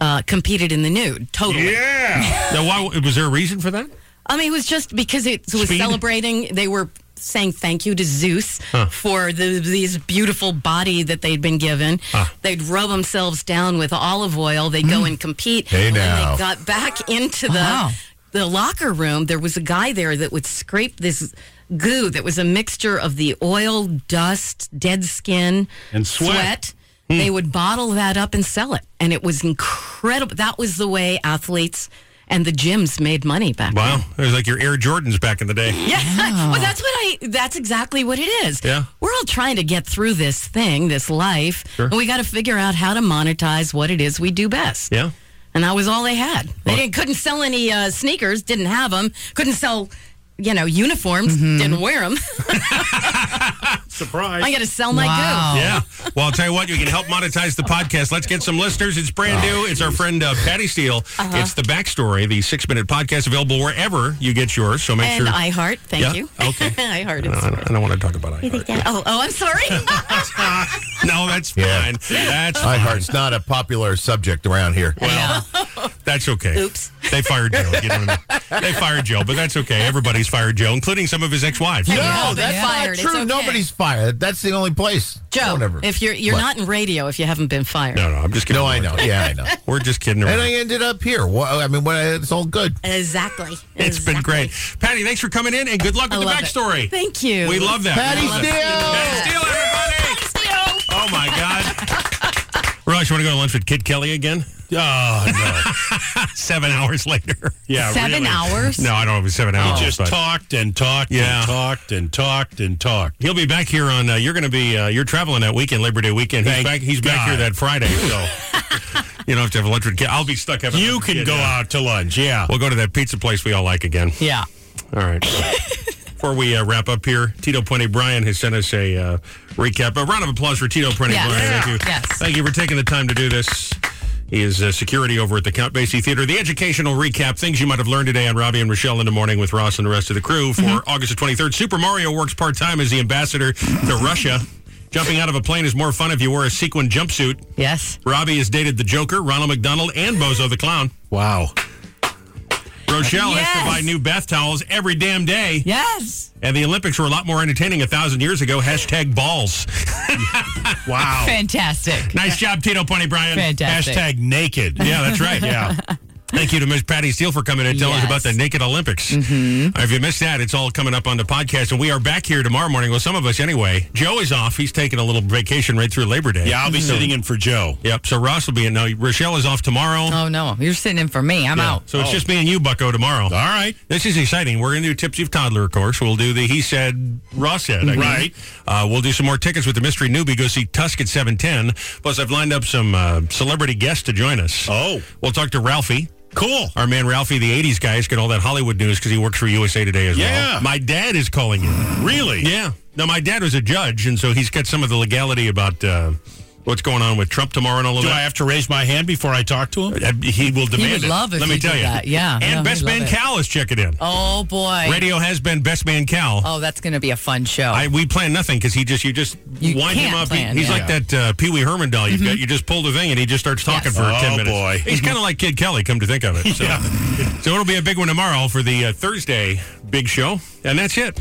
Speaker 9: uh, competed in the nude. Totally.
Speaker 1: Yeah. now, why was there a reason for that?
Speaker 9: I mean, it was just because it was
Speaker 1: Speed?
Speaker 9: celebrating. They were saying thank you to Zeus
Speaker 1: Huh.
Speaker 9: for the, these beautiful body that they'd been given.
Speaker 1: Huh.
Speaker 9: They'd rub themselves down with olive oil. They'd go and compete.
Speaker 3: Hey,
Speaker 9: And when
Speaker 3: now.
Speaker 9: they got back into the
Speaker 15: Wow.
Speaker 9: the locker room, there was a guy there that would scrape this goo that was a mixture of the oil, dust, dead skin,
Speaker 4: And sweat.
Speaker 9: They would bottle that up and sell it. And it was incredible. That was the way athletes and the gyms made money back then.
Speaker 1: Wow. It was like your Air Jordans back in the day.
Speaker 9: Yeah. *laughs* well, that's what I. That's exactly what it is.
Speaker 1: Yeah.
Speaker 9: We're all trying to get through this thing, this life,
Speaker 1: Sure.
Speaker 9: and we got to figure out how to monetize what it is we do best.
Speaker 1: Yeah.
Speaker 9: And that was all they had. They
Speaker 1: Well-
Speaker 9: didn't, couldn't sell any uh, sneakers. Didn't have them. Couldn't sell. You know, uniforms
Speaker 1: Mm-hmm.
Speaker 9: didn't wear them.
Speaker 4: Surprise.
Speaker 9: *laughs* I got to sell my goo.
Speaker 1: Yeah. Well, I'll tell you what, you can help monetize the podcast. Let's get some listeners. It's brand new. It's our friend uh, Patty Steele.
Speaker 9: Uh-huh.
Speaker 1: It's the Backstory, the six minute podcast available wherever you get yours. So make
Speaker 9: And
Speaker 1: sure.
Speaker 9: iHeart, thank
Speaker 1: Yeah?
Speaker 9: you.
Speaker 1: Okay.
Speaker 9: *laughs* iHeart.
Speaker 1: No, I don't, I don't want to talk about it.
Speaker 9: You think that? Oh, oh, I'm sorry. *laughs*
Speaker 1: No, that's fine. That's
Speaker 3: My
Speaker 1: fine.
Speaker 3: heart's not a popular subject around here.
Speaker 1: Well, that's okay. Oops. They fired Joe. You know what I mean? They fired Joe, but that's okay. Everybody's fired Joe, including some of his ex wives.
Speaker 3: No,
Speaker 9: Yeah,
Speaker 3: that's
Speaker 9: they're
Speaker 3: not
Speaker 9: fired. It's
Speaker 3: true.
Speaker 9: okay.
Speaker 3: Nobody's fired. That's the only place.
Speaker 9: Joe,
Speaker 3: Don't ever-
Speaker 9: if you're you're
Speaker 3: What?
Speaker 9: not in radio, if you haven't been fired,
Speaker 1: No, no, I'm just kidding.
Speaker 3: No, I know. Yeah, I
Speaker 9: *laughs*
Speaker 3: know.
Speaker 1: We're just kidding
Speaker 3: and
Speaker 1: around.
Speaker 3: I ended up here. Well, I mean, what, it's all good.
Speaker 9: exactly.
Speaker 1: It's been great. Patty, thanks for coming in and good luck with
Speaker 9: I
Speaker 1: the
Speaker 9: love it.
Speaker 1: backstory.
Speaker 9: Thank you.
Speaker 1: We love that.
Speaker 9: Patty
Speaker 1: We love that.
Speaker 9: Steele.
Speaker 1: Patty Steele, everybody. Oh, my God.
Speaker 4: *laughs*
Speaker 1: Ross, you want to go to lunch with Kid Kelly again?
Speaker 4: Oh,
Speaker 1: *laughs* seven hours later.
Speaker 4: Yeah, Seven really. hours?
Speaker 1: No, I don't know. It was seven
Speaker 4: no.
Speaker 1: hours.
Speaker 4: He just
Speaker 1: but-
Speaker 4: talked and talked
Speaker 1: Yeah.
Speaker 4: and talked and talked and talked.
Speaker 1: He'll be back here on. Uh, you're going to be. Uh, you're traveling that weekend, Labor Day weekend. He's
Speaker 4: Thank
Speaker 1: back. He's back
Speaker 4: God.
Speaker 1: here that Friday.
Speaker 4: *laughs*
Speaker 1: So you don't have to have lunch with Kid. I'll be stuck having.
Speaker 4: You
Speaker 1: lunch with
Speaker 4: can
Speaker 1: Kid,
Speaker 4: go
Speaker 1: yeah.
Speaker 4: out to lunch. Yeah.
Speaker 1: We'll go to that pizza place we all like again.
Speaker 9: Yeah.
Speaker 1: All right. Before we uh, wrap up here, Tito Puente Bryan has sent us a uh, recap. A round of applause for Tito Puente
Speaker 15: Yes.
Speaker 1: Bryan. Thank
Speaker 15: Yeah.
Speaker 1: you.
Speaker 15: Yes.
Speaker 1: Thank you for taking the time to do this. is uh, security over at the Count Basie Theater. The educational recap, things you might have learned today on Robbie and Rochelle in the morning with Ross and the rest of the crew for
Speaker 15: Mm-hmm.
Speaker 1: August the 23rd. Super Mario works part time as the ambassador to Russia. Jumping out of a plane is more fun if you wear a sequin jumpsuit.
Speaker 9: Yes.
Speaker 1: Robbie has dated the Joker, Ronald McDonald, and Bozo the Clown.
Speaker 16: Wow.
Speaker 1: Rochelle has
Speaker 16: Yes.
Speaker 1: to buy new bath towels every damn day.
Speaker 9: Yes.
Speaker 1: And the Olympics were a lot more entertaining a thousand years ago. Hashtag balls. wow.
Speaker 15: Fantastic.
Speaker 1: Nice job, Tito Pony Brian.
Speaker 15: Fantastic.
Speaker 1: Hashtag naked. Yeah, that's right. Yeah. Thank you to Ms. Patty Steele for coming and telling us about the Naked Olympics. Mm-hmm. If you missed that, it's all coming up on the podcast. And we are back here tomorrow morning. Well, some of us anyway. Joe is off. He's taking a little vacation right through Labor Day.
Speaker 4: Yeah, I'll be sitting in for Joe.
Speaker 1: Yep. So Ross will be in. Now, Rochelle is off tomorrow.
Speaker 2: Oh no, you're sitting in for me. I'm
Speaker 1: Yeah.
Speaker 2: out.
Speaker 1: So it's just me and you, Bucko, tomorrow. All
Speaker 4: Oh. right.
Speaker 1: This is exciting. We're going to do Tipsy of Toddler, of course. We'll do the He Said, Ross Said. I guess.
Speaker 4: Right.
Speaker 1: Uh, we'll do some more tickets with the Mystery Newbie. Go see Tusk at 710. Plus, I've lined up some uh, celebrity guests to join us.
Speaker 4: Oh.
Speaker 1: We'll talk to Ralphie.
Speaker 4: Cool.
Speaker 1: Our man Ralphie, the 80s guy, is getting all that Hollywood news because he works for USA Today as
Speaker 4: Yeah.
Speaker 1: well. My dad is calling him.
Speaker 4: Really?
Speaker 1: Yeah. Now, my dad was a judge, and so he's got some of the legality about uh, what's going on with Trump tomorrow and all of
Speaker 4: Do
Speaker 1: that. Uh,
Speaker 4: I have to raise my hand before I talk to him?
Speaker 1: He will demand
Speaker 4: would
Speaker 1: it.
Speaker 4: love if
Speaker 1: Let me
Speaker 4: you
Speaker 1: tell
Speaker 4: did
Speaker 1: you.
Speaker 4: that. Yeah.
Speaker 1: And
Speaker 4: No,
Speaker 1: Best
Speaker 4: he'd love
Speaker 1: Man
Speaker 4: it.
Speaker 1: Cal is checking in.
Speaker 2: Oh boy.
Speaker 1: Radio has been Best Man Cal.
Speaker 2: Oh, that's going to be a fun show.
Speaker 1: I, we plan nothing because he just you just
Speaker 2: You
Speaker 1: wind him
Speaker 2: can't
Speaker 1: up.
Speaker 2: plan,
Speaker 1: He- he's
Speaker 2: yeah.
Speaker 1: like that uh, Pee Wee Herman doll you've
Speaker 4: Mm-hmm.
Speaker 2: Mhm.
Speaker 1: got. You just pull the thing and he just starts talking for
Speaker 4: Oh,
Speaker 1: ten minutes.
Speaker 4: boy.
Speaker 1: he's kind of like Kid Kelly. Come to
Speaker 4: *laughs*
Speaker 1: think of it, so, so it'll be a big one tomorrow for the uh, Thursday big show, and that's it.